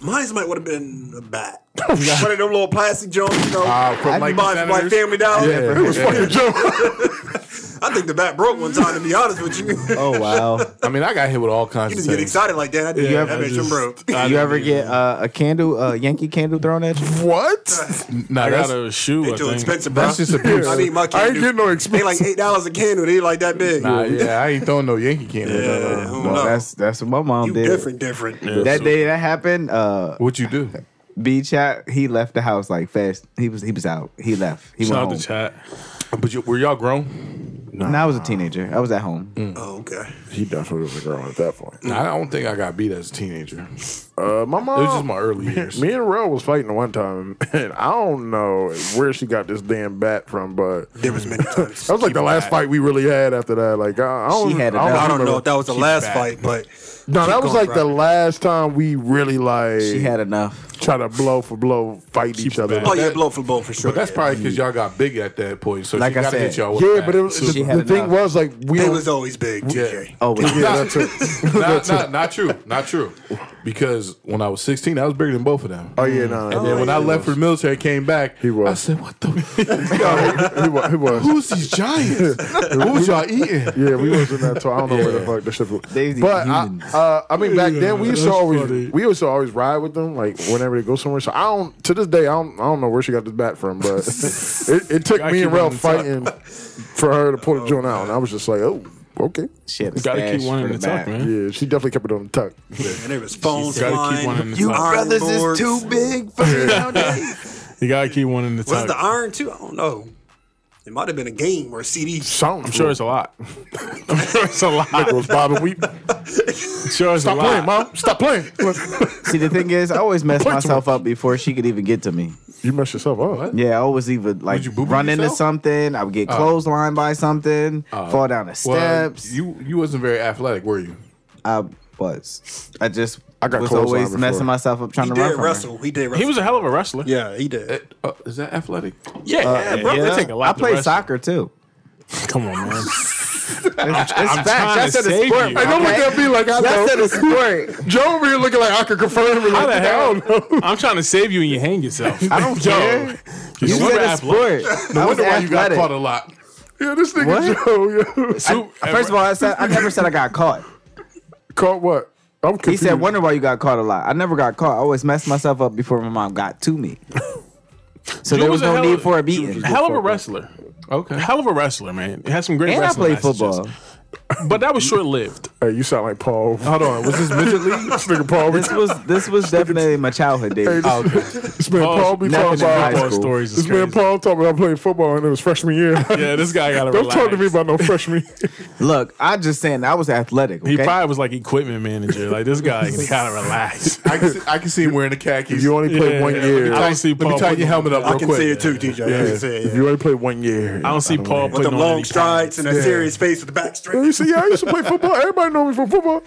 Speaker 7: Mine's might would have been a bat. One of them little plastic jumps, you know.
Speaker 5: Uh, from like
Speaker 7: Mine from, like Family Dollar.
Speaker 5: Yeah.
Speaker 2: It was fucking joke.
Speaker 7: I think the bat broke one time. To be honest with you, you
Speaker 4: Oh wow!
Speaker 5: I mean, I got hit with all kinds of
Speaker 7: just get
Speaker 5: things.
Speaker 7: excited like that. I did. Yeah,
Speaker 4: I
Speaker 7: that bitch just broke.
Speaker 3: I
Speaker 4: you
Speaker 3: didn't
Speaker 4: ever
Speaker 3: even-
Speaker 4: get uh, a candle, a Yankee candle thrown at you?
Speaker 2: what?
Speaker 5: Nah,
Speaker 3: I
Speaker 5: that's,
Speaker 3: got a shoe. I
Speaker 7: They too
Speaker 3: think.
Speaker 7: expensive, bro.
Speaker 5: that's just abuse.
Speaker 7: I need my
Speaker 2: I
Speaker 7: candle.
Speaker 2: ain't getting no
Speaker 7: They like
Speaker 2: expensive.
Speaker 7: eight dollars a candle. They like that big.
Speaker 5: nah, yeah, I ain't throwing no Yankee can.
Speaker 7: Yeah, I don't know.
Speaker 4: That's that's what my mom
Speaker 7: you
Speaker 4: did.
Speaker 7: different, different.
Speaker 4: That day that happened, uh,
Speaker 5: What you do?
Speaker 4: B chat he left the house like fast. He was he was out. He left. He
Speaker 3: Shout out to
Speaker 4: went home.
Speaker 3: chat.
Speaker 5: But you, were y'all grown?
Speaker 4: And I was a teenager. I was at home.
Speaker 7: Oh, okay.
Speaker 2: He definitely was a girl at that point.
Speaker 5: Nah, I don't think I got beat as a teenager. It
Speaker 2: Uh, my mom.
Speaker 5: was just my early years.
Speaker 2: Me and Rel was fighting one time, and I don't know where she got this damn bat from, but
Speaker 7: There was many times.
Speaker 2: that was like the last fight we really had after that. Like I, I don't,
Speaker 4: She had
Speaker 2: I don't,
Speaker 4: enough.
Speaker 7: I don't
Speaker 2: remember-
Speaker 7: know if that was the last fight, but
Speaker 2: No, that
Speaker 7: Keep
Speaker 2: was
Speaker 7: going,
Speaker 2: like the
Speaker 7: Robbie.
Speaker 2: last time we really like
Speaker 4: She had enough.
Speaker 2: try to blow for blow fight each other.
Speaker 7: oh yeah, blow for blow for sure.
Speaker 5: But that's
Speaker 7: yeah.
Speaker 5: probably because y'all got big at that point. So
Speaker 4: Like
Speaker 5: she
Speaker 4: I
Speaker 5: got to
Speaker 4: said.
Speaker 5: hit y'all. With a
Speaker 2: Yeah,
Speaker 5: bat.
Speaker 2: but it was,
Speaker 5: So-
Speaker 4: She
Speaker 2: the,
Speaker 4: had
Speaker 2: the thing
Speaker 4: enough.
Speaker 2: was like we
Speaker 7: It
Speaker 2: don't-
Speaker 7: was always big. TJ.
Speaker 4: Oh, wait.
Speaker 2: yeah, that's it.
Speaker 5: not, not, not true. Not true. Because when I was 16, I was bigger than both of them.
Speaker 2: Oh yeah, no.
Speaker 5: And then when I left for the military, came back, he
Speaker 2: was.
Speaker 5: I said, "What the?
Speaker 2: no, he, was, he was.
Speaker 5: Who's these giants? Who's y'all eating?"
Speaker 2: Yeah, we wasn't that tall. I don't know where the fuck the shit was.
Speaker 4: They the
Speaker 2: but I,
Speaker 4: humans.
Speaker 2: uh, I mean, back then we used to
Speaker 3: that's
Speaker 2: always
Speaker 3: funny.
Speaker 2: we used to always ride with them, like whenever they go somewhere. So I don't to this day I don't I don't know where she got this bat from, but it, it took
Speaker 3: Gotta
Speaker 2: me and
Speaker 3: keep it on
Speaker 2: Ralph
Speaker 3: the top.
Speaker 2: fighting for her to pull the joint out, and I was just like, oh, okay,
Speaker 4: She had a
Speaker 3: Got to
Speaker 4: stash
Speaker 3: keep one
Speaker 4: for
Speaker 3: in the tuck,
Speaker 4: back.
Speaker 3: man.
Speaker 2: yeah, she definitely kept it on the tuck.
Speaker 7: And there was phones
Speaker 3: gotta keep
Speaker 7: flying.
Speaker 3: one in the
Speaker 4: You
Speaker 3: Iron
Speaker 4: brothers is
Speaker 7: boards.
Speaker 4: too big for me nowadays.
Speaker 3: You gotta keep one in the
Speaker 7: Was
Speaker 3: tuck.
Speaker 7: it the iron too? I don't know. It might have been a game or a CD.
Speaker 2: Something.
Speaker 3: I'm sure it's a lot. I'm sure it's a lot. I'm
Speaker 2: was Bob and we
Speaker 3: sure it's
Speaker 2: stop
Speaker 3: a lot.
Speaker 2: playing, mom. Stop playing.
Speaker 4: See, the thing is, I always mess
Speaker 2: Point to
Speaker 4: myself up before she could even get to me.
Speaker 2: you messed yourself up.
Speaker 4: Yeah, I always even like
Speaker 5: Would you boo-boo
Speaker 4: run into
Speaker 5: yourself?
Speaker 4: something. I would
Speaker 3: Uh,
Speaker 4: get clotheslined by something, fall down the
Speaker 5: Well,
Speaker 4: steps.
Speaker 5: you you wasn't very athletic, were you?
Speaker 4: I was. I just I
Speaker 2: got
Speaker 4: was
Speaker 2: clotheslined
Speaker 4: always
Speaker 2: before.
Speaker 4: messing myself up trying
Speaker 7: He
Speaker 4: to run
Speaker 7: did
Speaker 4: from
Speaker 7: wrestle. He did wrestle.
Speaker 3: He was a hell of a wrestler.
Speaker 7: yeah, he did.
Speaker 5: Uh, is that athletic?
Speaker 2: Uh,
Speaker 3: yeah, bro.
Speaker 4: her.
Speaker 3: They take a lot.
Speaker 4: I
Speaker 3: to
Speaker 4: played
Speaker 3: wrestle.
Speaker 4: soccer too.
Speaker 3: Come on, man.
Speaker 4: It's, it's
Speaker 3: I'm
Speaker 4: facts.
Speaker 3: trying
Speaker 4: That's
Speaker 3: to
Speaker 4: in the
Speaker 3: save
Speaker 4: sport.
Speaker 3: you.
Speaker 2: Hey, don't look at me like I know.
Speaker 4: That's in the sport.
Speaker 2: Joe over here looking like I could confirm. it.
Speaker 3: How the
Speaker 2: Like, I
Speaker 3: hell?
Speaker 2: don't know.
Speaker 3: I'm trying to save you and you hang yourself.
Speaker 4: I don't
Speaker 3: Yo,
Speaker 4: care.
Speaker 3: You
Speaker 4: You
Speaker 3: super
Speaker 4: said a
Speaker 3: athletic.
Speaker 4: sport. I was
Speaker 5: Wonder why you got
Speaker 4: athletic.
Speaker 5: caught a lot.
Speaker 2: Yeah, this nigga
Speaker 4: What?
Speaker 2: Joe. Yeah.
Speaker 3: Super-
Speaker 4: First of all, I said I never said I got caught.
Speaker 2: Caught what? I'm
Speaker 4: He
Speaker 2: confused.
Speaker 4: said, "Wonder why you got caught a lot." I never got caught. I always messed myself up before my mom got to me. So there was,
Speaker 3: a
Speaker 4: no
Speaker 3: hell
Speaker 4: need
Speaker 3: of-
Speaker 4: for a
Speaker 3: Dude,
Speaker 4: beating.
Speaker 3: Hell of a wrestler.
Speaker 5: Okay.
Speaker 3: Hell of a wrestler, man. He had some great
Speaker 4: And I
Speaker 3: wrestling
Speaker 4: played
Speaker 3: matches.
Speaker 4: football.
Speaker 3: But that was short lived.
Speaker 2: Hey, you sound like Paul.
Speaker 5: Hold on. Was this midget league?
Speaker 2: this nigga Paul be,
Speaker 4: This was this was definitely my childhood days.
Speaker 5: Oh, okay.
Speaker 2: this man Paul be
Speaker 4: nothing
Speaker 2: talking
Speaker 4: in high
Speaker 2: about
Speaker 3: Football
Speaker 4: school.
Speaker 3: stories is
Speaker 2: this man
Speaker 3: crazy.
Speaker 2: Paul talking about playing football and it was freshman year.
Speaker 3: Yeah, this guy got to
Speaker 2: Don't
Speaker 3: relax.
Speaker 2: talk to me about no freshman. year.
Speaker 4: Look, I just saying I was athletic.
Speaker 3: He
Speaker 4: okay?
Speaker 3: probably was like equipment manager. Like this guy, he gotta relax.
Speaker 5: I can see, I can see him wearing the khakis.
Speaker 2: if you only play
Speaker 3: Yeah,
Speaker 2: one
Speaker 3: yeah,
Speaker 2: year,
Speaker 3: I don't see
Speaker 5: Let me
Speaker 3: Paul.
Speaker 5: tie your helmet up
Speaker 7: I
Speaker 5: real
Speaker 7: can
Speaker 5: quick.
Speaker 7: see it too, TJ. I can see it.
Speaker 2: if
Speaker 7: Yeah.
Speaker 2: you only play one year,
Speaker 3: I don't see Paul
Speaker 7: With
Speaker 3: putting
Speaker 7: the
Speaker 3: on
Speaker 7: long
Speaker 3: any-
Speaker 7: strides and that serious face with the back
Speaker 2: You
Speaker 7: straight.
Speaker 2: see, yeah, I used to play football. Everybody know me from football.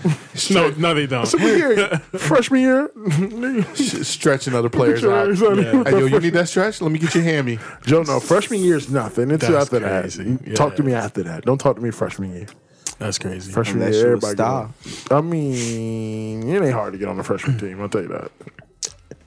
Speaker 3: No, no, they don't.
Speaker 2: But yeah, freshman year, nigga,
Speaker 5: Sh- Stretching other players
Speaker 2: your
Speaker 5: out.
Speaker 2: eyes on me.
Speaker 5: Hey, yo, you need that stretch? Let me get your hammy.
Speaker 2: Joe, no, freshman year is nothing. It's
Speaker 3: That's
Speaker 2: after
Speaker 3: crazy.
Speaker 2: that. Talk to
Speaker 3: Yeah.
Speaker 2: me after that. Don't talk to me freshman year.
Speaker 3: That's crazy.
Speaker 2: Freshman
Speaker 4: Unless
Speaker 2: year,
Speaker 4: you a
Speaker 2: everybody.
Speaker 4: star.
Speaker 2: go. I mean, it ain't hard to get on the freshman team. I'll tell you that.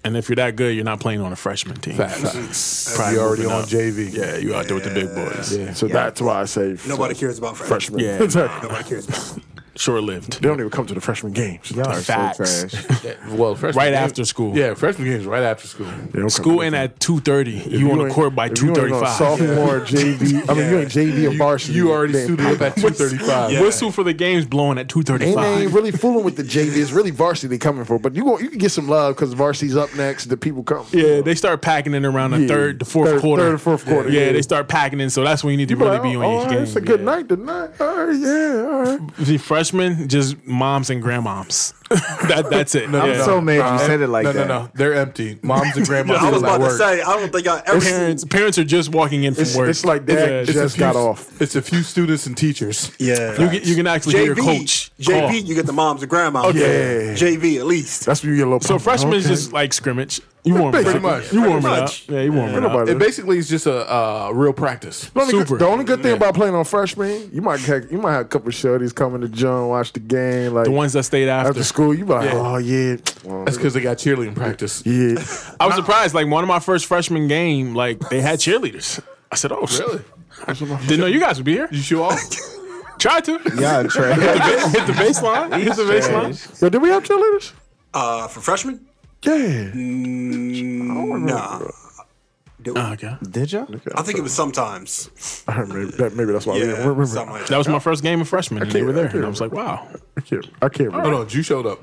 Speaker 3: And if you're that good, you're not playing on a freshman team.
Speaker 5: Facts.
Speaker 3: Probably
Speaker 5: You already
Speaker 3: moving
Speaker 5: on
Speaker 3: up.
Speaker 5: JV.
Speaker 3: Yeah, you out there with the big boys.
Speaker 2: So that's why I say
Speaker 7: Nobody cares about
Speaker 2: freshman.
Speaker 7: freshmen.
Speaker 3: Yeah.
Speaker 2: Exactly.
Speaker 7: Nobody cares. About
Speaker 3: short lived.
Speaker 2: They don't even come to the freshman games.
Speaker 4: Y'all are
Speaker 3: Facts.
Speaker 4: so trash.
Speaker 5: Well, freshman
Speaker 3: Right
Speaker 5: game-
Speaker 3: after school.
Speaker 5: Yeah, freshman game is right after school.
Speaker 2: They don't
Speaker 3: School
Speaker 2: come
Speaker 3: in at two thirty. You on the
Speaker 2: ain't-
Speaker 3: court by
Speaker 2: if you
Speaker 3: two
Speaker 2: ain't
Speaker 3: thirty
Speaker 2: on
Speaker 3: five.
Speaker 2: Sophomore JV. I mean, you ain't JV or varsity.
Speaker 5: You already
Speaker 2: then
Speaker 5: suited up at two thirty five.
Speaker 7: Yeah.
Speaker 3: Whistle for the games blowing at two thirty
Speaker 2: And they ain't
Speaker 3: five.
Speaker 2: really fooling with the JV. It's really varsity they coming for. But you go, you can get some love because varsity's up next. The people come.
Speaker 3: Yeah, they start packing in around the
Speaker 2: Yeah.
Speaker 3: third, the fourth
Speaker 2: Third-
Speaker 3: quarter.
Speaker 2: third or fourth quarter,
Speaker 3: Yeah,
Speaker 2: yeah.
Speaker 3: they start packing in, so that's when you need to
Speaker 2: But
Speaker 3: really be
Speaker 2: oh,
Speaker 3: on
Speaker 2: all
Speaker 3: your
Speaker 2: right,
Speaker 3: game.
Speaker 2: It's a good
Speaker 3: yeah.
Speaker 2: night tonight. All right, yeah, all right.
Speaker 3: The freshmen, just moms and grandmoms. that that's it.
Speaker 5: no,
Speaker 3: yeah.
Speaker 5: no.
Speaker 4: So mad you said it like
Speaker 5: no,
Speaker 4: that.
Speaker 5: no, no. They're empty. Moms and grandmas.
Speaker 7: I was
Speaker 5: still at
Speaker 7: about to
Speaker 5: work.
Speaker 7: say, I don't think I ever seen.
Speaker 3: Parents, parents are just walking in from
Speaker 2: It's,
Speaker 3: work.
Speaker 2: it's like Dak
Speaker 3: Yeah,
Speaker 2: just
Speaker 5: few-
Speaker 2: got off.
Speaker 5: It's a few students and teachers.
Speaker 7: Yeah,
Speaker 3: you, can, you can actually hear your coach.
Speaker 7: JV,
Speaker 3: call.
Speaker 7: you get the moms and grandma.
Speaker 2: Okay. Yeah.
Speaker 7: JV at least.
Speaker 2: That's when you get a little.
Speaker 3: So freshman is just like scrimmage. You warm it
Speaker 2: Pretty
Speaker 3: up.
Speaker 5: much.
Speaker 3: You warm it
Speaker 7: Pretty
Speaker 3: up.
Speaker 7: much.
Speaker 3: Yeah, you warm it up.
Speaker 2: Nobody-
Speaker 5: It basically is just a uh, real practice.
Speaker 2: The only,
Speaker 3: super.
Speaker 2: good, the only good thing about playing on freshman, you might have, you might have a couple of shorties coming to join, watch the game, like
Speaker 3: The ones that stayed after.
Speaker 2: after school. You be like,
Speaker 5: Yeah.
Speaker 2: oh yeah, Well,
Speaker 5: That's because they got cheerleading practice.
Speaker 2: yeah.
Speaker 3: I was surprised. Like one of my first freshman game, like they had cheerleaders. I said, "Oh, really? Didn't know you guys would be here."
Speaker 5: You show off.
Speaker 3: Tried to
Speaker 4: Y'all trash.
Speaker 3: hit the baseline. Hit the baseline.
Speaker 2: Yo, did we have cheerleaders?
Speaker 7: Uh, for freshmen,
Speaker 2: Yeah.
Speaker 7: nah.
Speaker 4: Oh,
Speaker 3: okay,
Speaker 4: Did y'all?
Speaker 7: I think it was sometimes.
Speaker 2: maybe, that, maybe that's why we
Speaker 7: Yeah,
Speaker 2: didn't remember.
Speaker 7: something like
Speaker 3: that
Speaker 7: that.
Speaker 3: was my first game of freshman, and they were there,
Speaker 2: okay.
Speaker 3: and I was like, "Wow."
Speaker 2: I can't, I can't remember.
Speaker 5: No, no, you showed up.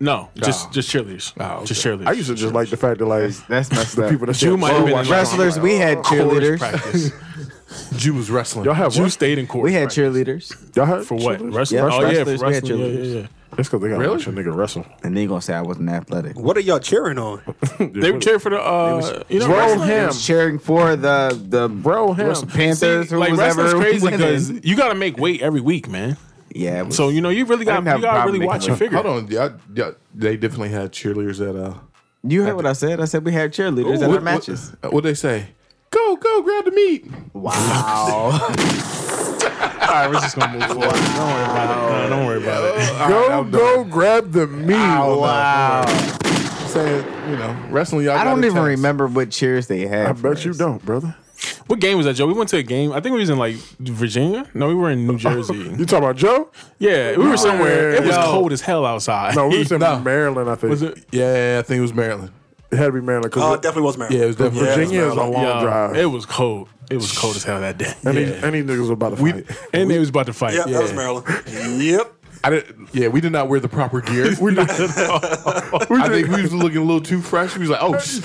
Speaker 3: No, just just cheerleaders.
Speaker 5: Ah, okay.
Speaker 3: Just cheerleaders.
Speaker 2: I used to just like the fact that like
Speaker 4: That's messed
Speaker 2: the
Speaker 4: up.
Speaker 2: people that
Speaker 3: Jew might have been in the
Speaker 4: Wrestlers, we had cheerleaders.
Speaker 3: practice.
Speaker 5: Jew was wrestling.
Speaker 2: Y'all have
Speaker 3: Jew
Speaker 2: what?
Speaker 3: stayed in court.
Speaker 4: We had cheerleaders.
Speaker 2: Y'all had
Speaker 3: for what?
Speaker 2: cheerleaders?
Speaker 3: Wrestling.
Speaker 4: Yeah,
Speaker 3: oh yeah, for
Speaker 4: wrestlers, we had
Speaker 3: wrestling. Yeah, yeah, yeah.
Speaker 2: That's because they got
Speaker 5: Really?
Speaker 2: a bunch of nigga wrestle.
Speaker 4: And they gonna say I wasn't athletic.
Speaker 7: What are y'all cheering on?
Speaker 3: They were cheering for the uh, you know,
Speaker 2: Bro
Speaker 3: wrestling.
Speaker 2: him.
Speaker 4: was cheering for the the
Speaker 2: Bro, him.
Speaker 4: what's the Panthers
Speaker 3: See,
Speaker 4: or
Speaker 3: like wrestling's
Speaker 4: whatever.
Speaker 3: crazy because you got to make weight every week, man.
Speaker 4: yeah, it was-
Speaker 3: So you know you really got
Speaker 4: didn't have
Speaker 3: you
Speaker 4: a
Speaker 3: got to
Speaker 4: problem
Speaker 3: really watch
Speaker 4: making
Speaker 3: your figure.
Speaker 4: weight.
Speaker 5: Hold on, yeah, yeah, they definitely had cheerleaders at uh.
Speaker 4: you heard what I said. I said we had cheerleaders at our matches.
Speaker 5: What would they say? Go, go, grab the meat.
Speaker 4: Wow,
Speaker 3: All right, we're just gonna move forward. Don't worry about it. No, don't worry about
Speaker 5: Uh,
Speaker 3: it.
Speaker 2: Go, go, grab the meat.
Speaker 4: wow.
Speaker 5: Saying, you know, wrestling. Y'all
Speaker 4: I
Speaker 5: got
Speaker 4: don't
Speaker 5: a
Speaker 4: even
Speaker 5: chance.
Speaker 4: remember what cheers they had.
Speaker 2: I bet you don't, brother.
Speaker 3: What game was that, Joe? We went to a game. I think we was in like Virginia. No, we were in New Jersey.
Speaker 2: You talking about Joe?
Speaker 3: yeah, we were somewhere. It was
Speaker 5: Yo.
Speaker 3: cold as hell outside.
Speaker 2: No, we was in
Speaker 5: No.
Speaker 2: Maryland. I think
Speaker 3: Was
Speaker 2: it?
Speaker 3: it?
Speaker 5: Yeah, I think it was Maryland.
Speaker 2: had to be Maryland
Speaker 7: Uh,
Speaker 2: because
Speaker 7: definitely was Maryland.
Speaker 5: Yeah, it was definitely
Speaker 2: Virginia is a long
Speaker 3: Yo,
Speaker 2: drive.
Speaker 3: It was cold. It was cold as hell that day.
Speaker 2: and, these- and these niggas was about to
Speaker 5: We,
Speaker 2: fight.
Speaker 3: And they was about to fight.
Speaker 7: Yep, that was Maryland. yep.
Speaker 5: I didn't. Yeah, we did not wear the proper gear. we not. I think we was looking a little too fresh. We was like, oh, sh-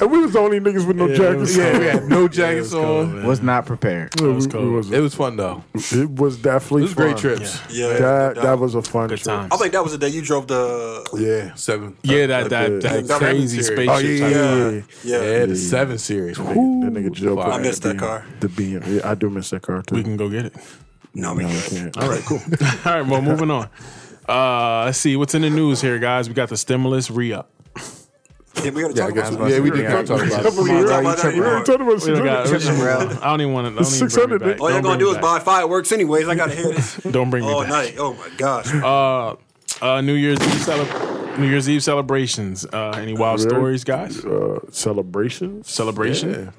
Speaker 2: and we was the only niggas with no jackets.
Speaker 5: yeah, we had no jackets
Speaker 3: cold,
Speaker 5: on.
Speaker 3: man.
Speaker 4: Was not prepared.
Speaker 2: it, was,
Speaker 3: cold.
Speaker 2: it, was,
Speaker 5: It was fun though. It
Speaker 2: it was definitely
Speaker 5: was great
Speaker 2: fun.
Speaker 5: trips.
Speaker 7: Yeah.
Speaker 2: That that was a fun
Speaker 3: Good
Speaker 2: trip.
Speaker 3: times.
Speaker 7: I think that was the day you drove the.
Speaker 5: Yeah, seven. Uh,
Speaker 3: Yeah, that that, that,
Speaker 7: that
Speaker 3: crazy
Speaker 5: series.
Speaker 3: spaceship.
Speaker 2: Oh yeah,
Speaker 3: type-
Speaker 2: yeah, yeah.
Speaker 7: Yeah.
Speaker 5: Yeah, the seven series.
Speaker 2: Nigga- That nigga Joe.
Speaker 5: Fire.
Speaker 2: put
Speaker 7: I missed
Speaker 2: the
Speaker 7: that
Speaker 2: B-
Speaker 7: car.
Speaker 2: The BM. Yeah, I do miss that car too.
Speaker 3: We can go get it.
Speaker 7: No, we good.
Speaker 2: can't.
Speaker 3: All right, cool. All right, well, moving on. Uh, let's see what's in the news here, guys. We got the stimulus re-up.
Speaker 7: Yeah, we gotta talk
Speaker 5: Yeah,
Speaker 7: about
Speaker 5: we did talk about it.
Speaker 7: Come on, talk about that
Speaker 2: We already
Speaker 7: anymore.
Speaker 2: talked about
Speaker 3: We don't got-
Speaker 2: security.
Speaker 3: I don't even want to. Six
Speaker 2: 600,
Speaker 3: hundred.
Speaker 7: All y'all gonna do is buy fireworks, anyways. I gotta hear this
Speaker 3: Don't bring me
Speaker 7: all
Speaker 3: back.
Speaker 7: night. Oh my gosh.
Speaker 3: Uh, New Year's Eve cele- New Year's Eve celebrations. Uh, any wild
Speaker 2: Really?
Speaker 3: stories, guys?
Speaker 2: Uh, celebrations.
Speaker 3: Celebration.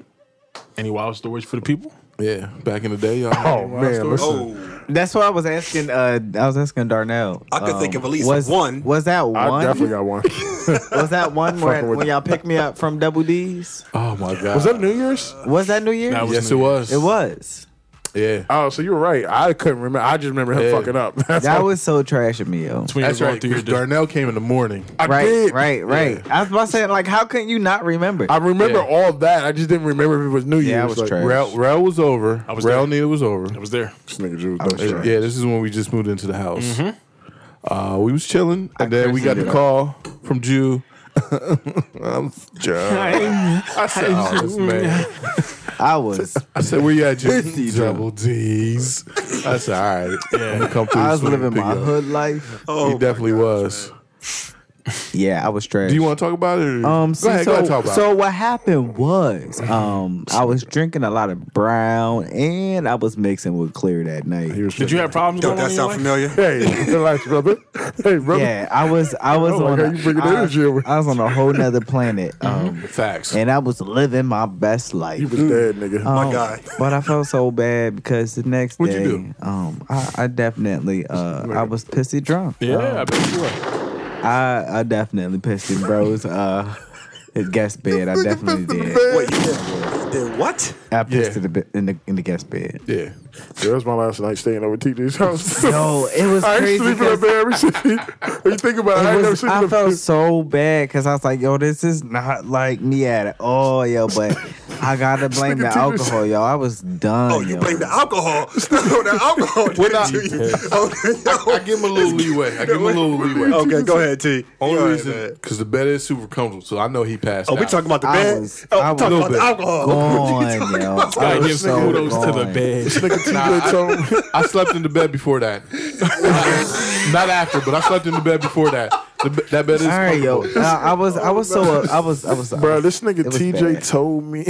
Speaker 3: Any wild stories for the people?
Speaker 5: Yeah, back in the day, y'all.
Speaker 2: Oh
Speaker 5: Wild
Speaker 2: man,
Speaker 5: story.
Speaker 2: listen.
Speaker 7: Oh,
Speaker 4: That's why I was asking. Uh, I was asking Darnell.
Speaker 7: I could think of at least
Speaker 4: was,
Speaker 7: one.
Speaker 4: Was that one?
Speaker 2: I definitely got one.
Speaker 4: was that one where
Speaker 2: Fucking with-
Speaker 4: when y'all picked me up from Double D's?
Speaker 5: Oh my god.
Speaker 2: Was that New Year's?
Speaker 4: Was that New Year's?
Speaker 3: That was-
Speaker 5: Yes, it was.
Speaker 4: it was.
Speaker 5: Yeah.
Speaker 2: Oh, so you were right. I couldn't remember. I just remember him
Speaker 5: Yeah.
Speaker 2: fucking up. That's
Speaker 4: That
Speaker 2: all.
Speaker 4: was so trash of me, yo.
Speaker 3: Between
Speaker 5: That's
Speaker 3: going
Speaker 5: right.
Speaker 3: through your
Speaker 5: Because Darnell came in the morning.
Speaker 2: I
Speaker 4: Right,
Speaker 2: did.
Speaker 4: right, right. I was about to say, like, how couldn't you not remember?
Speaker 2: I remember
Speaker 5: Yeah.
Speaker 2: all that. I just didn't remember if it was New Year's.
Speaker 4: Yeah, I was
Speaker 2: like,
Speaker 4: trash.
Speaker 5: Rail, rail was over.
Speaker 3: was
Speaker 5: rail
Speaker 3: there.
Speaker 5: needle was over.
Speaker 3: I was there.
Speaker 2: This nigga Jew
Speaker 4: was
Speaker 2: does
Speaker 4: trash.
Speaker 2: shit.
Speaker 5: Yeah, this is when we just moved into the house. Uh, we was chilling, and then we got
Speaker 4: cursed
Speaker 5: the
Speaker 4: it up.
Speaker 5: call from Jew. I'm, I said, oh, this man.
Speaker 4: I was.
Speaker 5: I said, where you at, Jew?
Speaker 4: Pissy Jew.
Speaker 5: Double D's. I said, all right. I'm gonna come through
Speaker 4: I
Speaker 5: this
Speaker 4: was
Speaker 5: way and
Speaker 4: living
Speaker 5: pick
Speaker 4: my
Speaker 5: you up."
Speaker 4: hood life.
Speaker 5: he definitely was.
Speaker 4: Yeah, I was trash.
Speaker 5: Do you want to talk about it? Or?
Speaker 4: Um, see,
Speaker 5: go ahead,
Speaker 4: so,
Speaker 5: go ahead, talk about
Speaker 4: so
Speaker 5: it.
Speaker 4: what happened was, um, I was drinking a lot of brown and I was mixing with clear that night.
Speaker 3: Did you have problems?
Speaker 7: Don't
Speaker 3: Going
Speaker 7: that sound
Speaker 3: on
Speaker 7: familiar?
Speaker 2: Hey, relax, brother. Hey, brother.
Speaker 4: Yeah, I was, I was
Speaker 2: Oh my
Speaker 4: on,
Speaker 2: God,
Speaker 4: a-
Speaker 2: you bringing
Speaker 4: I-
Speaker 2: energy over. Mm-hmm.
Speaker 4: I was on a whole nother planet, um,
Speaker 5: Facts.
Speaker 4: and I was living my best life.
Speaker 2: You was dead, nigga.
Speaker 4: Um,
Speaker 7: my guy.
Speaker 4: But I felt so bad because the next
Speaker 5: What'd
Speaker 4: day,
Speaker 5: you
Speaker 4: um, I, I definitely, uh, I was pissy drunk.
Speaker 3: Yeah, I bet you were.
Speaker 4: I, I definitely pissed in bros. Uh, his guest bed. I definitely did.
Speaker 7: Wait, you did, you did what?
Speaker 4: I pissed
Speaker 5: Yeah.
Speaker 4: in, the, be- in the in the guest bed.
Speaker 5: yeah.
Speaker 2: Yeah, that was my last night staying over TJ's house.
Speaker 4: No, it was
Speaker 2: I
Speaker 4: crazy
Speaker 2: ain't sleeping up
Speaker 4: 'cause
Speaker 2: there every shit. you think about it, I
Speaker 4: it
Speaker 2: ain't never
Speaker 4: was,
Speaker 2: sleeping
Speaker 4: I
Speaker 2: up there.
Speaker 4: felt so bad because I was like, yo, this is not like me at all, yo. But I gotta blame the
Speaker 2: Nigga, dude, this-
Speaker 4: alcohol, yo. I was done.
Speaker 7: Oh, you
Speaker 4: yo.
Speaker 7: blame the alcohol. the alcohol did it to you.
Speaker 5: I give him a little leeway. I give him a little leeway.
Speaker 7: Okay, go ahead, T.
Speaker 5: Only
Speaker 7: You all right,
Speaker 5: reason,
Speaker 7: man.
Speaker 5: because the bed is super comfortable, so I know he passed.
Speaker 7: Oh, we
Speaker 5: out.
Speaker 7: talking about the
Speaker 4: I
Speaker 7: bed?
Speaker 4: was-
Speaker 7: oh,
Speaker 4: I
Speaker 7: we
Speaker 4: was
Speaker 7: talking
Speaker 5: a
Speaker 7: about the
Speaker 5: little
Speaker 7: alcohol.
Speaker 4: Gone, yo. I
Speaker 3: Gotta
Speaker 4: was
Speaker 3: give
Speaker 4: so
Speaker 3: some kudos to the
Speaker 4: gone.
Speaker 3: bed.
Speaker 2: Nigga, TJ
Speaker 5: I-
Speaker 2: told me.
Speaker 5: I slept in the bed before that. Not after, but I slept in the bed before that. The, be- that bed is
Speaker 4: All right, yo.
Speaker 5: comfortable.
Speaker 4: I, I was, I was so, uh, I was, I was, I
Speaker 2: Bro,
Speaker 4: was-
Speaker 2: this nigga
Speaker 4: it was
Speaker 2: TJ
Speaker 4: bad.
Speaker 2: told me.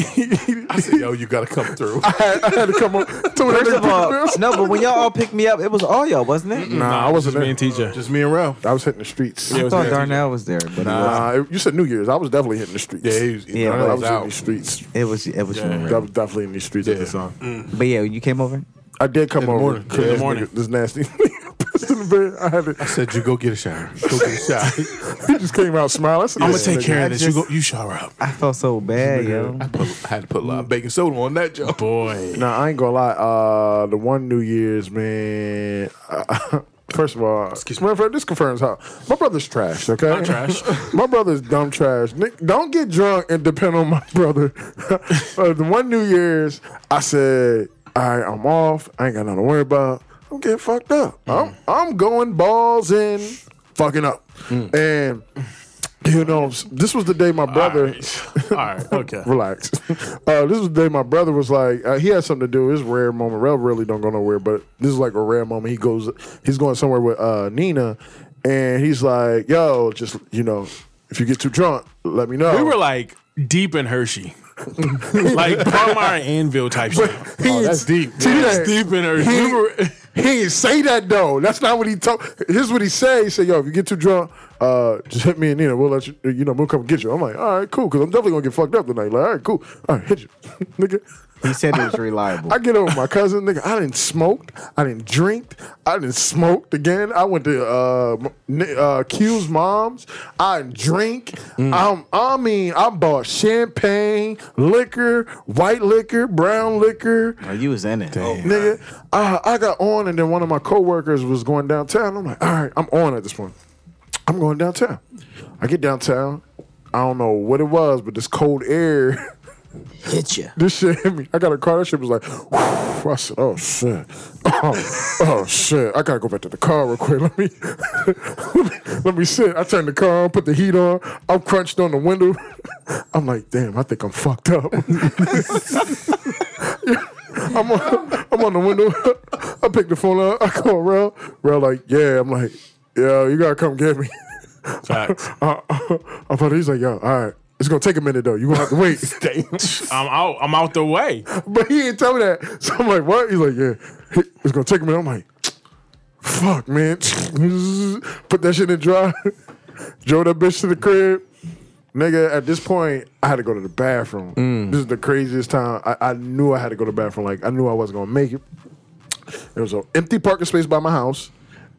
Speaker 5: I said, yo, you gotta come through.
Speaker 2: I, had, I had to come up.
Speaker 4: First of all, no, but when y'all all picked me up, it was all y'all, wasn't it?
Speaker 2: nah, I wasn't
Speaker 3: Just me
Speaker 2: there.
Speaker 3: and TJ.
Speaker 5: Uh, Just me and Ralph.
Speaker 2: I was hitting the streets.
Speaker 3: Yeah, it
Speaker 4: I
Speaker 3: was
Speaker 4: thought
Speaker 3: me and
Speaker 4: Darnell was there, but
Speaker 2: Nah, it- you said New Year's. I was definitely hitting the streets.
Speaker 5: Yeah, he was,
Speaker 4: Yeah,
Speaker 5: I
Speaker 2: I
Speaker 5: was
Speaker 2: was in
Speaker 5: out.
Speaker 2: these streets.
Speaker 4: it was, it was. you and
Speaker 2: I
Speaker 4: Ray.
Speaker 2: was definitely in these streets at
Speaker 5: Yeah.
Speaker 2: the time.
Speaker 4: But yeah, you came over.
Speaker 2: I did come
Speaker 5: the
Speaker 2: over.
Speaker 5: morning.
Speaker 2: because
Speaker 5: Yeah, in the
Speaker 2: this
Speaker 3: morning.
Speaker 2: nigga- This nasty. pissed in the bed. I had
Speaker 5: I
Speaker 2: to,
Speaker 5: said, you go get a shower. Go get a shower.
Speaker 2: he just came out smiling.
Speaker 3: I'm gonna take care of this. You
Speaker 4: just-
Speaker 3: go. You shower up,
Speaker 4: I felt so bad, yo.
Speaker 5: I, put, I had to put a lot of baking soda on that job.
Speaker 3: boy.
Speaker 2: Nah, I ain't gonna lie. Uh, the one New Year's, man. first of all, excuse me. This confirms how my brother's trash. Okay,
Speaker 3: I'm trash.
Speaker 2: my brother's dumb trash. Nick, don't get drunk and depend on my brother. Uh, the one New Year's, I said, "All right, I'm off. I ain't got nothing to worry about. I'm getting fucked up.
Speaker 3: Mm.
Speaker 2: I'm I'm going balls in, fucking up,
Speaker 3: Mm.
Speaker 2: and." You know, this was the day my brother
Speaker 3: All right. Okay.
Speaker 2: relax. Uh, this was the day my brother was like, uh, he had something to do. It's a rare moment. Rel really don't go nowhere, but this is like a rare moment. He goes, he's going somewhere with uh, Nina, and he's like, yo, just you know, if you get too drunk, let me know.
Speaker 3: We were like deep in Hershey, like Palmyra Anville type shit.
Speaker 2: he ain't-
Speaker 5: that's deep.
Speaker 2: See that?
Speaker 3: Oh, Deep in Hershey.
Speaker 2: He,
Speaker 3: We were-
Speaker 2: he ain't say that though. That's not what he told. Here's what he said. He said, "Yo, if you get too drunk, uh, just hit me and Nina. We'll let you. You know, we'll come get you." I'm like, "All right, cool," because I'm definitely gonna get fucked up tonight. Like, all right, cool. All right, hit you, nigga.
Speaker 4: He said it was reliable.
Speaker 2: I get over my cousin, nigga. I didn't smoke. I didn't drink. I didn't smoked again. I went to uh, m- ni- uh, Q's mom's. I didn't drink. I'm, I mean, I bought champagne, liquor, white liquor, brown liquor.
Speaker 4: Oh, you was in it.
Speaker 2: Nigga, I, I got on, and then one of my coworkers was going downtown. I'm like, all right, I'm on at this point. I'm going downtown. I get downtown. I don't know what it was, but this cold air.
Speaker 4: Hit you.
Speaker 2: This shit hit me. I got a car. That shit was like, whew. I said, oh shit, oh, oh, shit. I gotta go back to the car real quick. Let me, let me, let me sit. I turned the car on, put the heat on. I'm crunched on the window. I'm like, damn, I think I'm fucked up. I'm on, I'm on the window. I pick the phone up. I call Rel. Rel like, yeah. I'm like, yo, you gotta come get me.
Speaker 3: Facts.
Speaker 2: Uh, I thought he's like, yo, all right. It's gonna take a minute though. You gonna have to wait.
Speaker 3: I'm out. I'm out the way.
Speaker 2: But he didn't tell me that. So I'm like, what? He's like, yeah, it's gonna take a minute. I'm like, fuck, man. Put that shit in dry. Drove that bitch to the crib. Nigga, at this point, I had to go to the bathroom. This is the craziest time. I, I knew I had to go to the bathroom. Like, I knew I wasn't gonna make it. There was an empty parking space by my house.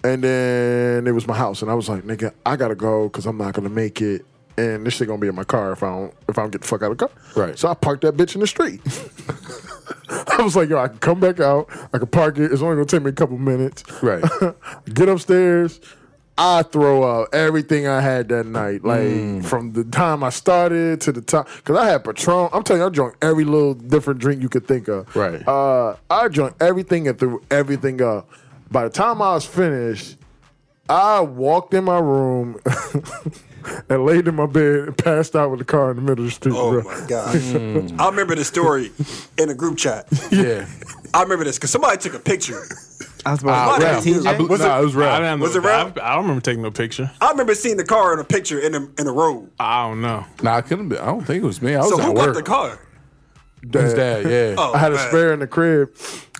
Speaker 2: And then it was my house. And I was like, nigga, I gotta go because I'm not gonna make it. And this shit gonna be in my car if I don't if I don't get the fuck out of the car.
Speaker 5: Right.
Speaker 2: So I parked that bitch in the street. I was like, yo, I can come back out. I can park it. It's only gonna take me a couple minutes.
Speaker 5: Right.
Speaker 2: Get upstairs. I throw out everything I had that night, like from the time I started to the time, because I had Patron. I'm telling you, I drank every little different drink you could think of.
Speaker 5: Right.
Speaker 2: Uh, I drank everything and threw everything up. By the time I was finished, I walked in my room and laid in my bed and passed out with the car in the middle of the street. bro.
Speaker 7: Oh my god! Hmm. I remember the story in a group chat.
Speaker 5: Yeah.
Speaker 7: I remember this because somebody took a picture
Speaker 4: I was about to
Speaker 5: Uh, Raph.
Speaker 4: say,
Speaker 5: I
Speaker 4: TJ.
Speaker 5: bel- nah, it was
Speaker 3: I,
Speaker 5: rap.
Speaker 3: didn't have
Speaker 6: Was
Speaker 3: no-
Speaker 6: it rap?
Speaker 3: I, I don't remember taking no picture.
Speaker 6: I remember seeing the car in a picture in the in the road.
Speaker 3: I don't know.
Speaker 5: Nah, I couldn't be. I don't think it was me. I was
Speaker 6: So
Speaker 5: at
Speaker 6: who got
Speaker 5: work.
Speaker 6: the car?
Speaker 5: His dad, yeah.
Speaker 6: Oh,
Speaker 2: I had a
Speaker 6: man.
Speaker 2: spare in the crib,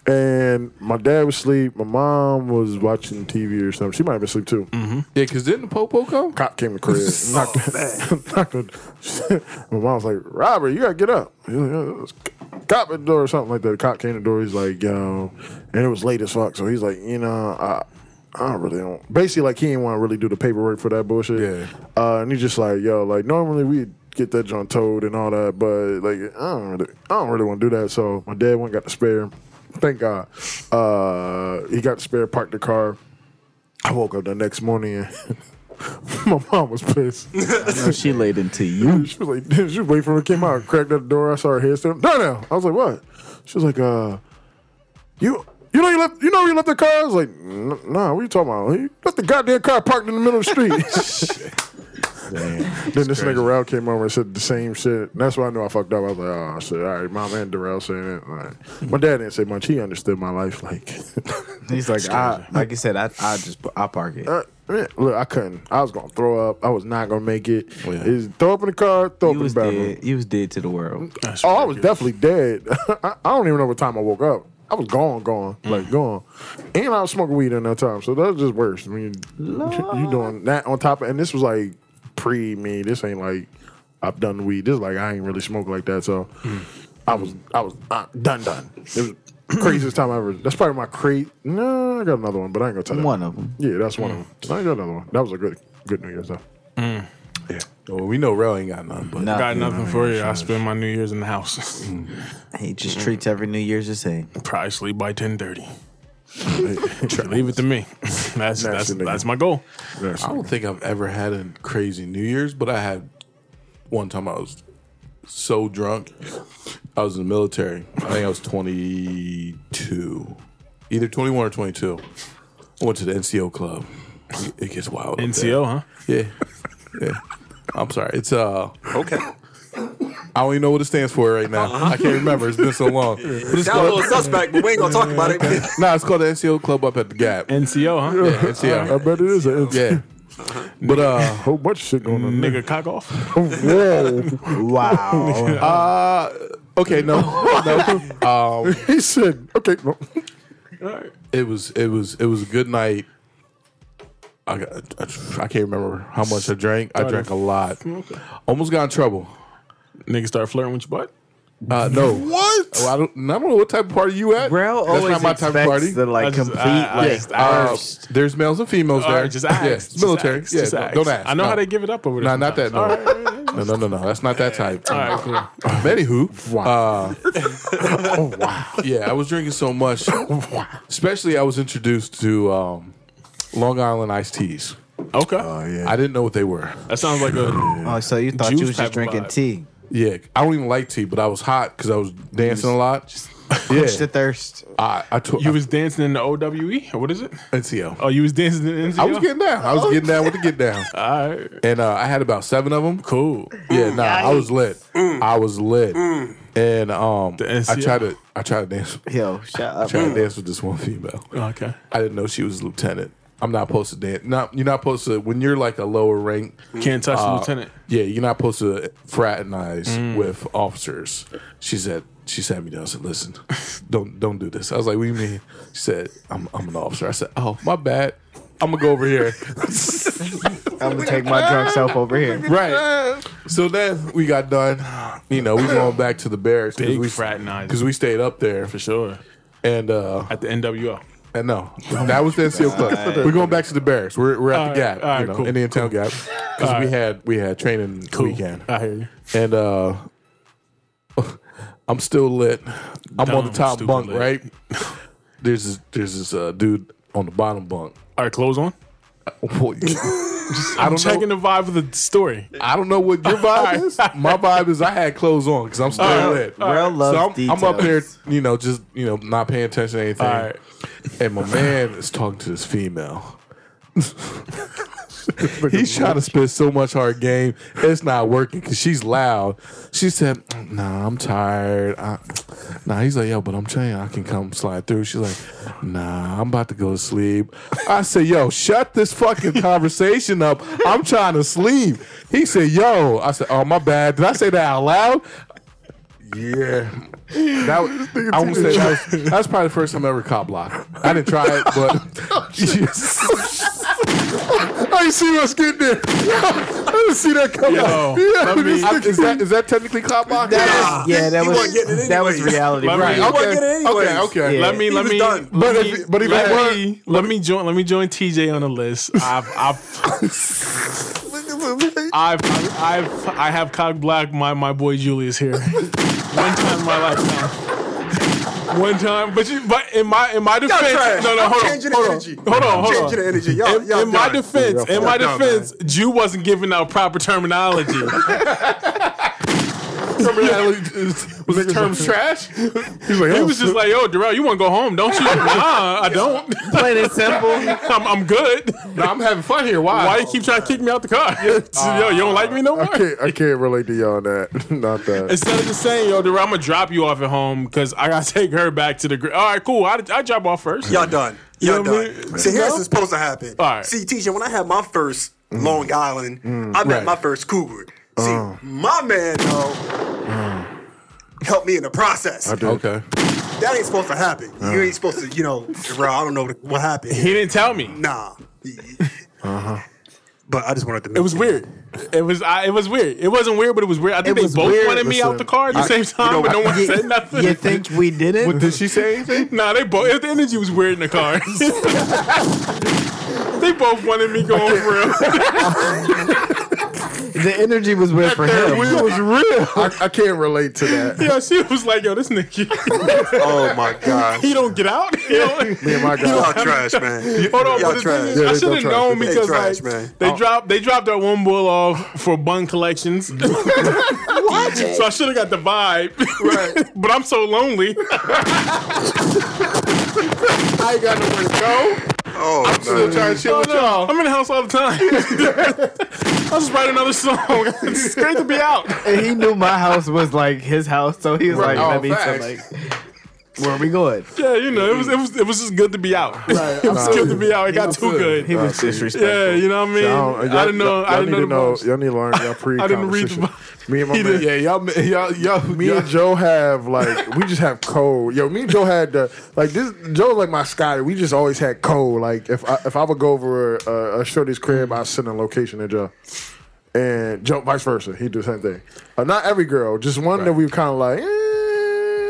Speaker 2: and my dad was asleep. My mom was watching TV or something. She might have been asleep too.
Speaker 5: Yeah, because didn't the Popo come?
Speaker 2: Cop came to the crib, knocked, knocked on- My mom was like, "Robert, you gotta get up." He was like, Cop at the door or something like that. The cop came to the door. He's like, "Yo," and it was late as fuck. So he's like, "You know, I, I really don't." Basically, like he didn't want to really do the paperwork for that bullshit.
Speaker 5: Yeah.
Speaker 2: Uh, and he's just like, yo, like normally we get that joint towed and all that, but like I don't really, I don't really want to do that. So my dad went and got the spare. Thank God, uh, he got the spare, parked the car. I woke up the next morning and my mom was pissed. she
Speaker 4: No, she laid into you.
Speaker 2: was like, she was waiting for her came out, cracked at the door. I saw her head stand. up. No, no. I was like, what? She was like, uh, you. You know you left. You know where you left the car. I was like, "N- nah. What you talking about? You left the goddamn car parked in the middle of the street. Then this nigga Ralph came over and said the same shit. And that's why I knew I fucked up. I was like, oh shit, all right, mom and Darrell saying it. Like, my dad didn't say much. He understood my life. Like,
Speaker 4: He's like, I, like you said, I, I just, I park it.
Speaker 2: uh, man, look, I couldn't. I was gonna throw up. I was not gonna make it.
Speaker 5: Yeah.
Speaker 2: Is throw up in the car, throw
Speaker 4: Oh,
Speaker 2: up
Speaker 4: You
Speaker 2: in
Speaker 4: was
Speaker 2: the bathroom.
Speaker 4: dead. You was dead to the world.
Speaker 2: Oh, I was definitely dead. I, I don't even know what time I woke up. I was gone, gone,
Speaker 4: Mm-hmm.
Speaker 2: like gone. And I was smoking weed in that time, so that was just worse. I mean, you doing that on top of, and this was like pre me. This ain't like I've done weed. This is like I ain't really smoking like that. So
Speaker 4: Mm.
Speaker 2: I was, I was uh, done, done. It was craziest time ever. That's probably my crazy. No, I got another one, but I ain't gonna tell that.
Speaker 4: One of them.
Speaker 2: Yeah, that's one of them. I ain't got another one. That was a good, good New Year's though.
Speaker 5: Well, we know Rel ain't got none, but
Speaker 4: No,
Speaker 3: Got nothing for you. I spend my New Year's in the house.
Speaker 5: Mm.
Speaker 4: he just treats every New Year's the same.
Speaker 3: Probably sleep by ten thirty. Leave it to me. That's that's
Speaker 2: nigga.
Speaker 3: that's my goal.
Speaker 5: I don't think I've ever had a crazy New Year's, but I had one time I was so drunk. I was in the military. I think I was 22, either 21 or 22. I went to the NCO club. It gets wild. up there.
Speaker 3: NCO, huh?
Speaker 5: Yeah. Yeah. I'm sorry. It's uh
Speaker 6: Okay.
Speaker 5: I don't even know what it stands for right now. I can't remember. It's been so long. But it's
Speaker 6: Sound a
Speaker 5: called,
Speaker 6: little suspect, but we ain't gonna talk about it.
Speaker 5: nah, it's called the NCO club up at the gap.
Speaker 3: NCO, huh?
Speaker 5: Yeah, NCO.
Speaker 2: I bet it is. A, it's
Speaker 5: Yeah. But uh
Speaker 2: a whole bunch of shit going on. there.
Speaker 3: Nigga, cock off.
Speaker 2: Whoa.
Speaker 4: Wow.
Speaker 5: uh okay, no. No. Um
Speaker 2: He said, okay, no.
Speaker 5: it was it was it was a good night. I got, I can't remember how much I drank. I drank a lot. Almost got in trouble.
Speaker 3: Nigga, start flirting with your butt.
Speaker 5: Uh, no. What? I don't, I don't know what type of party you at.
Speaker 4: Rel
Speaker 5: That's
Speaker 4: always
Speaker 5: not my type of party.
Speaker 4: the
Speaker 3: I
Speaker 4: like
Speaker 3: just-
Speaker 4: complete
Speaker 3: I- I
Speaker 4: like
Speaker 3: just- I-
Speaker 5: Uh, there's males and females
Speaker 3: All
Speaker 5: there.
Speaker 3: right, just ask.
Speaker 5: Yeah,
Speaker 3: Just
Speaker 5: military.
Speaker 3: ask.
Speaker 5: yeah,
Speaker 3: Just
Speaker 5: don't,
Speaker 3: ask.
Speaker 5: don't ask.
Speaker 3: I know
Speaker 5: No.
Speaker 3: how they give it up over there.
Speaker 5: Nah, not that. No.
Speaker 3: sometimes. All right.
Speaker 5: no, no, no, no. That's not that type.
Speaker 3: All right, cool.
Speaker 5: Anywho, wow.
Speaker 3: Oh,
Speaker 5: wow. Yeah, I was drinking so much. Especially, I was introduced to um, Long Island iced teas.
Speaker 3: Okay.
Speaker 5: I didn't know what they were.
Speaker 3: that sounds like a.
Speaker 4: Oh, so you thought
Speaker 3: Juice
Speaker 4: you was
Speaker 3: type
Speaker 4: just
Speaker 3: of
Speaker 4: drinking
Speaker 3: vibe.
Speaker 4: tea?
Speaker 5: Yeah, I don't even like tea, but I was hot because I was dancing a lot.
Speaker 4: Quench the
Speaker 5: Yeah,
Speaker 4: thirst.
Speaker 5: I, I took uh,
Speaker 3: You was dancing in the OWE? Or what is it?
Speaker 5: NCO.
Speaker 3: Oh, you was dancing in the NCO?
Speaker 5: I was getting down. I was getting down with the get down,
Speaker 3: All right.
Speaker 5: and uh, I had about seven of them.
Speaker 3: Cool.
Speaker 5: Yeah, nah, I was lit. I was lit, and um, I
Speaker 3: NCO.
Speaker 5: tried to, I tried to dance,
Speaker 4: Yo, shut up.
Speaker 3: Mm.
Speaker 5: tried to dance with this one female.
Speaker 3: Okay.
Speaker 5: I didn't know she was a lieutenant. I'm not supposed to dance. Not you're not supposed to when you're like a lower rank.
Speaker 3: Can't touch the
Speaker 5: uh,
Speaker 3: lieutenant. Mm.
Speaker 5: Yeah, you're not supposed to fraternize with officers. She said. She sat me down. and said, "Listen, don't don't do this." I was like, "What do you mean?" She said, "I'm I'm an officer." I said, "Oh, my bad. I'm gonna go over here."
Speaker 4: I'm gonna take my drunk self over here.
Speaker 5: Right. So then we got done. You know, we going back to the barracks
Speaker 3: Big
Speaker 5: we
Speaker 3: fraternizing.
Speaker 5: because we stayed up there
Speaker 3: For sure.
Speaker 5: and uh
Speaker 3: At the NWO.
Speaker 5: and no, that was the NCO club. We're going back to the barracks. We're we're at
Speaker 3: All right,
Speaker 5: the gap,
Speaker 3: all right,
Speaker 5: you know,
Speaker 3: cool,
Speaker 5: Indian Town Gap, because we had we had training weekend,
Speaker 3: I hear you.
Speaker 5: and uh I'm still lit. I'm on the
Speaker 3: Dumb,
Speaker 5: top
Speaker 3: stupid
Speaker 5: bunk,
Speaker 3: lit.
Speaker 5: right? There's this, there's this uh, dude on the bottom bunk.
Speaker 3: All right, clothes on.
Speaker 5: I don't know.
Speaker 3: Checking the vibe of the story.
Speaker 5: I don't know what your vibe is. My vibe is I had clothes on because I'm still lit.
Speaker 4: Rel loves
Speaker 5: so I'm, I'm up there,
Speaker 4: details.
Speaker 5: you know, just you know, not paying attention to anything.
Speaker 3: All right.
Speaker 5: And my man is talking to this female. He's trying to spit so much hard game. It's not working because she's loud. She said, "Nah, I'm tired." I, nah, he's like, "Yo, but I'm trying. I can come slide through." She's like, "Nah, I'm about to go to sleep." I said, "Yo, shut this fucking conversation up. I'm trying to sleep." He said, "Yo," I said, "Oh, my bad. Did I say that out loud?" Yeah, that was, I want to say that was, that was probably the first time I ever cop blocked. I didn't try it, but
Speaker 2: I didn't see us getting there. I didn't see that come out. Yeah,
Speaker 5: I mean,
Speaker 2: this nigga-
Speaker 5: is that is that technically cop block?
Speaker 4: That was, yeah, that
Speaker 7: he
Speaker 4: was
Speaker 7: wasn't getting it
Speaker 4: that was
Speaker 7: anyways.
Speaker 4: reality.
Speaker 3: Let me-
Speaker 5: right.
Speaker 3: He
Speaker 5: Okay.
Speaker 3: wasn't
Speaker 7: getting it anyways.
Speaker 5: okay. Okay.
Speaker 4: Yeah.
Speaker 3: Let me, let
Speaker 7: was
Speaker 3: me,
Speaker 7: done.
Speaker 3: let
Speaker 2: But
Speaker 3: me-
Speaker 2: if- but if
Speaker 3: let
Speaker 2: that were-
Speaker 3: me, let me join, let me join TJ on the list. I've, I've, I've, I've, I have cock blocked my my boy Julius here. One time in my lifetime. One time, but you, but in my in my defense,
Speaker 7: trash.
Speaker 3: no, no,
Speaker 7: I'm
Speaker 3: hold on,
Speaker 7: changing the
Speaker 3: hold
Speaker 7: energy.
Speaker 3: on, hold on, hold on.
Speaker 7: Changing the energy. Y'all-
Speaker 3: in
Speaker 7: y'all
Speaker 3: in my
Speaker 7: done.
Speaker 3: defense, in my
Speaker 7: Y'all done,
Speaker 3: defense, Jew wasn't giving out proper terminology.
Speaker 5: Was the term trash?
Speaker 2: He's like,
Speaker 3: He
Speaker 2: oh,
Speaker 3: was just
Speaker 2: so-
Speaker 3: like, "Yo, Darrell, you want to go home, don't you?" Nah, I don't.
Speaker 4: Plain and simple.
Speaker 3: I'm, I'm good.
Speaker 5: No, I'm having fun here. Why?
Speaker 3: Why you keep trying to kick me out the car? yo, you don't like me no more.
Speaker 2: I can't, I can't relate to y'all on that. Not that.
Speaker 3: Instead of just saying, "Yo, Darrell, I'm gonna drop you off at home because I gotta take her back to the." Gr- All right, cool. I I drop off first.
Speaker 7: Y'all done. Y'all
Speaker 3: know what I
Speaker 7: done.
Speaker 3: mean?
Speaker 7: See, here's what's supposed to happen.
Speaker 3: All right.
Speaker 7: See, TJ, when I had my first Long Island, I met
Speaker 5: right.
Speaker 7: my first cougar. See, my man though Mm. helped me in the process.
Speaker 5: Okay.
Speaker 7: That ain't supposed to happen. You ain't supposed to, you know, bro. I don't know what, what happened.
Speaker 3: He didn't tell me.
Speaker 7: nah. Uh-huh. But I just wanted to.
Speaker 3: It was weird. It was I, it was weird. It wasn't weird, but it was weird. I think
Speaker 4: It
Speaker 3: they
Speaker 4: was
Speaker 3: both
Speaker 4: weird.
Speaker 3: wanted me out
Speaker 2: Listen,
Speaker 3: the car at the same time, but no one said nothing.
Speaker 4: You think we didn't?
Speaker 5: Did she say anything?
Speaker 3: Nah, they both. The energy was weird in the car. they both wanted me going for real.
Speaker 4: the energy was weird for
Speaker 2: That
Speaker 4: him.
Speaker 2: wheel was real. I, I can't relate to that.
Speaker 3: Yeah, she was like, "Yo, this nigga,
Speaker 7: oh my god.
Speaker 3: he don't get out." You know?
Speaker 2: Me and my guy.
Speaker 7: Y'all trash, man.
Speaker 3: Hold on,
Speaker 7: Y'all
Speaker 3: but the
Speaker 7: trash.
Speaker 3: thing is,
Speaker 2: Yeah,
Speaker 3: I
Speaker 2: they
Speaker 3: should have
Speaker 2: trash.
Speaker 3: known
Speaker 2: They
Speaker 3: because
Speaker 7: trash,
Speaker 3: like
Speaker 7: man.
Speaker 3: they dropped they dropped that one bull off for bun collections. what? So I should have got the vibe, right? but I'm so lonely.
Speaker 2: I ain't got nowhere to go.
Speaker 7: Oh, I'm
Speaker 2: Still trying to chill with y'all.
Speaker 3: I'm in the house all the time. I'll just write another song. it's great to be out.
Speaker 4: And he knew my house was like his house, so he was
Speaker 5: Right.
Speaker 4: like,
Speaker 5: Oh,
Speaker 4: let me tell, like,
Speaker 5: facts.
Speaker 4: where are we going?
Speaker 3: Yeah, you know, it was it was it was just good to be out. it was good to be out. It got too good.
Speaker 4: He was disrespectful.
Speaker 3: Yeah, you know what I mean.
Speaker 2: Y'all-
Speaker 3: I
Speaker 2: y'all-
Speaker 3: didn't know.
Speaker 2: y'all
Speaker 3: I didn't
Speaker 2: need
Speaker 3: know.
Speaker 2: to
Speaker 3: the
Speaker 2: know.
Speaker 3: vibes.
Speaker 2: Y'all need to learn y'all pre
Speaker 3: I didn't read the
Speaker 2: conversation. Me and my
Speaker 3: He
Speaker 2: man,
Speaker 3: didn't-
Speaker 5: Yeah, y'all, y'all, y'all,
Speaker 2: me and Joe have like we just have cold. Yo, me and Joe had the like this. Joe like my sky. We just always had cold. Like if I if I would go over a, a shorty's crib, I send a location to Joe, and Joe vice versa. He do the same thing. Uh, not every girl, just one that we were kind of like. eh,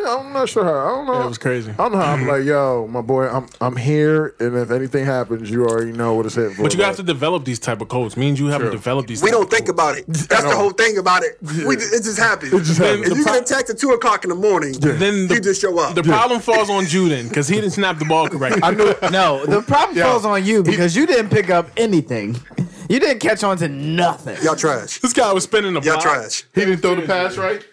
Speaker 2: I'm not sure how. I don't know.
Speaker 3: Yeah, it was crazy.
Speaker 2: I don't know. How. I'm like, yo, my boy, I'm I'm here, and if anything happens, you already know what it's hit for.
Speaker 3: But you
Speaker 2: like,
Speaker 3: have to develop these type of codes. Me and you haven't developed these.
Speaker 7: We
Speaker 3: type
Speaker 7: don't think about it. That's the whole thing about it. We, it just happens.
Speaker 2: just happens.
Speaker 7: If you get attacked at two o'clock in the morning,
Speaker 3: Then the-
Speaker 7: you just show up.
Speaker 3: The problem falls on Juden because he didn't snap the ball correctly.
Speaker 2: I knew.
Speaker 4: No, the problem falls on you because you didn't pick up anything. You didn't catch on to nothing.
Speaker 7: Y'all trash.
Speaker 3: this guy was spinning the
Speaker 7: Y'all
Speaker 3: ball.
Speaker 7: trash.
Speaker 5: he didn't throw the pass right.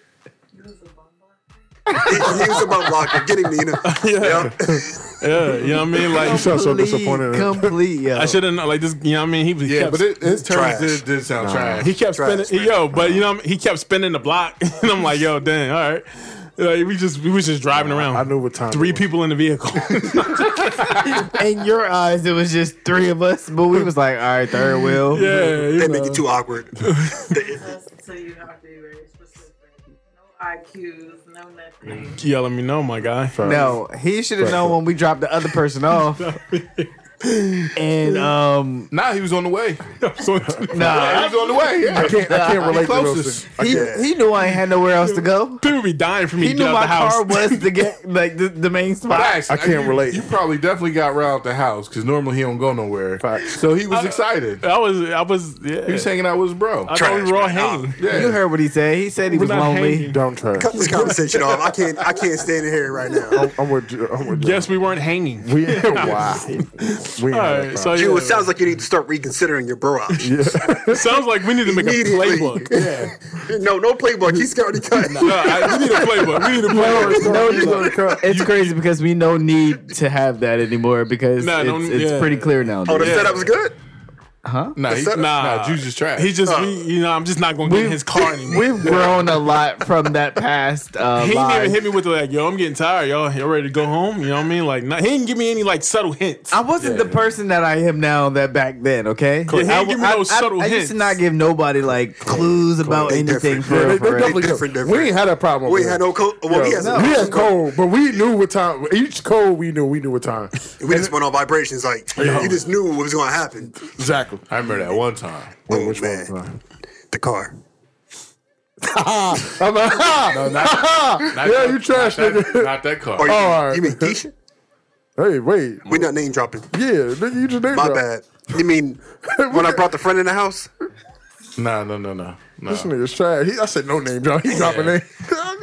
Speaker 7: he, he was about blocking, getting me. Yeah. yeah.
Speaker 3: Yeah, you know what I mean. Like
Speaker 2: sound so disappointed.
Speaker 4: Complete, yo.
Speaker 3: I should have like this. You know what I mean. He was
Speaker 5: Yeah,
Speaker 3: kept,
Speaker 5: but it, his
Speaker 7: Trash.
Speaker 5: terms did, did sound trash.
Speaker 3: he kept
Speaker 7: Trash,
Speaker 3: spinning. Yo, but you know what I mean? he kept spinning the block, and I'm like, yo, dang, all right. Like, we just we was just driving around.
Speaker 2: I knew what time. it
Speaker 3: Three
Speaker 2: was.
Speaker 3: people in the vehicle.
Speaker 4: In your eyes, it was just three of us, but we was like, all right, third wheel.
Speaker 3: yeah, you
Speaker 7: They
Speaker 3: know.
Speaker 7: make it too awkward.
Speaker 1: So you have to be very specific. No IQs, no nothing.
Speaker 3: Yeah, let me know, my guy.
Speaker 4: No, he should have known when we dropped the other person off. and um,
Speaker 5: Nah, he was on the way.
Speaker 3: So-
Speaker 5: He
Speaker 4: nah,
Speaker 5: was on the way. Yeah.
Speaker 2: I can't. I can't relate to those.
Speaker 5: Closest.
Speaker 2: things.
Speaker 4: he, he knew I ain't had nowhere else to go.
Speaker 3: people be dying for me
Speaker 4: He
Speaker 3: to
Speaker 4: knew
Speaker 3: get out
Speaker 4: my
Speaker 3: the house.
Speaker 4: car was the get like the, the main spot.
Speaker 5: Facts.
Speaker 2: I can't
Speaker 5: You-
Speaker 2: relate.
Speaker 5: You probably definitely got round the house because normally he don't go nowhere.
Speaker 2: Facts.
Speaker 5: So he was excited.
Speaker 3: I was, I was, yeah.
Speaker 5: He was hanging out with his bro.
Speaker 3: I thought we were all hanging.
Speaker 5: yeah.
Speaker 4: You heard what he said. He said he
Speaker 3: We're
Speaker 4: was
Speaker 3: not
Speaker 4: lonely.
Speaker 3: hanging.
Speaker 2: Don't try.
Speaker 7: Cut this conversation off. I can't. I can't stand it here right now.
Speaker 2: I'm, I'm with. you. I'm with. you.
Speaker 3: Yes, we weren't hanging.
Speaker 2: We wow. We ain't
Speaker 3: all
Speaker 2: had
Speaker 3: right,
Speaker 2: that problem.
Speaker 3: so Oh, yeah,
Speaker 7: Dude, it sounds like you need to start reconsidering your bro options.
Speaker 3: sounds like we need to make a
Speaker 7: Immediately.
Speaker 3: playbook.
Speaker 7: No, no playbook. He's already cut.
Speaker 3: No, I, we need a playbook. We need a playbook.
Speaker 4: No, it's crazy because we no need to have that anymore because
Speaker 3: Nah,
Speaker 4: it's,
Speaker 3: don't-
Speaker 4: it's
Speaker 3: yeah.
Speaker 4: pretty clear now.
Speaker 7: Oh, the setup's good.
Speaker 4: Huh?
Speaker 5: Nah, he's, nah, nah, Juice is trash.
Speaker 3: He's just, we, you know, I'm just not gonna get in his car anymore.
Speaker 4: We've grown a lot from that past. Uh,
Speaker 3: He
Speaker 4: line.
Speaker 3: didn't even hit me with the like, yo, I'm getting tired, y'all. Y'all ready to go home? You know what I mean? Like, not, he didn't give me any like subtle hints.
Speaker 4: I wasn't the person that I am now that back then, okay?
Speaker 3: Correct.
Speaker 4: I,
Speaker 3: Yeah, he didn't give me no subtle
Speaker 4: I, I used
Speaker 3: hints.
Speaker 4: to not give nobody like clues about anything
Speaker 7: different.
Speaker 4: for,
Speaker 2: Yeah, they, they
Speaker 4: for
Speaker 2: definitely
Speaker 4: it.
Speaker 2: different,
Speaker 7: Different,
Speaker 2: We
Speaker 7: different.
Speaker 2: ain't had that problem.
Speaker 7: We
Speaker 2: over
Speaker 7: had
Speaker 2: there.
Speaker 7: no code. Well, we had
Speaker 2: we had cold, but we knew what time. Each cold we knew. We knew what time.
Speaker 7: We just went on vibrations. Like you just knew what was going to happen.
Speaker 2: Exactly.
Speaker 5: I remember that one time.
Speaker 7: Oh man, the car.
Speaker 2: I'm like, ah! ha, ha,
Speaker 5: Not
Speaker 2: yeah,
Speaker 5: that-
Speaker 2: you trash
Speaker 5: not
Speaker 2: nigga.
Speaker 5: That, not that car.
Speaker 7: Or you,
Speaker 2: Oh, all right.
Speaker 7: you mean Keisha?
Speaker 2: Hey, wait.
Speaker 7: We not name dropping.
Speaker 2: Yeah, nigga, you just name
Speaker 7: My
Speaker 2: dropped.
Speaker 7: bad. You mean when I brought the friend in the house?
Speaker 5: Nah, no, no, no, no.
Speaker 2: This nigga's trash. He, I said no name, Joe. He dropping name.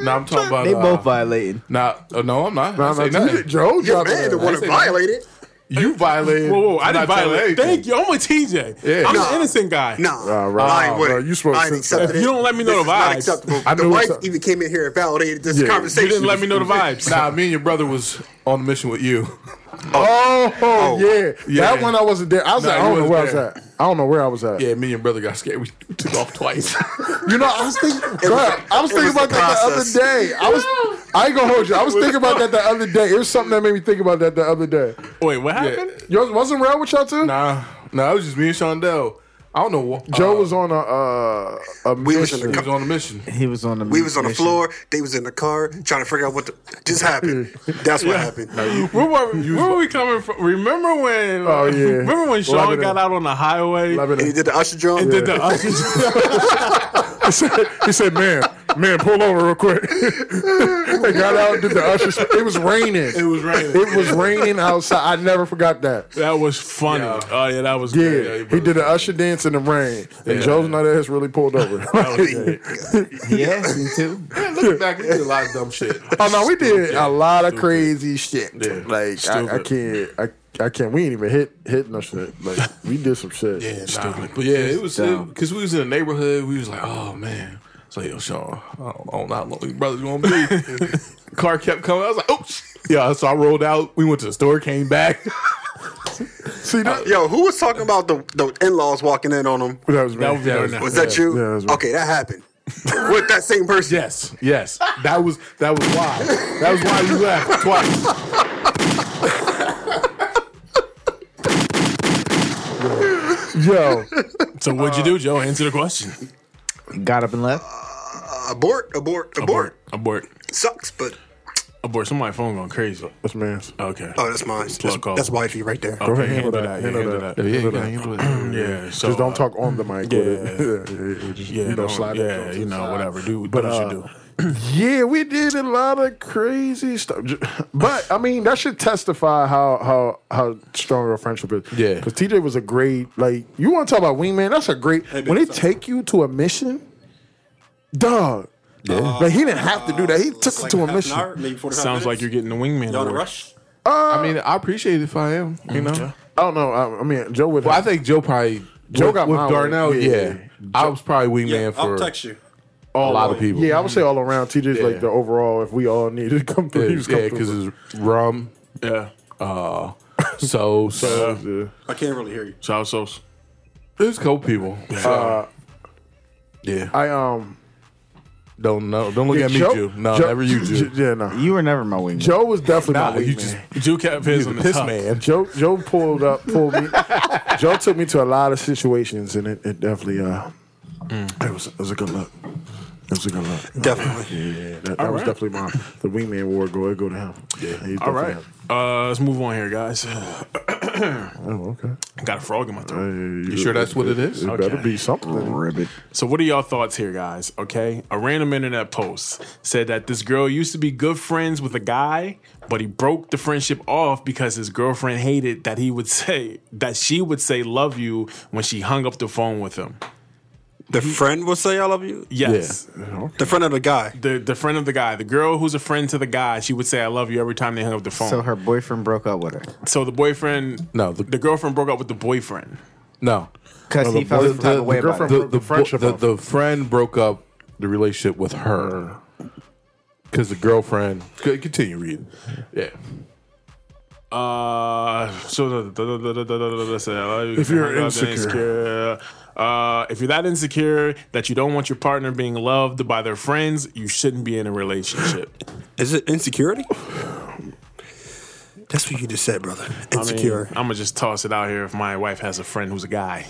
Speaker 5: Nah, I'm talking about.
Speaker 4: They
Speaker 5: uh,
Speaker 4: both violating.
Speaker 5: Nah, uh, no, I'm not.
Speaker 2: Nah,
Speaker 5: I
Speaker 2: nah,
Speaker 5: say
Speaker 2: you did-
Speaker 5: nothing.
Speaker 2: Joe
Speaker 7: Your
Speaker 2: dropping
Speaker 7: man the
Speaker 2: name.
Speaker 7: one that violated.
Speaker 5: You violated.
Speaker 3: Whoa, whoa, I
Speaker 5: I'm
Speaker 3: didn't
Speaker 5: not telling
Speaker 3: violate.
Speaker 5: anything.
Speaker 3: Thank you. I'm with TJ.
Speaker 5: Yeah.
Speaker 3: I'm
Speaker 7: Nah.
Speaker 3: the innocent guy.
Speaker 7: Nah,
Speaker 2: Nah, right.
Speaker 7: I
Speaker 2: Nah,
Speaker 7: ain't with
Speaker 2: bro,
Speaker 7: it.
Speaker 2: you supposed
Speaker 7: I ain't
Speaker 2: to-
Speaker 7: accepting
Speaker 3: If you
Speaker 7: it.
Speaker 3: don't let me know
Speaker 7: This
Speaker 3: the
Speaker 7: is not
Speaker 3: vibes.
Speaker 7: acceptable.
Speaker 2: I
Speaker 7: the
Speaker 2: knew it
Speaker 7: wife
Speaker 2: was-
Speaker 7: even came in here and validated this
Speaker 2: Yeah.
Speaker 7: conversation.
Speaker 3: You didn't let me know the vibes.
Speaker 5: Nah, me and your brother was on a mission with you.
Speaker 2: Oh, yeah.
Speaker 5: Yeah.
Speaker 2: That one I wasn't there. I was
Speaker 5: Nah,
Speaker 2: at,
Speaker 5: you
Speaker 2: I don't know
Speaker 5: wasn't
Speaker 2: where I
Speaker 5: there.
Speaker 2: was at. I don't know where I was at.
Speaker 5: Yeah, me and your brother got scared. We took off twice.
Speaker 2: You know, I was thinking. bruh, I was
Speaker 7: it was
Speaker 2: thinking about
Speaker 7: the
Speaker 2: that the
Speaker 7: process.
Speaker 2: other day. I was. I ain't gonna hold you. I was thinking about that the other day. It was something that made me think about that the other day.
Speaker 3: Wait, what happened?
Speaker 2: Yours wasn't real with y'all too.
Speaker 5: nah, nah, it was just me and Shondell. I don't know what
Speaker 2: Joe
Speaker 5: uh,
Speaker 2: was on a uh, a
Speaker 7: We was in
Speaker 2: mission.
Speaker 5: He was on a mission.
Speaker 4: He was on the.
Speaker 7: We was on the floor. They was in the car trying to figure out what the, just happened. That's what happened.
Speaker 3: Where were, where were we coming from? Remember when?
Speaker 2: Oh, yeah.
Speaker 3: Remember when Sean
Speaker 2: Love it.
Speaker 3: got out on the highway?
Speaker 2: Love
Speaker 7: And he
Speaker 2: it.
Speaker 7: did the usher drum.
Speaker 3: Did the usher-
Speaker 2: He said, he said, "Man, man, pull over real quick." they got out, did the usher. sp- It was raining. It
Speaker 5: was raining.
Speaker 2: It was raining outside. I never forgot that.
Speaker 3: that was funny.
Speaker 5: Yeah.
Speaker 3: Oh yeah, that was
Speaker 2: Yeah,
Speaker 3: great.
Speaker 2: he did an usher dance in the rain, and
Speaker 5: Yeah.
Speaker 2: Joe's not ass really pulled over.
Speaker 4: He asked me to.
Speaker 5: Looking back, we did a lot of dumb shit.
Speaker 2: Oh no, we did a lot of crazy shit.
Speaker 5: Yeah.
Speaker 2: Like I, I can't, I, I can't. We ain't even hit hit no shit. Like we did some shit.
Speaker 5: Yeah, nah. But yeah, it was
Speaker 4: Dumb.
Speaker 5: because we was in the neighborhood. We was like, oh man. So yo, Sean, I don't, I don't know how long these brothers gonna be. Car kept coming. I was like, oh. shit. Yeah, so I rolled out. We went to the store, came back.
Speaker 2: See that?
Speaker 7: Yo, who was talking about the, the in laws walking in on them?
Speaker 2: That was me.
Speaker 3: That was better now.
Speaker 7: Was that you?
Speaker 2: yeah, that was me.
Speaker 7: okay, that happened with that same person.
Speaker 5: Yes, yes. That was that was why. That was why you left twice.
Speaker 2: Yo,
Speaker 3: So what'd you do, Joe? Answer the question.
Speaker 4: Got up and left.
Speaker 7: Abort, abort, abort,
Speaker 3: Abort.
Speaker 7: Sucks, but
Speaker 3: Abort. So my phone going crazy.
Speaker 2: that's man's.
Speaker 3: Okay.
Speaker 7: oh, that's mine. That's,
Speaker 3: Plug call. Oh.
Speaker 7: that's wifey right there.
Speaker 2: handle
Speaker 3: Okay, handle
Speaker 2: that,
Speaker 3: that. Yeah,
Speaker 2: handle
Speaker 3: handle
Speaker 2: that.
Speaker 3: that.
Speaker 5: Yeah, you gotta handle it.
Speaker 3: Yeah. So
Speaker 2: Just don't
Speaker 3: uh,
Speaker 2: talk on the mic. with it.
Speaker 3: yeah.
Speaker 2: Yeah, yeah, just,
Speaker 3: Yeah.
Speaker 2: you know,
Speaker 3: don't-
Speaker 2: slide it.
Speaker 3: yeah. You know, whatever. Do but what you
Speaker 2: uh,
Speaker 3: do.
Speaker 2: Yeah, we did a lot of crazy stuff, J- but I mean that should testify how how how strong our friendship is.
Speaker 5: Yeah.
Speaker 2: because TJ was a great like you want to talk about wingman. That's a great when they take you to a mission, dog. like he didn't have to do that. He took it to a mission.
Speaker 6: maybe 45
Speaker 3: Sounds like you're getting the wingman.
Speaker 6: on a
Speaker 3: award.
Speaker 6: rush.
Speaker 5: I mean, I appreciate it if I am. You know.
Speaker 2: I don't know. I, I mean, Joe would.
Speaker 5: Well, I think Joe probably
Speaker 2: Joe
Speaker 5: with,
Speaker 2: got
Speaker 5: with
Speaker 2: mine with-
Speaker 5: Darnell.
Speaker 2: yeah.
Speaker 5: Yeah, I was probably wingman
Speaker 6: Yeah,
Speaker 5: for
Speaker 6: I'll text you.
Speaker 5: a lot of people.
Speaker 2: yeah, I would say all around. TJ's
Speaker 5: Yeah.
Speaker 2: like the overall. If we all needed to come through, he was
Speaker 5: yeah,
Speaker 2: coming
Speaker 5: because
Speaker 2: through.
Speaker 5: it's rum.
Speaker 3: Yeah.
Speaker 5: Uh, so so
Speaker 2: Yeah.
Speaker 6: I can't really hear you.
Speaker 3: South Souls.
Speaker 5: there's a couple people. Uh, So, yeah,
Speaker 2: I um.
Speaker 5: don't know. Don't look
Speaker 2: yeah,
Speaker 5: at me,
Speaker 2: Joe-
Speaker 5: Jew. No,
Speaker 2: Joe-
Speaker 5: never you, Jew.
Speaker 2: Yeah, no.
Speaker 4: You were never my wingman.
Speaker 2: Joe was definitely
Speaker 5: Nah,
Speaker 2: not.
Speaker 5: you
Speaker 2: Oh, You
Speaker 5: just
Speaker 3: Jew kept his
Speaker 5: you
Speaker 3: on
Speaker 5: the
Speaker 3: the
Speaker 5: piss
Speaker 3: top.
Speaker 5: man.
Speaker 2: Joe Joe pulled up pulled me. Joe took me to a lot of situations, and it, it definitely uh, it was it was a good look. It was a good look.
Speaker 7: Definitely.
Speaker 2: Yeah, that, that was definitely my the wingman award go it go to him. Yeah, he's
Speaker 3: All right.
Speaker 2: definitely
Speaker 3: Uh, let's move on here, guys.
Speaker 2: him. Oh, okay.
Speaker 3: Got a frog in my throat.
Speaker 2: You,
Speaker 5: sure that's what it is?
Speaker 2: It
Speaker 4: Oh,
Speaker 2: better
Speaker 3: Okay.
Speaker 2: be something.
Speaker 4: Ribbit.
Speaker 3: So, what are y'all thoughts here, guys? Okay, a random internet post said that this girl used to be good friends with a guy, but he broke the friendship off because his girlfriend hated that he would say that she would say "love you" when she hung up the phone with him.
Speaker 7: The friend will say I love you.
Speaker 3: Yes,
Speaker 7: The friend of the guy.
Speaker 3: the the friend of the guy, the girl who's a friend to the guy, she would say "I love you" every time they hung up the phone.
Speaker 4: So
Speaker 3: So,
Speaker 4: her boyfriend broke up with her
Speaker 3: the boyfriend,
Speaker 5: No, the-
Speaker 3: the, girlfriend broke up with the boyfriend.
Speaker 5: No,
Speaker 4: because he felt some type of way about
Speaker 2: girlfriend
Speaker 4: it.
Speaker 2: broke
Speaker 5: the the
Speaker 2: the friendship
Speaker 5: the,
Speaker 2: off.
Speaker 5: the friend broke up the relationship with her because the girlfriend. c- Continue reading. Yeah,
Speaker 3: Uh, so the- the- the- the- the- the- the- the- the-
Speaker 2: If you're
Speaker 3: hung up and
Speaker 2: insecure.
Speaker 3: Uh, if you're that insecure that you don't want your partner being loved by their friends, you shouldn't be in a relationship.
Speaker 6: Is it insecurity? That's what you just said, brother. Insecure.
Speaker 3: I'm gonna just toss it out here. If my wife has a friend who's a guy,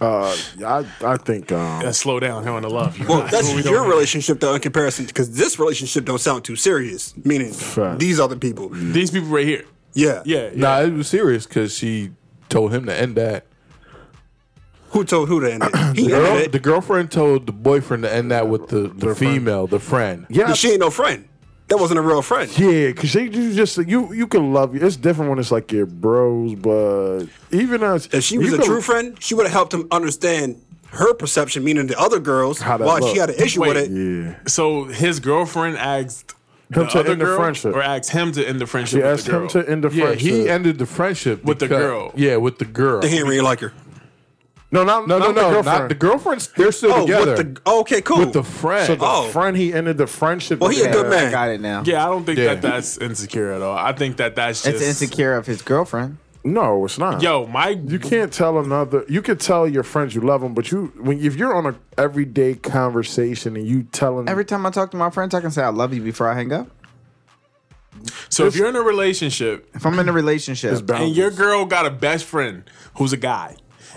Speaker 2: Uh, I I think um,
Speaker 3: Uh, slow down. I want to love you.
Speaker 6: well,
Speaker 3: That's
Speaker 6: that's
Speaker 3: what we
Speaker 6: your
Speaker 3: don't-
Speaker 6: relationship though, in comparison, because this relationship don't sound too serious. Meaning
Speaker 2: Fact.
Speaker 6: these other people.
Speaker 3: These people right here.
Speaker 6: Yeah.
Speaker 3: Yeah. yeah.
Speaker 5: Nah, it was serious because she told him to end that.
Speaker 6: Who told who to end it? He
Speaker 5: Girl-
Speaker 6: ended
Speaker 5: the
Speaker 6: it.
Speaker 5: girlfriend told the boyfriend to end that with the, the female, the friend.
Speaker 2: yeah,
Speaker 6: She ain't no friend. That wasn't a real friend.
Speaker 2: Yeah, cause they, you just you you can love you. It's different when it's like your bros, but even as
Speaker 6: If she was
Speaker 2: you
Speaker 6: a
Speaker 2: can-
Speaker 6: true friend, she would have helped him understand her perception, meaning the other girls,
Speaker 2: How that
Speaker 6: why
Speaker 2: look.
Speaker 6: she had an issue
Speaker 3: Wait.
Speaker 6: with it.
Speaker 2: yeah,
Speaker 3: So his girlfriend asked
Speaker 2: Him
Speaker 3: the
Speaker 2: to
Speaker 3: other
Speaker 2: end the
Speaker 3: girl,
Speaker 2: friendship.
Speaker 3: or asked him to end the friendship.
Speaker 2: she
Speaker 3: with
Speaker 2: asked
Speaker 3: the girl.
Speaker 2: him to end the
Speaker 5: Yeah,
Speaker 2: friendship.
Speaker 5: he ended the friendship
Speaker 3: uh, With the
Speaker 5: because-
Speaker 3: girl.
Speaker 5: Yeah, with the girl. Oh,
Speaker 6: He didn't really like her.
Speaker 2: no, not,
Speaker 5: No, no,
Speaker 2: not
Speaker 5: no,
Speaker 2: the
Speaker 5: not
Speaker 2: girlfriend.
Speaker 5: the girlfriends. They're still
Speaker 6: Oh,
Speaker 5: together.
Speaker 6: with the okay, cool.
Speaker 5: With the friend.
Speaker 2: so the
Speaker 6: Oh.
Speaker 2: friend he ended the friendship.
Speaker 6: Well, he
Speaker 2: with.
Speaker 6: a good
Speaker 4: I
Speaker 6: man.
Speaker 4: got it now.
Speaker 3: Yeah, I don't think
Speaker 5: Yeah.
Speaker 3: that that's insecure at all. I think that that's just
Speaker 4: It's insecure of his girlfriend.
Speaker 2: No, it's not.
Speaker 3: Yo, my
Speaker 2: you can't tell another. You can tell your friends you love them, but you when if you're on a everyday conversation and you telling
Speaker 4: Every time I talk to my friends, I can say I love you before I hang up.
Speaker 3: so if you're in a relationship
Speaker 4: If I'm in a relationship,
Speaker 3: and your girl got a best friend who's a guy,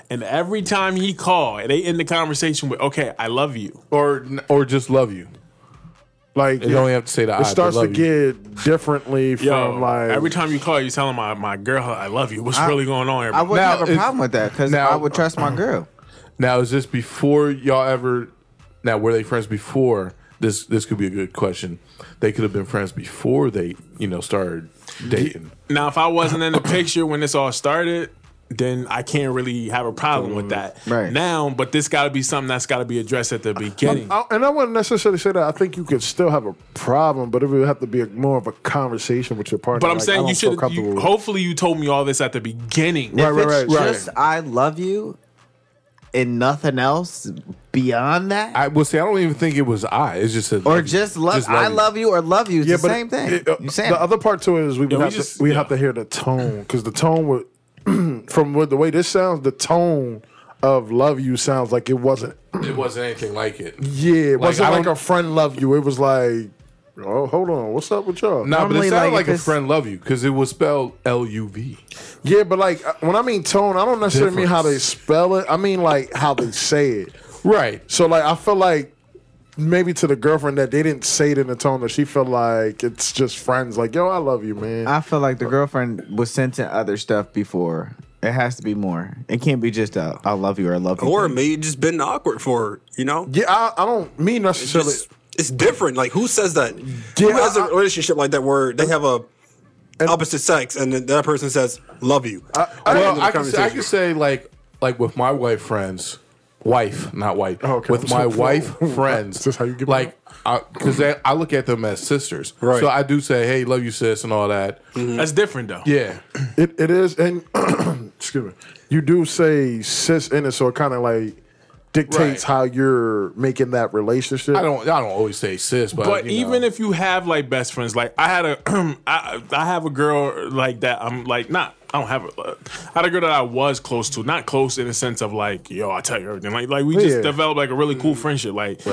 Speaker 3: and every time he call, they end the conversation with "Okay, I love you."
Speaker 5: or or just love you.
Speaker 2: like
Speaker 5: You don't have to say the I,
Speaker 2: it
Speaker 5: but
Speaker 2: starts to
Speaker 5: love you.
Speaker 2: get differently from
Speaker 3: Yo,
Speaker 2: like
Speaker 3: every time you call, you telling my my girl "I love you." What's really going on here?
Speaker 4: I wouldn't
Speaker 5: Now,
Speaker 4: have a
Speaker 5: if-
Speaker 4: problem with that because
Speaker 5: now-
Speaker 4: I would trust my girl.
Speaker 5: Now is this before y'all ever? Now were they friends before? This this could be a good question. They could have been friends before they you know started dating.
Speaker 3: Now, if I wasn't in the picture when this all started, then I can't really have a problem with that.
Speaker 4: Right.
Speaker 3: Now, but this got to be something that's got to be addressed at the beginning.
Speaker 2: I, and I wouldn't necessarily say that. I think you could still have a problem, but it would have to be a, more of a conversation with your partner.
Speaker 3: But I'm
Speaker 2: Like, I
Speaker 3: saying
Speaker 2: don't
Speaker 3: you
Speaker 2: feel
Speaker 3: should.
Speaker 2: comfortable
Speaker 3: You,
Speaker 2: with-
Speaker 3: hopefully, you told me all this at the beginning.
Speaker 2: Right, right,
Speaker 4: if it's
Speaker 2: right, right.
Speaker 4: just I love you and nothing else beyond that,
Speaker 5: I well see. I don't even think it was I. It's just a,
Speaker 4: or just love, I love you or love you. It's the
Speaker 2: but
Speaker 4: same
Speaker 2: it-
Speaker 4: thing.
Speaker 2: it- uh,
Speaker 4: you saying
Speaker 2: the other part to it is we would
Speaker 3: we
Speaker 2: have,
Speaker 3: just-
Speaker 2: to, we
Speaker 3: yeah.
Speaker 2: have to hear the tone because the tone would from what the way this sounds, the tone of "love you" sounds like it wasn't.
Speaker 5: It wasn't anything like it.
Speaker 2: Yeah, it wasn't
Speaker 5: I
Speaker 2: like
Speaker 5: don't-
Speaker 2: a friend love you. It was like, oh, hold on, what's up with y'all?
Speaker 5: No, nah, but
Speaker 4: Normally,
Speaker 5: it
Speaker 4: like,
Speaker 5: sounded like,
Speaker 4: if
Speaker 5: a
Speaker 4: it's-
Speaker 5: friend love you because it was spelled L U V.
Speaker 2: Yeah, but like uh, when I mean tone, I don't necessarily mean how they
Speaker 5: Difference.
Speaker 2: spell it. I mean like how they say it.
Speaker 5: Right.
Speaker 2: So like I feel like maybe to the girlfriend that they didn't say it in the tone that she felt like it's just friends like yo I love you man.
Speaker 4: I feel like the girlfriend was sent to other stuff before. It has to be more. It can't be just a I love you or I love you.
Speaker 6: Or maybe just been awkward for her, you know?
Speaker 2: yeah, I, I don't mean
Speaker 6: It's
Speaker 2: necessarily.
Speaker 6: just- it's different. Like who says that? who
Speaker 2: Yeah,
Speaker 6: has a
Speaker 2: I-
Speaker 6: relationship like that where they have a opposite sex and then that person says love you?
Speaker 5: well, I can, say, I can say like like with my wife friends, wife not wife,
Speaker 2: Oh, okay.
Speaker 5: with my
Speaker 2: So-
Speaker 5: wife friends.
Speaker 2: Is this how you give
Speaker 5: like because I look at them as sisters,
Speaker 6: Right.
Speaker 5: So I do say, "Hey, love you, sis," and all that.
Speaker 2: Mm-hmm.
Speaker 3: That's different, though.
Speaker 5: Yeah,
Speaker 2: It it is, and excuse me, you do say sis in it, so it kind of like dictates
Speaker 5: Right.
Speaker 2: how you're making that relationship.
Speaker 5: I don't I don't always say sis, but,
Speaker 3: But
Speaker 5: you know.
Speaker 3: even if you have like best friends, like I had a, I, I have a girl like that. I'm like not. I don't have a. uh, I had a girl that I was close to, not close in the sense of like, yo, I tell you everything. Like, like we just
Speaker 2: Yeah.
Speaker 3: developed like a really cool
Speaker 5: Mm.
Speaker 3: friendship. Like,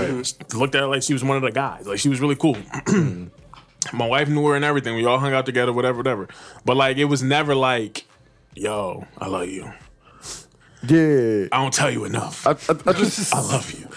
Speaker 3: looked at her like she was one of the guys. Like she was really cool. My wife knew her and everything. We all hung out together, whatever, whatever. But like, it was never like, yo, I love you.
Speaker 2: yeah,
Speaker 3: I don't tell you enough.
Speaker 2: I, I, I just
Speaker 3: I love you.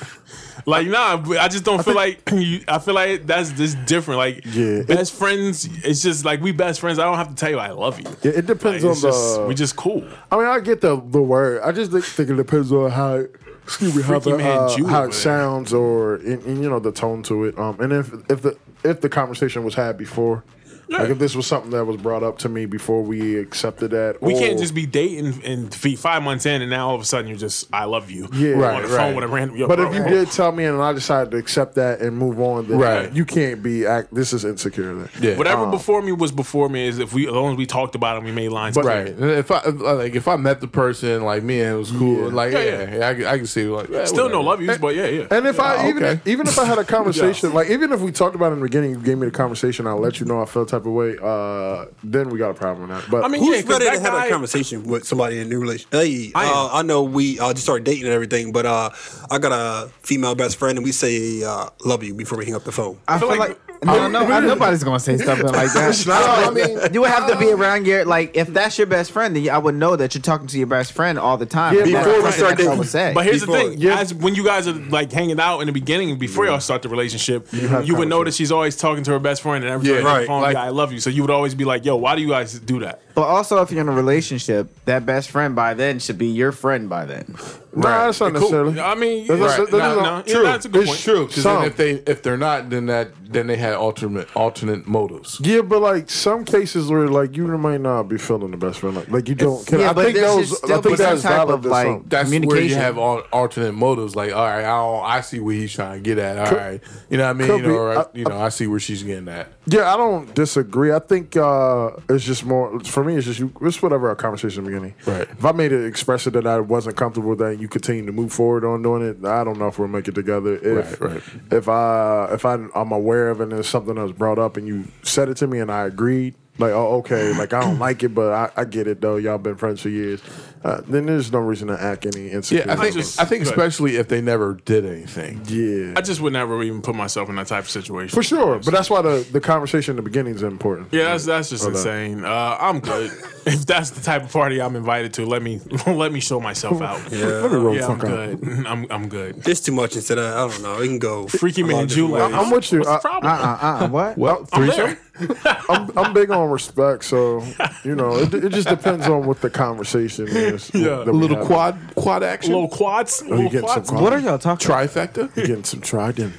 Speaker 3: Like nah, but I just don't feel like you, I feel like that's just different. Like
Speaker 2: Yeah.
Speaker 3: best friends, it's just like we best friends. I don't have to tell you I love you.
Speaker 2: Yeah, it depends
Speaker 3: Like, it's
Speaker 2: on
Speaker 3: just-
Speaker 2: the-
Speaker 3: we just cool.
Speaker 2: I mean, I get the the word. I just think, think it depends on how excuse me how,
Speaker 3: Freaky
Speaker 2: the,
Speaker 3: man
Speaker 2: uh,
Speaker 3: Jude
Speaker 2: how
Speaker 3: over there.
Speaker 2: it sounds or and, and, you know the tone to it. Um, and if if the if the conversation was had before, like if this was something that was brought up to me before we accepted that,
Speaker 3: We can't
Speaker 2: or-
Speaker 3: just be dating and be five months in and now all of a sudden you're just I love you.
Speaker 2: Yeah.
Speaker 3: Or on
Speaker 2: Right,
Speaker 3: the
Speaker 5: right.
Speaker 3: phone with a random. Yo,
Speaker 2: But
Speaker 3: bro,
Speaker 2: if you
Speaker 3: bro.
Speaker 2: did tell me and I decided to accept that and move on, then
Speaker 5: Right.
Speaker 2: you can't be act. This is insecure. Then.
Speaker 5: yeah,
Speaker 3: whatever
Speaker 2: uh,
Speaker 3: before me was before me is if we as long as we talked about it, and we made lines.
Speaker 5: But-
Speaker 3: clear.
Speaker 5: right. And If I if- like if I met the person like me and it was cool, like yeah,
Speaker 3: yeah.
Speaker 5: yeah, I, can, I can see like yeah,
Speaker 3: Still no
Speaker 5: whatever.
Speaker 3: love
Speaker 2: Eh,
Speaker 3: yous, but yeah, yeah.
Speaker 2: And if I
Speaker 5: Yeah,
Speaker 2: even
Speaker 5: okay.
Speaker 2: even if I had a conversation, like even if we talked about it in the beginning, you gave me the conversation, I'll let you know I felt type of way, uh, then we got a problem with that. But
Speaker 3: I mean, yeah,
Speaker 6: Who's
Speaker 3: 'cause
Speaker 6: ready
Speaker 3: that
Speaker 6: to have
Speaker 3: guy-
Speaker 6: a conversation with somebody in a new relationship? Hey, I,
Speaker 3: am.
Speaker 6: uh, I know we uh, just started dating and everything, but uh, I got a female best friend, and we say uh, "love you" before we hang up the phone.
Speaker 4: I feel
Speaker 3: feel
Speaker 4: like,
Speaker 3: like-
Speaker 4: no, no, I- nobody's gonna say something like that. no, I mean, you would have to be around your like if that's your best friend, then I would know that you're talking to your best friend all the time.
Speaker 2: Yeah,
Speaker 4: And
Speaker 2: before
Speaker 4: that's
Speaker 2: we
Speaker 4: something
Speaker 6: start
Speaker 4: that y'all
Speaker 6: dating.
Speaker 4: would say.
Speaker 3: But here's
Speaker 6: Before-
Speaker 3: the thing: as when you guys are like hanging out in the beginning, before y'all start the relationship, you,
Speaker 2: have
Speaker 3: would know that
Speaker 2: conversations.
Speaker 3: she's always talking to her best friend, and every time
Speaker 5: Yeah,
Speaker 3: you get on the
Speaker 5: right,
Speaker 3: phone,
Speaker 5: like-
Speaker 3: yeah, I love you. So you would always be like, "Yo, why do you guys do that?"
Speaker 4: But also, if you're in a relationship, that best friend by then should be your friend by then.
Speaker 2: nah, that's not necessarily.
Speaker 3: Cool. I mean,
Speaker 2: That's- that's- that's
Speaker 3: right. No,
Speaker 2: not-
Speaker 3: no, yeah,
Speaker 5: True,
Speaker 3: that's a good
Speaker 2: It's
Speaker 3: point.
Speaker 5: True, because
Speaker 2: Some.
Speaker 5: then if they if they're not, then that then they had alternate alternate motives.
Speaker 2: Yeah, but like some cases where like you might not be feeling the best friend, like, like you don't. Can,
Speaker 4: yeah,
Speaker 2: I
Speaker 4: but
Speaker 2: think
Speaker 4: there should
Speaker 2: those.
Speaker 4: still
Speaker 2: I think
Speaker 4: be
Speaker 2: that's
Speaker 4: some type
Speaker 2: valid
Speaker 4: of,
Speaker 2: to
Speaker 4: like,
Speaker 2: some.
Speaker 5: That's where you
Speaker 4: Communication.
Speaker 5: have all, alternate motives. Like, all right, I, don't, I see where he's trying to get at. All right, you know what I mean?
Speaker 2: could
Speaker 5: You know,
Speaker 2: be.
Speaker 5: or I,
Speaker 2: I-
Speaker 5: you know, I see where she's getting at.
Speaker 2: Yeah, I don't disagree. I think uh, it's just more for me. It's just you, it's whatever our conversation in the beginning.
Speaker 5: Right.
Speaker 2: If I made an expression that I wasn't comfortable with that, and you continue to move forward on doing it, I don't know if we'll make it together. If
Speaker 5: Right, right.
Speaker 2: if I if I I'm aware of it and it's something that was brought up and you said it to me and I agreed, like oh okay, like I don't like it, but I, I get it though. Y'all been friends for years. Uh, then there's no reason to act any
Speaker 5: Yeah,
Speaker 2: insecure.
Speaker 5: I think
Speaker 3: just-
Speaker 5: I think
Speaker 3: good.
Speaker 5: especially if they never did anything.
Speaker 2: yeah.
Speaker 3: I just would never even put myself in that type of situation.
Speaker 2: for sure, but that's why the, the conversation in the beginning is important.
Speaker 3: Yeah, that's that's just
Speaker 2: Hold on.
Speaker 3: insane. Uh, I'm good. if that's the type of party I'm invited to, let me let me show myself out. Yeah,
Speaker 2: Let me roll the
Speaker 3: I'm
Speaker 2: fuck up.
Speaker 3: good. I'm I'm good.
Speaker 6: There's too much into that. I don't know. It can go
Speaker 3: Freaky
Speaker 6: a lot
Speaker 3: man
Speaker 6: of
Speaker 3: Julie.
Speaker 6: different ways.
Speaker 2: I'm with you.
Speaker 3: What's the
Speaker 2: I-
Speaker 3: problem?
Speaker 4: Uh, uh, what?
Speaker 2: Well,
Speaker 3: I'm there.
Speaker 2: I'm, I'm big on respect, so you know it, it just depends on what the conversation is.
Speaker 3: Yeah.
Speaker 2: that we
Speaker 5: Little
Speaker 2: have.
Speaker 5: quad quad action,
Speaker 3: Little quads.
Speaker 2: You
Speaker 3: Little
Speaker 2: getting some
Speaker 3: quads.
Speaker 2: quad-
Speaker 4: What are y'all talking? about?
Speaker 5: trifecta.
Speaker 2: Getting some trident.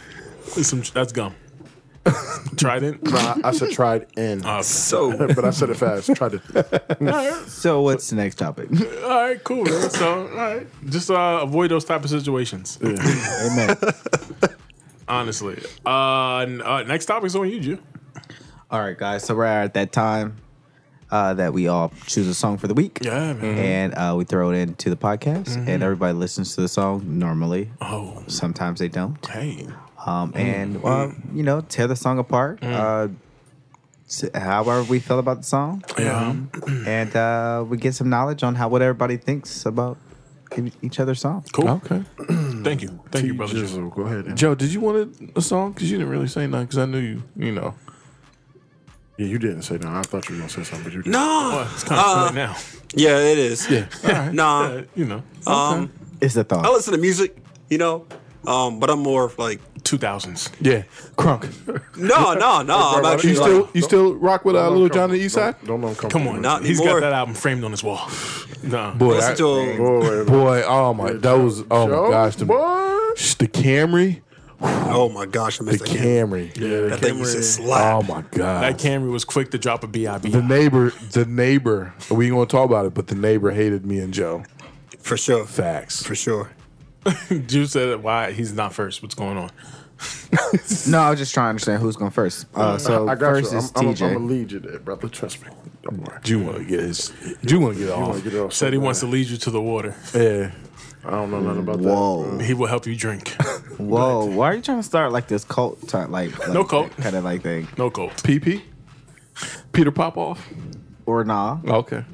Speaker 3: Some, that's gum. Trident.
Speaker 2: I, I said tried in,
Speaker 5: Oh.
Speaker 6: So
Speaker 2: but I said it fast. Tried it.
Speaker 4: So what's the next topic?
Speaker 3: All right, cool. man. So, all right, just uh, avoid those type of situations.
Speaker 4: Amen.
Speaker 3: Honestly, uh, n- uh, next topic's on you, Jew.
Speaker 4: All right, guys. So we're at that time uh, that we all choose a song for the week.
Speaker 5: Ah,
Speaker 3: Yeah, man.
Speaker 4: And uh, we throw it into the podcast, and everybody listens to the song normally.
Speaker 3: Oh,
Speaker 4: Sometimes they don't.
Speaker 3: hey,
Speaker 4: Um,
Speaker 2: Mm.
Speaker 4: and, uh, you know, tear the song apart. Uh, s- however we feel about the song. Um,
Speaker 3: yeah.
Speaker 4: and uh, we get some knowledge on how what everybody thinks about e- each other's song.
Speaker 3: Cool.
Speaker 5: Okay,
Speaker 3: Thank you, thank you, brother. Jew.
Speaker 2: Jizzle, go ahead. and-
Speaker 5: Joe, did you want a, a song? Because you didn't really say nothing. Because I knew you. You know,
Speaker 2: Yeah, you didn't say no. I thought you were gonna say something, but you didn't.
Speaker 6: no,
Speaker 3: Well, Uh, it's kind of late now.
Speaker 6: yeah, it is. Yeah, nah.
Speaker 3: Uh, you know,
Speaker 6: Um,
Speaker 4: It's the
Speaker 6: I
Speaker 4: thought.
Speaker 6: listen to music, you know, um, but I'm more of like
Speaker 3: two thousands.
Speaker 5: yeah, crunk.
Speaker 6: no, no, no. I'm
Speaker 5: You
Speaker 6: actually like,
Speaker 5: still you still rock with uh, Little John the East Side?
Speaker 2: Don't, don't come.
Speaker 3: Come on,
Speaker 6: Not
Speaker 3: he's
Speaker 6: anymore.
Speaker 3: got that album framed on his wall. Nah.
Speaker 5: Boy,
Speaker 6: listen
Speaker 5: I-
Speaker 6: to
Speaker 2: Boy, wait a minute.
Speaker 5: boy, oh my, that was oh my
Speaker 2: Joe,
Speaker 5: gosh, the,
Speaker 2: boy.
Speaker 5: sh- the Camry,
Speaker 6: oh my gosh, I
Speaker 5: the
Speaker 6: missed that. Camry.
Speaker 5: Camry,
Speaker 6: That thing was just
Speaker 5: oh
Speaker 6: slap.
Speaker 5: my
Speaker 3: That
Speaker 5: god.
Speaker 3: Camry was quick to drop a BIB.
Speaker 5: The neighbor, the neighbor. We ain't gonna talk about it, but the neighbor hated me and Joe.
Speaker 6: for sure, for
Speaker 5: Facts.
Speaker 6: sure.
Speaker 3: Jew said, "Why he's not first? What's going on?"
Speaker 4: No, I was just trying to understand who's going first. Uh, so
Speaker 2: Mm. I got
Speaker 4: first
Speaker 2: you. I'm,
Speaker 4: is
Speaker 2: I'm,
Speaker 4: TJ.
Speaker 2: I'm gonna lead you there, brother. Trust me. Don't worry.
Speaker 5: Do you want to get his? Do you want to get it
Speaker 2: I'll
Speaker 5: off?
Speaker 2: get it off
Speaker 3: Said he
Speaker 2: soon.
Speaker 3: wants to lead you to the water.
Speaker 5: Yeah.
Speaker 2: I don't know nothing about
Speaker 4: Whoa,
Speaker 3: He will help you drink.
Speaker 4: whoa! Why are you trying to start like this cult type, like, like
Speaker 3: No cult.
Speaker 4: kind of like thing,
Speaker 3: No cold.
Speaker 5: PP. Peter Popoff.
Speaker 4: or nah?
Speaker 5: Okay.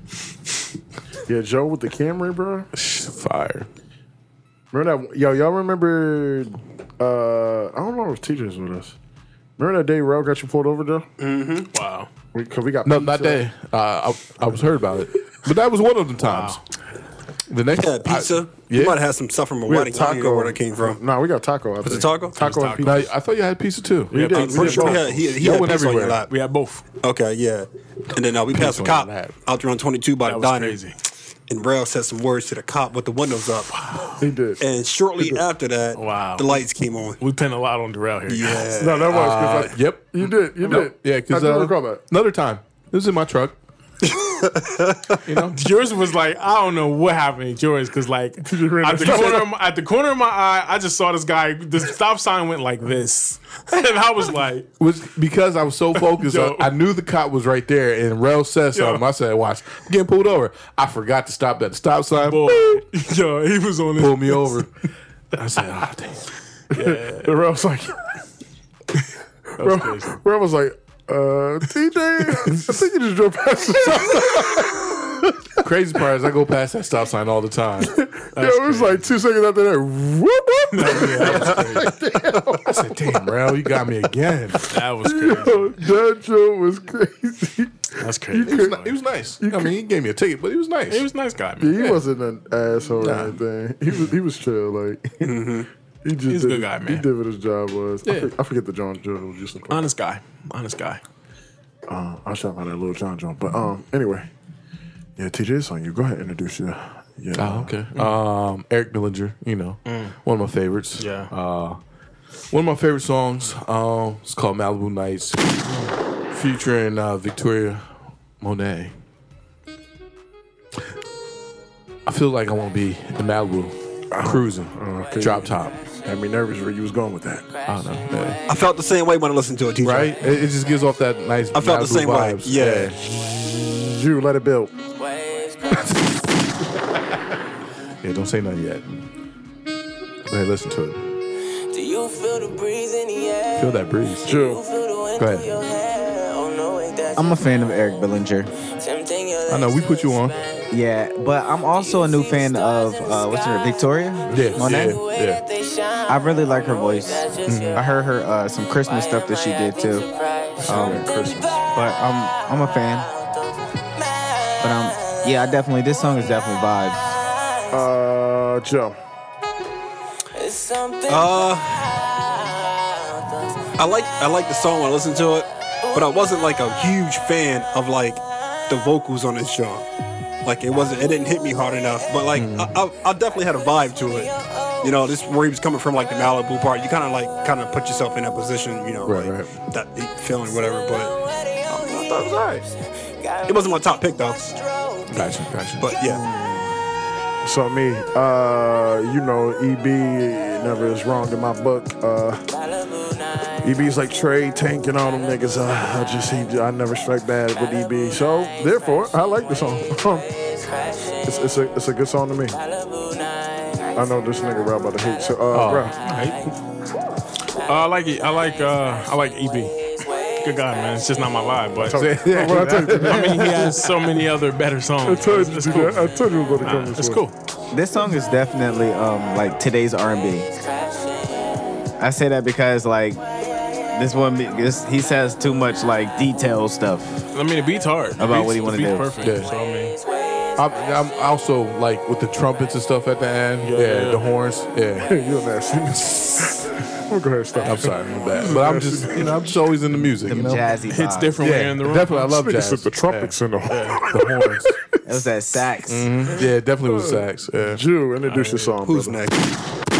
Speaker 2: that. Yeah, Joe with the camera, bro.
Speaker 5: Sh- Fire.
Speaker 2: Remember that? Yo, y'all remember? Uh, I don't know if teachers with us. Remember that day Rail got you pulled over, Joe?
Speaker 3: Wow.
Speaker 2: We, Cause we got
Speaker 5: No, not
Speaker 2: pizza.
Speaker 5: that. Uh, I, I was heard about it, but that was one of the times. The next
Speaker 6: Yeah, pizza.
Speaker 5: I, yeah.
Speaker 6: You might have some stuff from a
Speaker 2: We
Speaker 6: wedding.
Speaker 2: had
Speaker 6: Taco. I don't even know
Speaker 2: taco.
Speaker 6: where that came from.
Speaker 2: No, we got taco. I
Speaker 6: Was
Speaker 2: think.
Speaker 6: it taco?
Speaker 2: Taco
Speaker 3: It was
Speaker 2: and
Speaker 3: taco.
Speaker 2: pizza.
Speaker 5: Now, I thought you had pizza too.
Speaker 3: We
Speaker 5: Yeah.
Speaker 3: had
Speaker 2: did.
Speaker 3: pizza.
Speaker 6: I'm pretty sure he had, he, he had
Speaker 5: went
Speaker 6: pizza on your
Speaker 5: everywhere.
Speaker 6: lap.
Speaker 3: We had both.
Speaker 6: Okay, yeah. And then uh, we passed a
Speaker 5: on
Speaker 6: cop
Speaker 5: your lap.
Speaker 6: out there on 22 by
Speaker 3: That
Speaker 6: the
Speaker 3: was
Speaker 6: diner.
Speaker 3: crazy.
Speaker 6: And Braille said some words to the cop with the windows up.
Speaker 2: He did.
Speaker 6: And shortly after that,
Speaker 3: Wow.
Speaker 6: the lights came on.
Speaker 3: We pin a lot on Darrell here.
Speaker 6: Yeah.
Speaker 2: no, that was. 'cause
Speaker 5: Uh,
Speaker 2: I,
Speaker 5: yep.
Speaker 2: You did. You did.
Speaker 5: Yeah, because
Speaker 2: I do
Speaker 5: uh,
Speaker 2: recall that.
Speaker 5: another time, it was in my truck. you know,
Speaker 3: Yours was like I don't know what happened to yours because like at
Speaker 2: you ran
Speaker 3: the
Speaker 2: out of
Speaker 3: corner of my, at the corner of my eye, I just saw this guy. The stop sign went like this, and I was like,
Speaker 5: was because I was so focused.
Speaker 3: Yo.
Speaker 5: on, I knew the cop was right there, and Rel said something. I said, "Watch, I'm getting pulled over." I forgot to stop at the stop sign.
Speaker 3: "Boy,
Speaker 5: Boop,
Speaker 3: yo, he was on
Speaker 5: Pulled
Speaker 3: this."
Speaker 5: me over. I said, "Ah, damn."
Speaker 2: The Rail was like, Rail,
Speaker 3: crazy.
Speaker 2: Rail was like, Uh, TJ, I think you just drove past the stop sign.
Speaker 5: Crazy part is I go past that stop sign all the time.
Speaker 2: Yo, it was like two seconds after that. Whoop, whoop.
Speaker 5: I said, "Damn, Rel, you got me again."
Speaker 3: That was crazy.
Speaker 2: Yo, that joke was crazy.
Speaker 3: That's crazy.
Speaker 5: He was, ni- he was nice. I mean, he gave me a ticket, but he was nice.
Speaker 3: He was a nice guy, man.
Speaker 2: He wasn't an asshole or anything. He was he was chill. Like
Speaker 6: Mm-hmm.
Speaker 2: he just
Speaker 3: He's a
Speaker 2: did,
Speaker 3: good guy,
Speaker 2: He
Speaker 3: man.
Speaker 2: did what his job was. I,
Speaker 5: Yeah.
Speaker 2: for- I forget the John Joe just.
Speaker 6: Uh,
Speaker 3: Honest guy. Honest guy.
Speaker 2: Uh, I shot by that little John John, but um, anyway, yeah, TJ, it's on you. Go ahead, and introduce your. Yeah.
Speaker 5: Oh, okay.
Speaker 7: Mm.
Speaker 5: Um, Eric Billinger, you know, one of my favorites.
Speaker 3: Yeah.
Speaker 5: Uh, one of my favorite songs. Um, it's called Malibu Nights, featuring uh, Victoria Monet. I feel like I want to be in Malibu, cruising, drop top.
Speaker 2: Had me nervous where you was going with that.
Speaker 5: I don't know, yeah.
Speaker 7: I felt the same way when I listened to it, TJ.
Speaker 5: right? It, it just gives off that nice.
Speaker 7: I felt the
Speaker 5: Malibu
Speaker 7: same way.
Speaker 5: vibes.
Speaker 7: Yeah.
Speaker 2: You let it build.
Speaker 5: yeah. Don't say nothing yet. Go ahead, listen to it.
Speaker 8: Do you feel the breeze in the air?
Speaker 5: Feel that breeze.
Speaker 8: You
Speaker 2: Chill.
Speaker 8: feel the wind
Speaker 5: Go
Speaker 8: through
Speaker 5: ahead.
Speaker 8: your hair. Oh no, ain't that
Speaker 4: I'm a fan of Eric Billinger.
Speaker 8: tempting your
Speaker 5: I know we put you on.
Speaker 4: Yeah, but I'm also a new fan of uh, what's her Victoria.
Speaker 5: Yeah,
Speaker 4: Monet?
Speaker 5: yeah, yeah.
Speaker 8: they shine.
Speaker 4: I really like her voice.
Speaker 9: Mm-hmm.
Speaker 4: I heard her uh, some Christmas stuff that she did too. Um, But I'm I'm a fan. But um, yeah, I definitely this song is definitely vibes.
Speaker 2: Uh, chill.
Speaker 8: It's something
Speaker 7: Uh, I like I like the song when I listen to it, but I wasn't like a huge fan of like the vocals on this song. Like it wasn't it didn't hit me hard enough, but like
Speaker 5: Hmm.
Speaker 7: I, I, I definitely had a vibe to it. You know, this where he was coming from, like the Malibu part. You kind of like kind of put yourself in that position. You know,
Speaker 5: Right,
Speaker 7: like,
Speaker 5: right.
Speaker 7: that deep feeling, whatever. But I thought it was alright.
Speaker 8: got
Speaker 7: It wasn't my top pick though.
Speaker 5: Gotcha, gotcha.
Speaker 7: But yeah,
Speaker 2: So me, uh, you know, EB never is wrong in my book. Uh,
Speaker 8: Malibu night.
Speaker 2: EB's like Trey, Tank, and all them niggas. Uh, I just, he, I never strike bad with EB. So therefore, I like the song. it's, it's a, it's a good song to me.
Speaker 8: Malibu night.
Speaker 2: I know this nigga rap about the hate. So, uh, bruh,
Speaker 3: Uh, I like it. I like uh, I like EB. Good guy, man. It's just not my vibe, but
Speaker 2: yeah, I told you,
Speaker 3: I mean, he has so many other better
Speaker 2: I
Speaker 3: songs.
Speaker 2: told you,
Speaker 3: It's
Speaker 2: to do
Speaker 3: cool.
Speaker 2: that. I told you we were gonna come
Speaker 3: Uh,
Speaker 2: this
Speaker 3: It's
Speaker 2: way.
Speaker 3: cool.
Speaker 4: This song is definitely um like today's R&B. I say that because like this one this, he says too much like detailed stuff.
Speaker 3: I mean, the beat's hard. The
Speaker 4: About
Speaker 3: beat's-
Speaker 4: what he wanna
Speaker 3: the beat's
Speaker 4: do.
Speaker 3: Perfect.
Speaker 5: Yeah.
Speaker 3: So I mean,
Speaker 5: I'm, I'm also like with the trumpets and stuff at the end. Yeah,
Speaker 3: yeah, yeah.
Speaker 5: the horns. Yeah,
Speaker 2: You're nasty. I'm gonna go ahead and stop.
Speaker 5: I'm sorry, my bad. But I'm just, you know, I'm just always in the music. you know?
Speaker 4: Jazzy vibes.
Speaker 3: it's different when
Speaker 5: Yeah,
Speaker 3: you're in the room.
Speaker 5: definitely. I love
Speaker 2: Nigga
Speaker 5: jazz.
Speaker 2: said the trumpets in the hole.
Speaker 5: Yeah, the horns.
Speaker 4: It was that sax.
Speaker 5: Mhm. Yeah, definitely with sax. Yeah.
Speaker 2: Jew, introduce your song.
Speaker 7: who's
Speaker 2: brother.
Speaker 7: next?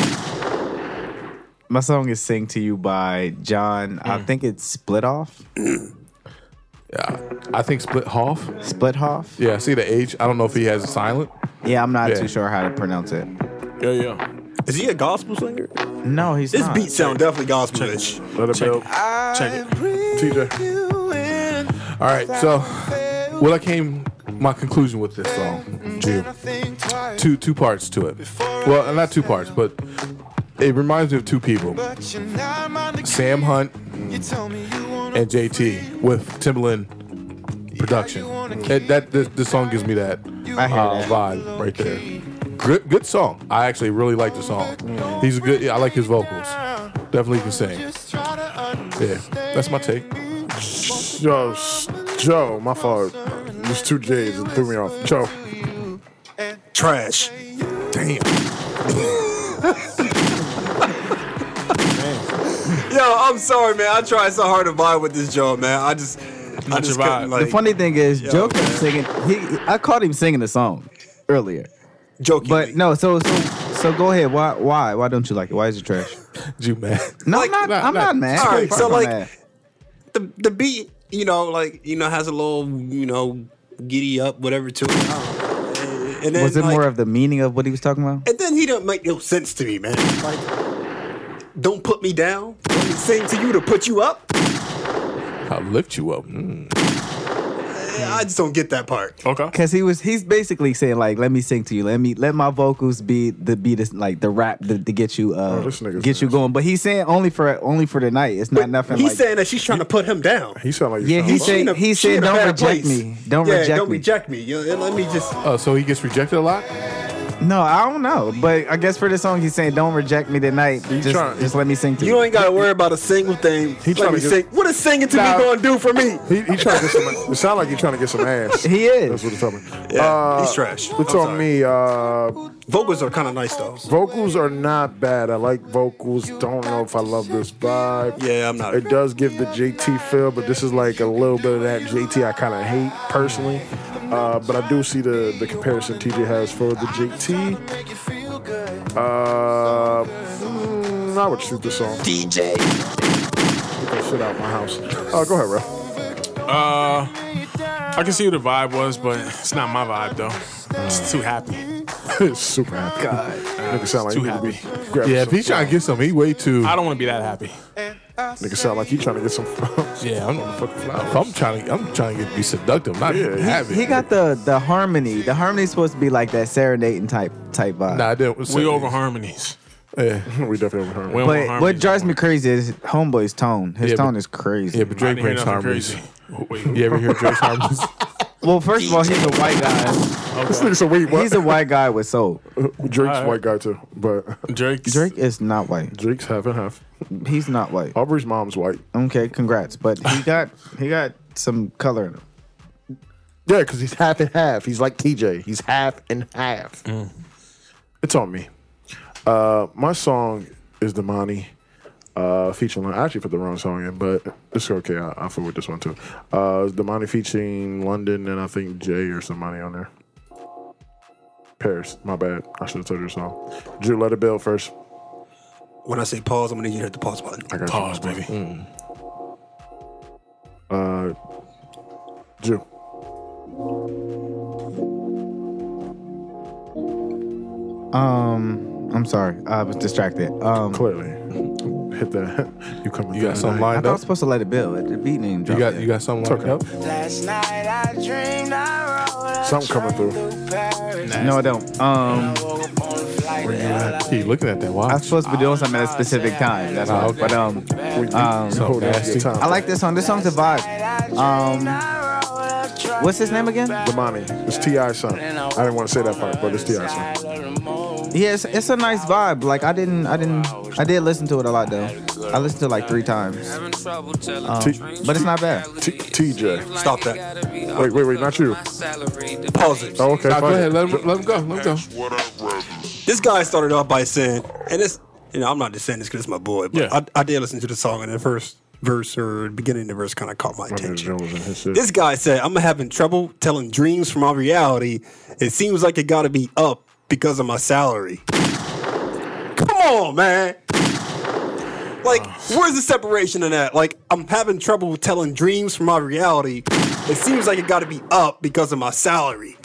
Speaker 4: My song is "Sing to You" by John. I think it's Split Off.
Speaker 5: yeah, I think split half.
Speaker 4: Split Off.
Speaker 5: Yeah, I see the H. I don't know if he has a silent.
Speaker 4: Yeah, I'm not
Speaker 5: Yeah.
Speaker 4: too sure how to pronounce it.
Speaker 3: Yeah, yeah.
Speaker 5: Hmm.
Speaker 7: Is he a gospel singer?
Speaker 4: No, he's
Speaker 7: This
Speaker 4: not.
Speaker 7: beat sound definitely gospelish.
Speaker 2: Let it build.
Speaker 3: Check it.
Speaker 2: TJ.
Speaker 5: All right, so what I came my conclusion with this song, Jew. Two two parts to it. Well, not two parts, but it reminds me of two people, Sam Hunt and JT with Timbaland production. That, that this, this song gives me that
Speaker 4: I hear
Speaker 5: uh,
Speaker 4: that.
Speaker 5: vibe right there. Good good song. I actually really like the song. He's a good. yeah, I like his vocals. Definitely can sing. Yeah, that's my take.
Speaker 2: Yo, s- Joe, my fault. There's two J's and threw me off. Joe.
Speaker 7: Trash.
Speaker 5: Damn.
Speaker 7: Yo, I'm sorry, man. I tried so hard to vibe with this job, man. I just, I
Speaker 3: Not
Speaker 7: just
Speaker 3: your
Speaker 7: couldn't,
Speaker 3: vibe.
Speaker 7: like,
Speaker 4: The funny thing is,
Speaker 7: Yo,
Speaker 4: Joe kept
Speaker 7: man.
Speaker 4: singing. He, I caught him singing the song earlier,
Speaker 7: jokingly.
Speaker 4: but no. So, so, so go ahead. Why, why, why don't you like it? Why is it trash?
Speaker 5: Jew man.
Speaker 4: No,
Speaker 7: Like,
Speaker 4: I'm not.
Speaker 5: nah,
Speaker 4: I'm
Speaker 5: nah.
Speaker 4: not mad.
Speaker 7: All right,
Speaker 4: Fuck,
Speaker 7: so,
Speaker 4: I'm
Speaker 7: like-
Speaker 4: mad.
Speaker 7: the the beat, you know, like you know, has a little, you know, giddy up, whatever to it. I don't know. And then,
Speaker 4: was it
Speaker 7: like-
Speaker 4: more of the meaning of what he was talking about?
Speaker 7: And then he don't make no sense to me, man. Like, don't put me down. Let me sing to you to put you up.
Speaker 5: I'll lift you up. Mm.
Speaker 7: I just don't get that part.
Speaker 3: Okay.
Speaker 4: Cause he was he's basically saying like, let me sing to you, let me let my vocals be the be the like the rap to, to get you uh
Speaker 2: this nigga's
Speaker 4: get
Speaker 2: nasty.
Speaker 4: you going. But he's saying only for only for tonight. It's not nothing.
Speaker 7: He's
Speaker 4: like,
Speaker 7: saying that she's trying to put him down.
Speaker 2: He sound like he's
Speaker 4: Yeah,
Speaker 2: trying
Speaker 4: he
Speaker 2: to-
Speaker 4: said-
Speaker 7: in a-
Speaker 4: he
Speaker 7: she
Speaker 4: said,
Speaker 7: in a
Speaker 4: "Don't
Speaker 7: bad
Speaker 4: reject
Speaker 7: place."
Speaker 4: me. Don't
Speaker 7: yeah,
Speaker 4: reject
Speaker 7: don't
Speaker 4: me.
Speaker 7: reject me. You know, let me just.
Speaker 5: Uh, so he gets rejected a lot.
Speaker 4: no, I don't know. But I guess for this song, he's saying, don't reject me tonight. Just
Speaker 2: trying-
Speaker 4: just let me sing to you.
Speaker 7: You ain't got to worry about a single thing. He
Speaker 2: trying to
Speaker 7: like me
Speaker 2: get-
Speaker 7: sing. What is singing to
Speaker 2: Nah.
Speaker 7: me going to do for me?
Speaker 2: He, he trying to get some. It sound like he trying to get some ass.
Speaker 4: He is.
Speaker 2: That's what it's talking.
Speaker 7: Yeah,
Speaker 2: uh,
Speaker 7: he's trash.
Speaker 2: It's
Speaker 7: I'm
Speaker 2: on
Speaker 7: sorry.
Speaker 2: me. Uh,
Speaker 7: Vocals are kind of nice though.
Speaker 2: vocals are not bad. I like vocals. Don't know if I love this vibe.
Speaker 7: Yeah, I'm not.
Speaker 2: It does give the JT feel, but this is like a little bit of that JT I kind of hate personally. Uh, but I do see the, the comparison TJ has for the JT. Uh, mm, I would shoot this song. DJ. Get that shit out my house. Oh, go ahead, bro.
Speaker 3: Uh, I can see what the vibe was, but it's not my vibe though. It's too happy.
Speaker 2: It's super happy. God. Nigga sound like
Speaker 3: Too
Speaker 2: he need to
Speaker 3: happy.
Speaker 2: be grabbing
Speaker 5: Yeah, if
Speaker 2: some-
Speaker 5: he's trying to get some, he way too.
Speaker 3: I don't want to be that happy.
Speaker 2: Nigga sound like he trying to get some.
Speaker 5: Yeah, I'm, I'm trying to. I'm trying to get, be seductive, not
Speaker 2: Yeah. He-
Speaker 5: have it.
Speaker 4: He got the the harmony. The harmony's supposed to be like that serenading type type vibe.
Speaker 5: Nah, I didn't.
Speaker 3: We over harmonies.
Speaker 5: Yeah,
Speaker 2: we definitely heard.
Speaker 3: We don't want
Speaker 4: but what
Speaker 3: harmonies
Speaker 4: drives
Speaker 3: no
Speaker 4: me crazy is Homeboy's tone. His
Speaker 5: Yeah, but-
Speaker 4: tone is crazy.
Speaker 5: yeah, but
Speaker 3: more. I
Speaker 5: Drake
Speaker 3: didn't hear nothing
Speaker 5: brings harmonies.
Speaker 3: crazy. Wait,
Speaker 5: You ever hear Drake's harmonies?
Speaker 4: well, first of all, he's a white guy.
Speaker 2: This nigga said, wait, what?
Speaker 4: He's a white guy with soul.
Speaker 2: Drake's white guy too, but
Speaker 3: Drake's
Speaker 4: Drake is not white.
Speaker 2: Drake's half and half.
Speaker 4: He's not white.
Speaker 5: Oh.
Speaker 2: Aubrey's mom's white.
Speaker 4: Okay, congrats. But he got he got some color in him.
Speaker 2: Yeah, because he's half and half. He's like TJ. He's half and half. Mm. It's on me. Uh, my song is Damani, uh, featuring. I actually put the wrong song in, but it's okay. I, I feel with this one too. Uh, it's Damani featuring London and I think Jay or somebody on there. Paris. My bad. I should have told you the song. Drew, let it build first.
Speaker 7: When I say pause, I'm gonna need you to hit the pause button.
Speaker 2: I got you. Mm.
Speaker 3: pause, baby.
Speaker 2: Uh, Drew.
Speaker 4: Um, I'm sorry, I was distracted. Um,
Speaker 2: Clearly, hit that. you coming?
Speaker 5: You
Speaker 2: through
Speaker 5: got something
Speaker 2: tonight.
Speaker 4: I
Speaker 5: lined
Speaker 4: thought I
Speaker 5: up?
Speaker 4: was supposed to let it build. The beat name
Speaker 5: You
Speaker 4: dropped.
Speaker 5: got
Speaker 4: yet.
Speaker 5: you got something lined up?
Speaker 8: Last night I dreamed I rode a
Speaker 2: Something coming
Speaker 8: train
Speaker 2: through.
Speaker 8: through Paris.
Speaker 4: No, I don't. Um,
Speaker 8: Woke up on a flight to
Speaker 5: I keep looking at that
Speaker 4: I was
Speaker 5: watch.
Speaker 4: supposed to be doing something at a specific time. That's
Speaker 5: Ah,
Speaker 4: all. But um, um,
Speaker 5: So
Speaker 2: Hold on, your
Speaker 5: Ah, nasty.
Speaker 2: time.
Speaker 4: I like this song. This song's a vibe. Um,
Speaker 8: LA.
Speaker 4: what's his name again?
Speaker 2: Damani. It's Ti son. I didn't want to say that part, but it's Ti son.
Speaker 4: Yeah, it's, it's a nice vibe. Like I didn't, I didn't, I did listen to it a lot though. I listened to it like three times. Um,
Speaker 2: T- Oh,
Speaker 4: But it's not bad.
Speaker 2: T- TJ.
Speaker 7: Stop that.
Speaker 2: Wait, wait, wait, not you.
Speaker 7: Uh. Pause it.
Speaker 2: Oh, okay.
Speaker 5: Nah, go
Speaker 2: fuck it.
Speaker 5: ahead. Let him, let him go. Let him go.
Speaker 7: This guy started off by saying, and it's you know I'm not just saying this because it's my boy, but
Speaker 3: Yeah.
Speaker 7: I, I did listen to the song and the first verse or beginning of the verse kind of caught my
Speaker 2: Nigga
Speaker 7: attention.
Speaker 2: Jones and his shit.
Speaker 7: This guy said, I'm having trouble telling dreams from my reality. It seems like it got to be up because of my salary. Come on, man. Like, where's the separation in that? Like, I'm having trouble telling dreams from my reality. It seems like it got to be up because of my salary.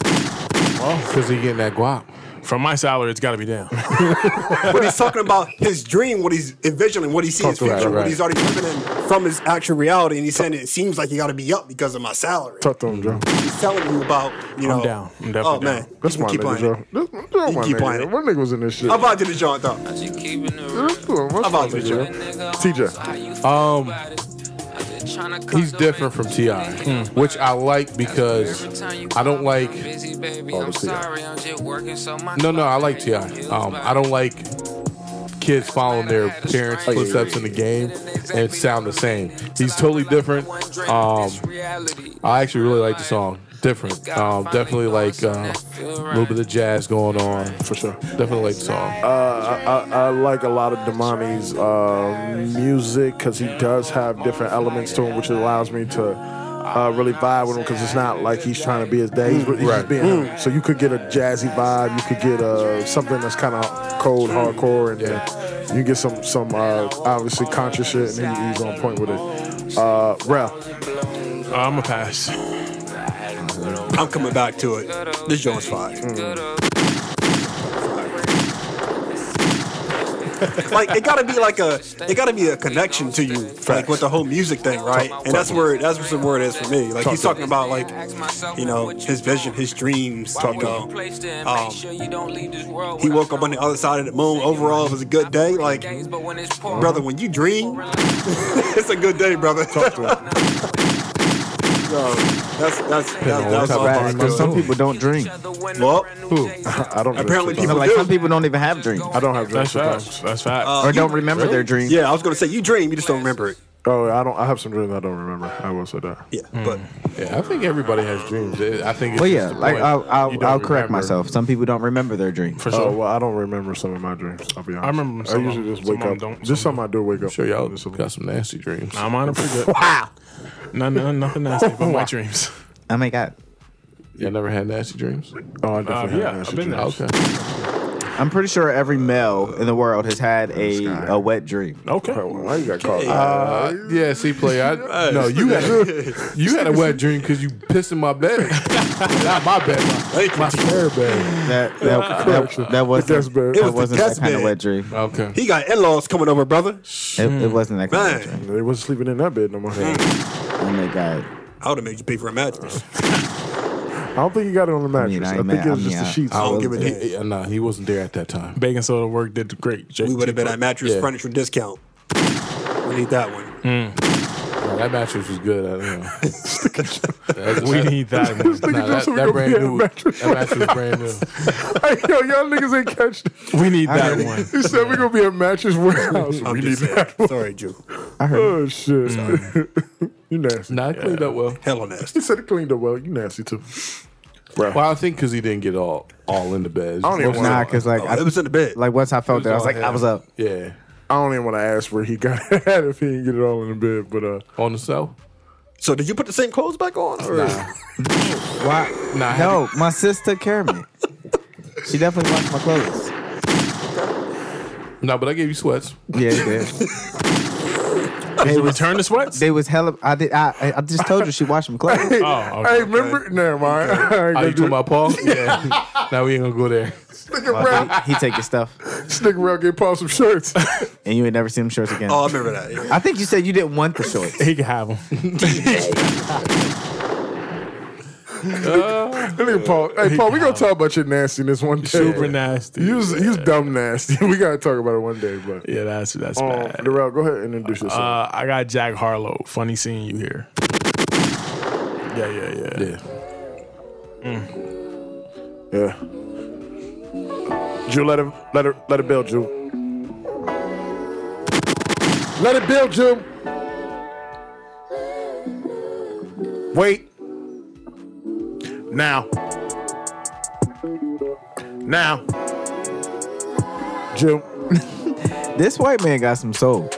Speaker 5: Because he getting that guap.
Speaker 3: From my salary, it's got to be down.
Speaker 7: But he's talking about his dream, what he's envisioning, what he sees his
Speaker 5: Talk
Speaker 7: future,
Speaker 5: about it,
Speaker 7: what
Speaker 5: right.
Speaker 7: he's already living in from his actual reality. And he's saying it seems like you got to be up because of my salary.
Speaker 2: Talk to him, Joe.
Speaker 7: He's telling you about, you know.
Speaker 3: I'm down. I'm definitely
Speaker 7: oh,
Speaker 3: down.
Speaker 7: man.
Speaker 2: That's
Speaker 7: you
Speaker 2: my
Speaker 7: can keep
Speaker 2: nigga,
Speaker 7: on it.
Speaker 2: Joe. That's that's my
Speaker 7: keep on it.
Speaker 2: nigga. What nigga was in this shit?
Speaker 7: I'm about to the joint though.
Speaker 2: That's the- that's
Speaker 7: I'm about
Speaker 2: my
Speaker 7: to the
Speaker 2: nigga.
Speaker 7: joint.
Speaker 2: TJ.
Speaker 5: Um, he's different from Ti, which I like because I don't like.
Speaker 2: Oh, the T.I.
Speaker 5: No, no, I like Ti. Um, I don't like kids following their parents' footsteps in the game and sound the same. He's totally different. Um, I actually really like the song. Different. Um, definitely like uh, a little bit of jazz going on for sure. Definitely like the song.
Speaker 2: Uh, I, I, I like a lot of Damani's uh, music because he does have different elements to him, which allows me to uh, really vibe with him because it's not like he's trying to be his dad. He's, he's just
Speaker 5: right.
Speaker 2: being him. So you could get a jazzy vibe. You could get uh, something that's kind of cold, hardcore, and then you get some some uh, obviously conscious shit, and he, he's on point with it. Uh, Ralph,
Speaker 3: Uh, I'm a pass.
Speaker 7: I'm coming back to it. Mm. This joint's fire. like it gotta be like a it gotta be a connection to you, like with the whole music thing, right? And that's where that's what the word is for me. Like he's talking about like you know his vision, his dreams. You know, um,
Speaker 9: um,
Speaker 7: he woke up on the other side of the moon. Overall, it was a good day. Like brother, when you dream, it's a good day, brother. So, that's that's that's, that's all
Speaker 4: Right,
Speaker 7: part
Speaker 4: because
Speaker 7: to
Speaker 4: some
Speaker 7: it.
Speaker 4: people don't drink.
Speaker 7: Well,
Speaker 2: I don't. know
Speaker 7: Apparently
Speaker 2: this shit.
Speaker 7: people
Speaker 4: Like
Speaker 7: do.
Speaker 4: some people don't even have drink
Speaker 2: I don't have dreams.
Speaker 3: That's
Speaker 2: sometimes.
Speaker 3: facts. That's facts.
Speaker 4: or don't remember their dream.
Speaker 7: Yeah, I was gonna say you dream, you just don't remember it.
Speaker 2: Oh, I don't. I have some dreams I don't remember. I will say that.
Speaker 7: Yeah, but
Speaker 5: Yeah, I think everybody has dreams. It- I think. It's
Speaker 4: Well,
Speaker 5: just
Speaker 4: yeah,
Speaker 5: the
Speaker 4: like
Speaker 5: point.
Speaker 4: I'll I'll,
Speaker 5: You
Speaker 4: I'll
Speaker 5: don't
Speaker 4: correct
Speaker 5: remember.
Speaker 4: myself. Some people don't remember their dream.
Speaker 3: for
Speaker 2: Oh
Speaker 3: sure.
Speaker 2: well, I don't remember some of my dreams. I'll be honest.
Speaker 3: I remember
Speaker 2: I
Speaker 3: some of
Speaker 2: usually
Speaker 3: them.
Speaker 2: just
Speaker 3: Some
Speaker 2: wake
Speaker 3: of them
Speaker 2: up.
Speaker 3: don't,
Speaker 2: Just something I do wake up.
Speaker 5: Sure, y'all got some nasty dreams.
Speaker 3: I'm on a pretty good. Wow. None, none, nothing nasty but my dreams.
Speaker 4: Oh my god,
Speaker 5: Y'all never had nasty dreams?
Speaker 2: Oh, I definitely
Speaker 3: Uh, yeah,
Speaker 2: have
Speaker 3: I've
Speaker 2: been
Speaker 3: been there.
Speaker 5: Okay.
Speaker 4: I'm pretty sure every male in the world has had a, a wet dream.
Speaker 3: Oh, Okay.
Speaker 2: Why you got caught?
Speaker 5: Uh, yeah, see, play. I, no, you had a, you had a wet dream because you pissed in my bed. Not my bed. My, my hair bed.
Speaker 4: That that that, that
Speaker 2: That's
Speaker 4: wasn't
Speaker 2: bad.
Speaker 4: that
Speaker 7: was the
Speaker 4: wasn't that
Speaker 7: best
Speaker 4: kind of
Speaker 7: bed.
Speaker 4: wet dream.
Speaker 5: Okay.
Speaker 7: he got in laws coming over, brother.
Speaker 4: It, it wasn't that kind of wet
Speaker 7: Man,
Speaker 4: dream.
Speaker 2: They wasn't sleeping in that bed no more.
Speaker 4: Oh my god.
Speaker 7: I would have made you pay for a mattress.
Speaker 2: I don't think you got it on the mattress.
Speaker 4: mean, I
Speaker 2: I,
Speaker 4: ain't
Speaker 2: think
Speaker 4: mad.
Speaker 2: it was
Speaker 4: I mean,
Speaker 2: just
Speaker 4: I-
Speaker 2: the sheets.
Speaker 7: I don't give a
Speaker 5: He,
Speaker 7: damn.
Speaker 5: he- uh, nah, he wasn't there at that time.
Speaker 3: Baking soda work did great.
Speaker 7: We would have been at mattress furniture discount. We need that one.
Speaker 5: Nah, that mattress was good. I don't know. That's-
Speaker 3: We
Speaker 5: that-
Speaker 3: need that one.
Speaker 5: Nah, that,
Speaker 2: so we
Speaker 5: that
Speaker 2: gonna
Speaker 5: brand
Speaker 2: be at a
Speaker 5: new.
Speaker 2: mattress.
Speaker 5: That mattress was brand new.
Speaker 2: Hey, yo, y'all niggas ain't catch this.
Speaker 3: We need that one.
Speaker 2: He said we're gonna be a mattress warehouse.
Speaker 7: I'm
Speaker 2: we need
Speaker 7: just saying.
Speaker 2: that.
Speaker 7: Sorry, Jew.
Speaker 2: Oh shit.
Speaker 3: Mm.
Speaker 2: you nasty.
Speaker 5: Nah, it cleaned up well.
Speaker 7: Hella
Speaker 2: He
Speaker 7: nasty.
Speaker 2: said it cleaned up well. You nasty too. Bro.
Speaker 5: Well, I think because he didn't get all all in the bed.
Speaker 2: I don't even
Speaker 4: Nah,
Speaker 2: want.
Speaker 4: cause like
Speaker 7: Oh,
Speaker 4: I,
Speaker 7: it was in the bed.
Speaker 4: like once I felt that I was like I was up.
Speaker 5: Yeah,
Speaker 2: I don't even want to ask where he got it at if he didn't get it all in the bed. But uh,
Speaker 5: on the cell.
Speaker 7: So did you put the same clothes back on? Or?
Speaker 4: Why?
Speaker 5: Nah,
Speaker 4: No, my sister took care of me. She definitely washed my clothes.
Speaker 5: No, but I gave you sweats.
Speaker 4: Yeah, they did.
Speaker 3: Did you return the sweats?
Speaker 4: They was hella. I did. I I- I just told you she washed my clothes.
Speaker 3: Oh, okay.
Speaker 2: hey, remember? Never mind. I ain't
Speaker 5: Are
Speaker 2: gonna
Speaker 5: Oh, you
Speaker 2: do it.
Speaker 5: talking about Paul? Yeah. now we ain't gonna go there.
Speaker 2: Stick around.
Speaker 4: he take your stuff,
Speaker 2: Stick around. Get Paul some shirts.
Speaker 4: and you ain't never seen them shorts again.
Speaker 7: Oh, I remember that. yeah.
Speaker 4: I think you said you didn't want the shorts.
Speaker 3: He can have them.
Speaker 2: Look at Paul. Hey, Paul, we gonna talk about your nastiness one day.
Speaker 3: Super nasty.
Speaker 2: You was, you was dumb nasty. We gotta talk about it one day, but
Speaker 3: Yeah, that's that's
Speaker 2: um,
Speaker 3: bad.
Speaker 2: Darrell, go ahead and introduce yourself.
Speaker 3: Uh, I got Jack Harlow. Funny seeing you here. Yeah, yeah, yeah.
Speaker 5: Yeah.
Speaker 3: Uh,
Speaker 2: yeah, Jew, let it let it let it build, Jew. Let it build, Jew. Wait. Now. Now. Jew.
Speaker 4: This white man got some soul.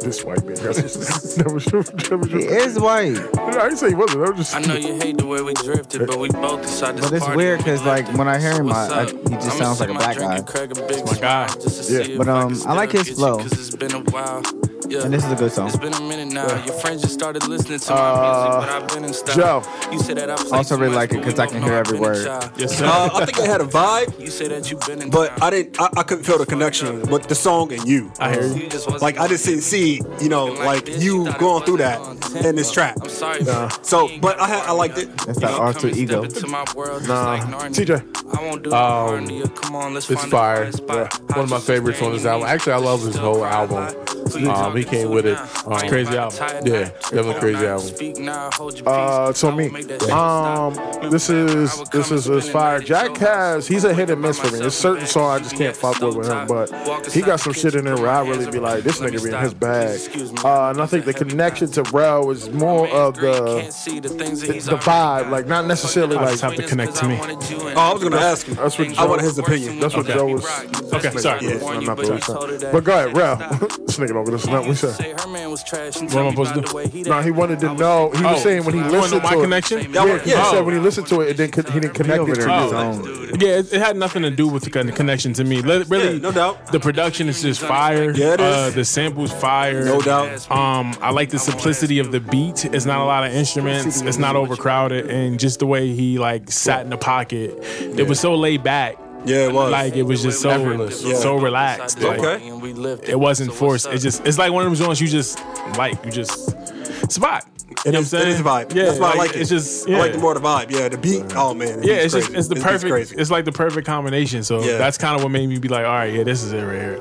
Speaker 2: This white man. That was, that was, that was
Speaker 4: He is white,
Speaker 2: I didn't say he wasn't. I was just.
Speaker 9: I know you hate the way we drifted, but we both decided
Speaker 4: but
Speaker 9: to
Speaker 4: it's
Speaker 9: party
Speaker 4: weird
Speaker 9: and we
Speaker 4: because like
Speaker 9: left it.
Speaker 4: when I hear him, I,
Speaker 9: What's
Speaker 4: I,
Speaker 9: up?
Speaker 4: he
Speaker 9: I'ma
Speaker 4: just sounds
Speaker 9: sip
Speaker 4: like a
Speaker 9: my
Speaker 4: black
Speaker 9: drink
Speaker 4: guy.
Speaker 9: and crack a big
Speaker 3: my
Speaker 9: smile
Speaker 3: guy.
Speaker 9: just to
Speaker 2: Yeah.
Speaker 9: see if
Speaker 4: But,
Speaker 9: I can
Speaker 4: um, I
Speaker 9: still
Speaker 4: like his
Speaker 9: get you,
Speaker 4: flow.
Speaker 9: 'cause it's been a while. Yeah.
Speaker 4: And this is a good song. Uh,
Speaker 9: It's been a minute now. Your friends just started listening to my music, but I've been in style.
Speaker 2: Joe.
Speaker 9: You said that I played
Speaker 4: Also
Speaker 9: too
Speaker 4: really
Speaker 9: much,
Speaker 4: like it
Speaker 9: but
Speaker 4: 'cause
Speaker 9: we
Speaker 4: I
Speaker 9: both
Speaker 4: can
Speaker 9: know
Speaker 4: hear
Speaker 9: I've
Speaker 4: every
Speaker 9: been a
Speaker 4: word.
Speaker 9: child.
Speaker 3: Yes, sir.
Speaker 7: Uh, I think I had a vibe,
Speaker 9: You said that you've been in
Speaker 7: but I
Speaker 9: town.
Speaker 7: didn't. I, I couldn't feel the connection with the song and you.
Speaker 3: I hear you.
Speaker 9: You just wasn't
Speaker 7: Like I just didn't see, you know, like you going through that in this track.
Speaker 9: I'm sorry. for-
Speaker 7: So, but I had, I liked it.
Speaker 4: That's
Speaker 9: You
Speaker 4: that
Speaker 9: know,
Speaker 4: R
Speaker 9: come
Speaker 4: two
Speaker 9: and step
Speaker 4: ego.
Speaker 9: into my world just
Speaker 2: Nah.
Speaker 9: like Narnia.
Speaker 2: TJ.
Speaker 9: I won't do no Narnia. Come on, let's
Speaker 5: Um, It's
Speaker 9: find a
Speaker 5: fire.
Speaker 9: quiet spot.
Speaker 5: One of my
Speaker 9: How'd you
Speaker 5: favorites
Speaker 9: sustain
Speaker 5: on this
Speaker 9: your
Speaker 5: album.
Speaker 9: knees?
Speaker 5: Actually, I love his whole album.
Speaker 9: Who you
Speaker 5: Um, he
Speaker 9: talking
Speaker 5: came
Speaker 9: to
Speaker 5: with it.
Speaker 9: now?
Speaker 5: Um,
Speaker 9: I ain't
Speaker 3: Crazy
Speaker 9: about to
Speaker 3: album.
Speaker 9: tie it
Speaker 5: Yeah,
Speaker 9: back.
Speaker 5: definitely
Speaker 9: Come
Speaker 5: crazy
Speaker 9: now,
Speaker 5: albm.
Speaker 9: speak now, hold your peace.
Speaker 2: Uh, so
Speaker 9: I won't
Speaker 2: me.
Speaker 9: make that shit
Speaker 2: Um,
Speaker 9: stop. Remember
Speaker 2: this
Speaker 9: back when I
Speaker 2: is
Speaker 9: would
Speaker 2: this
Speaker 9: come
Speaker 2: is
Speaker 9: and
Speaker 2: this
Speaker 9: spend the
Speaker 2: fire.
Speaker 9: night at your
Speaker 2: Jack
Speaker 9: house.
Speaker 2: has he's a hit
Speaker 9: Wake
Speaker 2: and miss
Speaker 9: up
Speaker 2: for
Speaker 9: by myself
Speaker 2: me. There's
Speaker 9: in
Speaker 2: certain
Speaker 9: bed,
Speaker 2: songs I
Speaker 9: keep
Speaker 2: just
Speaker 9: me
Speaker 2: can't
Speaker 9: at the
Speaker 2: fuck with with him,
Speaker 9: stovetop. Walk
Speaker 2: but he
Speaker 9: inside
Speaker 2: got
Speaker 9: the
Speaker 2: some shit in
Speaker 9: kitchen,
Speaker 2: there
Speaker 9: put
Speaker 2: where
Speaker 9: my
Speaker 2: I
Speaker 9: hands
Speaker 2: really be
Speaker 9: up.
Speaker 2: like,
Speaker 9: Let
Speaker 2: this
Speaker 9: me
Speaker 2: nigga be in
Speaker 9: stop.
Speaker 2: his bag.
Speaker 9: Excuse me.
Speaker 2: Uh, and I think the connection to Rel was more of the the vibe, like not necessarily
Speaker 3: I
Speaker 2: like
Speaker 3: just have to connect to me.
Speaker 9: Oh,
Speaker 7: I was gonna ask him.
Speaker 2: That's what
Speaker 7: I
Speaker 2: Joe-
Speaker 7: wanted his opinion.
Speaker 2: That's what
Speaker 9: Okay.
Speaker 2: Joe was.
Speaker 9: Okay,
Speaker 3: sorry.
Speaker 9: Yeah,
Speaker 2: I'm
Speaker 9: you,
Speaker 2: not
Speaker 9: but
Speaker 2: the
Speaker 9: you told her that
Speaker 2: But go
Speaker 9: you said
Speaker 2: ahead, Rel.
Speaker 9: stop.
Speaker 2: this nigga don't listen up. We said.
Speaker 9: What
Speaker 3: What am I supposed to do?
Speaker 2: No, he wanted to know. He was
Speaker 3: Oh.
Speaker 2: saying when he
Speaker 3: You wanna
Speaker 2: listened
Speaker 3: know my
Speaker 2: to it.
Speaker 3: connection?
Speaker 2: Yeah,
Speaker 7: Yeah.
Speaker 2: he said when he listened to it, it didn't. He didn't connect
Speaker 4: over
Speaker 2: it to
Speaker 4: there on
Speaker 2: his
Speaker 4: his
Speaker 2: own.
Speaker 4: own.
Speaker 3: Yeah, it, it had nothing to do with the con- connection to me. Li- Really,
Speaker 7: Yeah, no doubt.
Speaker 3: The production is just fire.
Speaker 7: Yeah, it is.
Speaker 3: Uh, the samples fire.
Speaker 7: No doubt.
Speaker 3: Um, I like the simplicity of the beat. It's not a lot of instruments. It's not overcrowded, and just the way he like sat in the pocket. It was so laid back.
Speaker 7: Yeah, it was.
Speaker 3: Like it was just so
Speaker 5: Effortless.
Speaker 3: so relaxed. Like,
Speaker 7: Okay.
Speaker 9: And we lived
Speaker 3: It wasn't
Speaker 9: So what's
Speaker 3: forced.
Speaker 9: up?
Speaker 3: It's just it's like one of them joints you just like. You just it's a vibe. You know what I'm
Speaker 7: is- it
Speaker 3: saying?
Speaker 7: is a vibe.
Speaker 3: Yeah,
Speaker 7: That's why I like it.
Speaker 3: It's just
Speaker 7: I like
Speaker 3: yeah.
Speaker 7: the more the vibe. Yeah, the beat. Oh man, the
Speaker 3: Yeah, it's
Speaker 7: beat's
Speaker 3: just
Speaker 7: crazy.
Speaker 3: it's the
Speaker 7: This beat's
Speaker 3: perfect.
Speaker 7: crazy.
Speaker 3: It's like the perfect combination. So
Speaker 7: Yeah. Mm-hmm.
Speaker 3: that's kind of what made me be like, all right, yeah, this is it right here.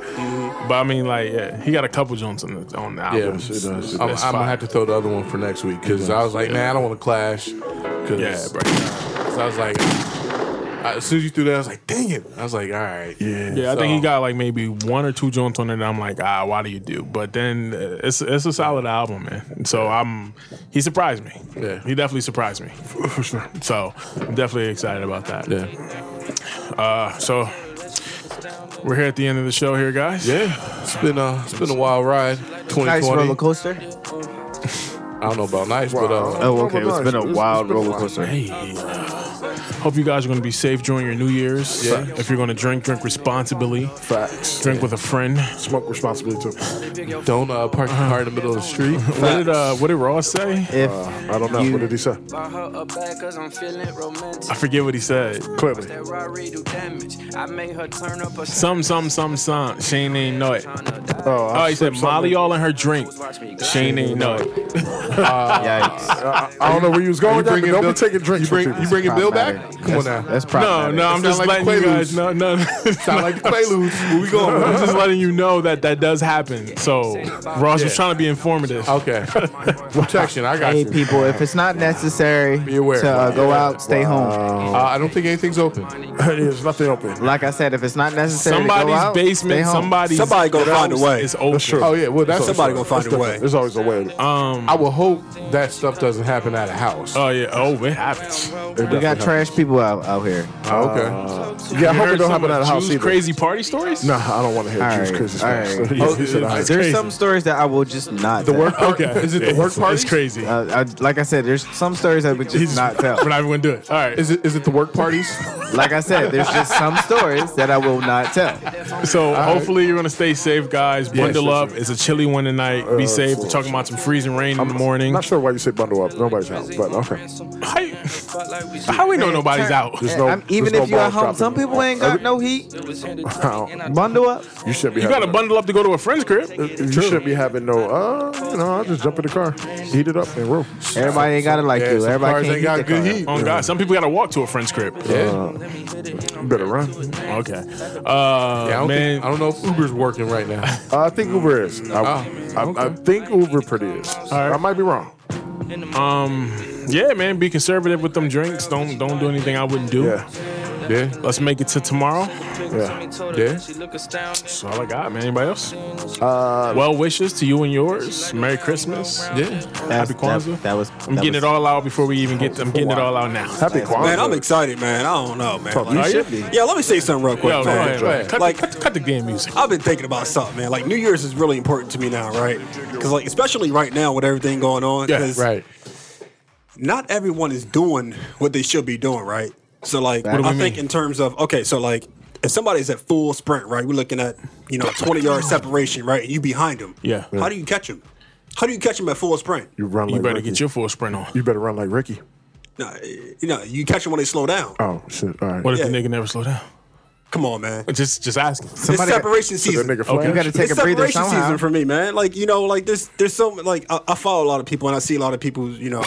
Speaker 3: But I mean, like, yeah, he got a couple joints on the on the
Speaker 5: Yeah,
Speaker 3: album.
Speaker 5: it
Speaker 3: It's-
Speaker 5: does. I'm, I'm
Speaker 3: it's
Speaker 5: gonna
Speaker 3: fire.
Speaker 5: have to throw the other one for next week because I was like, man, I don't want to clash. 'cause-
Speaker 3: Yeah, bro.
Speaker 5: So I was like, I- as soon as you threw that, I was like, dang it. I was like, all right, yeah.
Speaker 3: Yeah, I
Speaker 5: So-
Speaker 3: think he got like maybe one or two joints on it. And I'm like, ah, why do you do? But then uh, it's it's a solid album, man. And So I'm he surprised me.
Speaker 5: Yeah.
Speaker 3: he definitely surprised me for sure. So I'm definitely excited about that.
Speaker 5: Yeah,
Speaker 3: Uh, so we're here at the end of the show, here, guys.
Speaker 5: yeah. It's been a it's been a wild ride. 2020.
Speaker 4: Nice roller coaster.
Speaker 5: I don't know about nice, but uh,
Speaker 4: Oh, okay. It's been a wild
Speaker 2: been a
Speaker 4: roller
Speaker 2: while.
Speaker 4: coaster.
Speaker 3: Hey. Hope you guys are going to be safe during your New Year's.
Speaker 5: Yeah.
Speaker 3: If you're going to drink, drink responsibly.
Speaker 2: Facts.
Speaker 3: Drink with a friend.
Speaker 2: Smoke responsibly too.
Speaker 5: don't uh, park your car in the middle of the street.
Speaker 3: What did uh, what did Ross say?
Speaker 4: If
Speaker 2: I don't know.
Speaker 4: You-
Speaker 2: What did he say?
Speaker 8: Buy her a bag cause I'm feeling romantic.
Speaker 3: I forget what he said.
Speaker 2: Clearly.
Speaker 8: That Rari do damage. I made her turn up a
Speaker 3: Some, some, some, some. Shane ain't know it.
Speaker 2: Oh,
Speaker 3: Oh,
Speaker 2: I,
Speaker 3: he said Molly all in her drink. Shane ain't know it.
Speaker 4: yikes,
Speaker 2: I don't know where you was going.
Speaker 5: you
Speaker 2: with that,
Speaker 5: bringing
Speaker 2: but
Speaker 5: Bill-
Speaker 2: Don't be taking drinks.
Speaker 5: you bring-
Speaker 2: with
Speaker 5: you bringing Bill back?
Speaker 4: Problematic.
Speaker 5: Come on
Speaker 4: That's-
Speaker 5: now.
Speaker 4: That's
Speaker 3: No,
Speaker 4: problematic.
Speaker 3: no, I'm
Speaker 5: It
Speaker 3: just
Speaker 5: sound like
Speaker 3: letting you
Speaker 5: Quaaludes.
Speaker 3: guys know. No, no.
Speaker 5: Sound like the Quaaludes. Where we going?
Speaker 3: I'm just letting you know that that does happen. So Ross was
Speaker 5: Yeah.
Speaker 3: trying to be informative.
Speaker 5: Okay. Protection. I got
Speaker 4: Hey
Speaker 5: you.
Speaker 4: people, if it's not necessary
Speaker 5: aware.
Speaker 4: to uh, go out, stay home.
Speaker 5: Uh, I don't think anything's open.
Speaker 2: There's nothing open.
Speaker 4: Like I said, if it's not necessary to go
Speaker 3: Somebody's
Speaker 4: out, stay
Speaker 3: basement,
Speaker 4: home.
Speaker 3: somebody's
Speaker 7: Somebody gonna find a
Speaker 3: house
Speaker 7: way.
Speaker 3: Is open.
Speaker 2: That's true.
Speaker 5: Oh yeah. Well, that's
Speaker 7: Somebody gonna find
Speaker 2: It's
Speaker 7: a
Speaker 2: different.
Speaker 7: way.
Speaker 2: There's always a way.
Speaker 3: Um,
Speaker 5: I will hope that stuff doesn't happen at a
Speaker 2: Uh,
Speaker 5: house.
Speaker 3: Oh yeah. Oh, it happens.
Speaker 4: We got trash people out, out here.
Speaker 5: Oh, okay.
Speaker 2: yeah, I hope it don't
Speaker 3: Heard some
Speaker 2: happen
Speaker 3: of
Speaker 2: at a house
Speaker 3: Juice
Speaker 2: either.
Speaker 3: crazy party stories.
Speaker 2: Nah, I don't want to hear
Speaker 4: All
Speaker 2: juice
Speaker 4: right,
Speaker 2: crazy
Speaker 4: all
Speaker 2: stories.
Speaker 4: right.
Speaker 2: So, yeah, yeah,
Speaker 3: Oh, it's
Speaker 2: yeah.
Speaker 4: There's
Speaker 3: crazy.
Speaker 4: some stories that I will just not. The tell.
Speaker 5: Work party?
Speaker 3: Okay.
Speaker 5: Is it the
Speaker 3: Yeah,
Speaker 5: work
Speaker 3: it's-
Speaker 5: party?
Speaker 3: It's crazy.
Speaker 4: Uh, I, like I said, there's some stories I would just not tell.
Speaker 3: We're not even gonna do it. All right.
Speaker 5: Is it is it the work parties?
Speaker 4: Like I said, there's just some stories that I will not tell.
Speaker 3: So hopefully you're gonna stay safe, guys. Bundle up. It's a chilly one tonight. Be safe. We're talking about some freezing rain in the morning.
Speaker 2: Not sure why you say bundle up. Nobody's out, but okay.
Speaker 3: How, you- how we know nobody's out?
Speaker 2: There's no.
Speaker 4: I'm, even
Speaker 2: there's
Speaker 4: if
Speaker 2: no
Speaker 4: you at
Speaker 2: balls
Speaker 4: home,
Speaker 2: dropping.
Speaker 4: some people ain't got no heat. Bundle up.
Speaker 2: You should be.
Speaker 3: You
Speaker 2: having
Speaker 3: gotta bundle up to go to a friend's crib.
Speaker 2: You should be having no. Uh, you know, I just jump in the car, heat it up, and roll.
Speaker 4: Everybody ain't got it like
Speaker 5: Yeah,
Speaker 4: you.
Speaker 5: some
Speaker 4: Everybody
Speaker 5: cars
Speaker 4: can't
Speaker 5: ain't got
Speaker 4: heat their
Speaker 5: good
Speaker 4: car.
Speaker 5: heat.
Speaker 3: Oh God! Some people gotta walk to a friend's crib.
Speaker 2: Uh,
Speaker 5: Yeah.
Speaker 2: You better run.
Speaker 3: Okay. Uh,
Speaker 5: Yeah, I don't,
Speaker 3: man.
Speaker 5: think, I don't know if Uber's working right now.
Speaker 2: Uh, I think Uber is.
Speaker 3: Ah,
Speaker 2: I, I, I think Uber pretty is. I might be wrong.
Speaker 3: yeah, man. Be conservative with them drinks. Don't don't do anything I wouldn't do.
Speaker 2: Yeah,
Speaker 5: Yeah,
Speaker 3: Let's make it to tomorrow.
Speaker 2: yeah.
Speaker 5: yeah.
Speaker 3: That's all I got, man. Anybody else?
Speaker 2: Uh,
Speaker 3: Well wishes to you and yours. Merry Christmas.
Speaker 5: Yeah.
Speaker 4: That's-
Speaker 3: Happy Kwanzaa.
Speaker 4: That, that was.
Speaker 3: I'm
Speaker 4: that
Speaker 3: getting it
Speaker 4: was-
Speaker 3: all out before we even get. I'm getting it all out now.
Speaker 2: happy
Speaker 7: Man, I'm
Speaker 2: Kwanzaa.
Speaker 7: excited, man. I don't know, man.
Speaker 3: Are
Speaker 7: Like,
Speaker 3: you?
Speaker 7: yeah, let me say something real quick,
Speaker 3: Yo,
Speaker 7: man.
Speaker 3: man, man. Cut,
Speaker 7: Like-
Speaker 3: the, cut, cut the damn music.
Speaker 7: I've been thinking about something, man. Like New Year's is really important to me now, right? Because like, especially right now with everything going on,
Speaker 3: Yeah,
Speaker 7: 'cause
Speaker 5: Right.
Speaker 7: not everyone is doing what they should be doing, right? So like,
Speaker 4: What do
Speaker 7: I
Speaker 3: we
Speaker 7: think
Speaker 3: mean?
Speaker 7: in terms of okay, so like, if somebody's at full sprint, right? We're looking at you know twenty yard separation, right? And you behind them.
Speaker 3: Yeah.
Speaker 7: How do you catch him? How do you catch him at full sprint?
Speaker 2: You run like
Speaker 3: You better
Speaker 2: Ricky.
Speaker 3: get your full sprint on.
Speaker 2: You better run like Ricky.
Speaker 7: No, eh, you know, you catch him when they slow down.
Speaker 2: Oh shit! All right.
Speaker 3: What if the
Speaker 7: Yeah.
Speaker 3: nigga never slow down?
Speaker 7: Come on, man.
Speaker 3: Just just ask him.
Speaker 7: It's
Speaker 4: Somebody got-
Speaker 7: separation
Speaker 2: Did
Speaker 7: season.
Speaker 2: that nigga flash?
Speaker 4: You gotta take
Speaker 7: it's
Speaker 4: a breather
Speaker 7: separation
Speaker 4: somehow.
Speaker 7: season for me, man. Like you know, like there's there's so like I, I follow a lot of people and I see a lot of people. You know,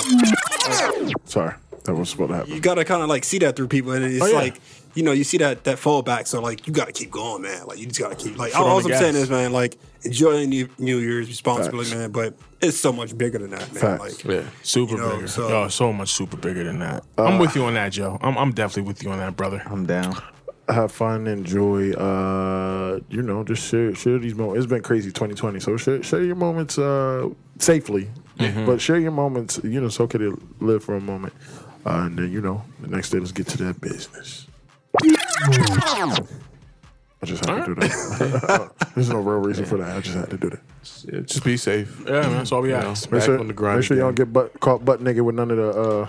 Speaker 2: Sorry, that was what happened.
Speaker 7: you gotta kind of like see that through people, and it's
Speaker 3: Oh, yeah.
Speaker 7: like you know you see that that fallback. So like you gotta keep going, man. Like you just gotta keep like
Speaker 3: Foot on
Speaker 7: all
Speaker 3: the
Speaker 7: I'm
Speaker 3: gas.
Speaker 7: saying is, man, like enjoy New, New Year's responsibly,
Speaker 2: Facts.
Speaker 7: man. But it's so much bigger than that, man.
Speaker 2: Facts.
Speaker 7: Like
Speaker 5: Yeah.
Speaker 3: Super
Speaker 7: You know,
Speaker 3: bigger.
Speaker 7: so-
Speaker 3: Yo, so much super bigger than that. I'm with you on that, Joe. I'm, I'm definitely with you on that, brother.
Speaker 4: I'm down.
Speaker 2: Have fun, enjoy. Uh, you know, just share share these moments. It's been crazy, 2020. So share share your moments uh safely,
Speaker 5: Mm-hmm.
Speaker 2: but share your moments. You know, so could it live for a moment, uh, and then you know, the next day let's get to that business. I just had to do that. There's no real reason for that. I just had to do that.
Speaker 5: Yeah, Just be safe.
Speaker 3: Yeah, man. That's all we ask.
Speaker 2: Make
Speaker 5: Back
Speaker 2: sure,
Speaker 5: on the grind
Speaker 2: make sure you don't
Speaker 5: again.
Speaker 2: get butt, caught butt nigga with none of the. uh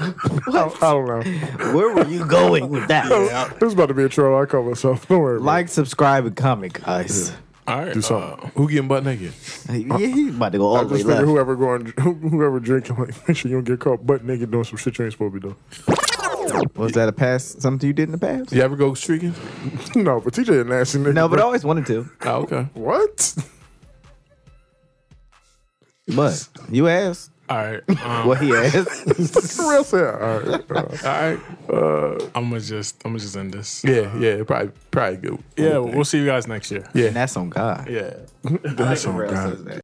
Speaker 2: I, don't, I don't know.
Speaker 4: Oh, Where were you going with that?
Speaker 7: yeah,
Speaker 2: This is about to be a troll. I call myself. Don't worry. Like,
Speaker 4: Like, subscribe, and comment, guys.
Speaker 3: All right.
Speaker 2: do something.
Speaker 5: uh, Who getting butt naked?
Speaker 4: Yeah, he about to go all
Speaker 2: I
Speaker 4: the way
Speaker 2: just figure
Speaker 4: left.
Speaker 2: whoever going, whoever drinking, like make sure you don't get caught butt naked doing some shit you ain't supposed to be doing.
Speaker 4: Was that a past? Something you did in the past?
Speaker 5: You ever go streaking?
Speaker 2: no, but TJ a nasty nigga.
Speaker 4: No, but I
Speaker 2: bro.
Speaker 4: always wanted to.
Speaker 5: Oh, okay.
Speaker 2: what?
Speaker 4: But you asked.
Speaker 3: All right, um,
Speaker 4: What he asked.
Speaker 2: Real sad. All right, bro.
Speaker 5: All right.
Speaker 3: I'm gonna uh, just I'm gonna just end this.
Speaker 5: Yeah, yeah, probably, probably good.
Speaker 3: Yeah, we'll see you guys next year.
Speaker 4: and that's on God.
Speaker 3: Yeah.
Speaker 4: That's on God.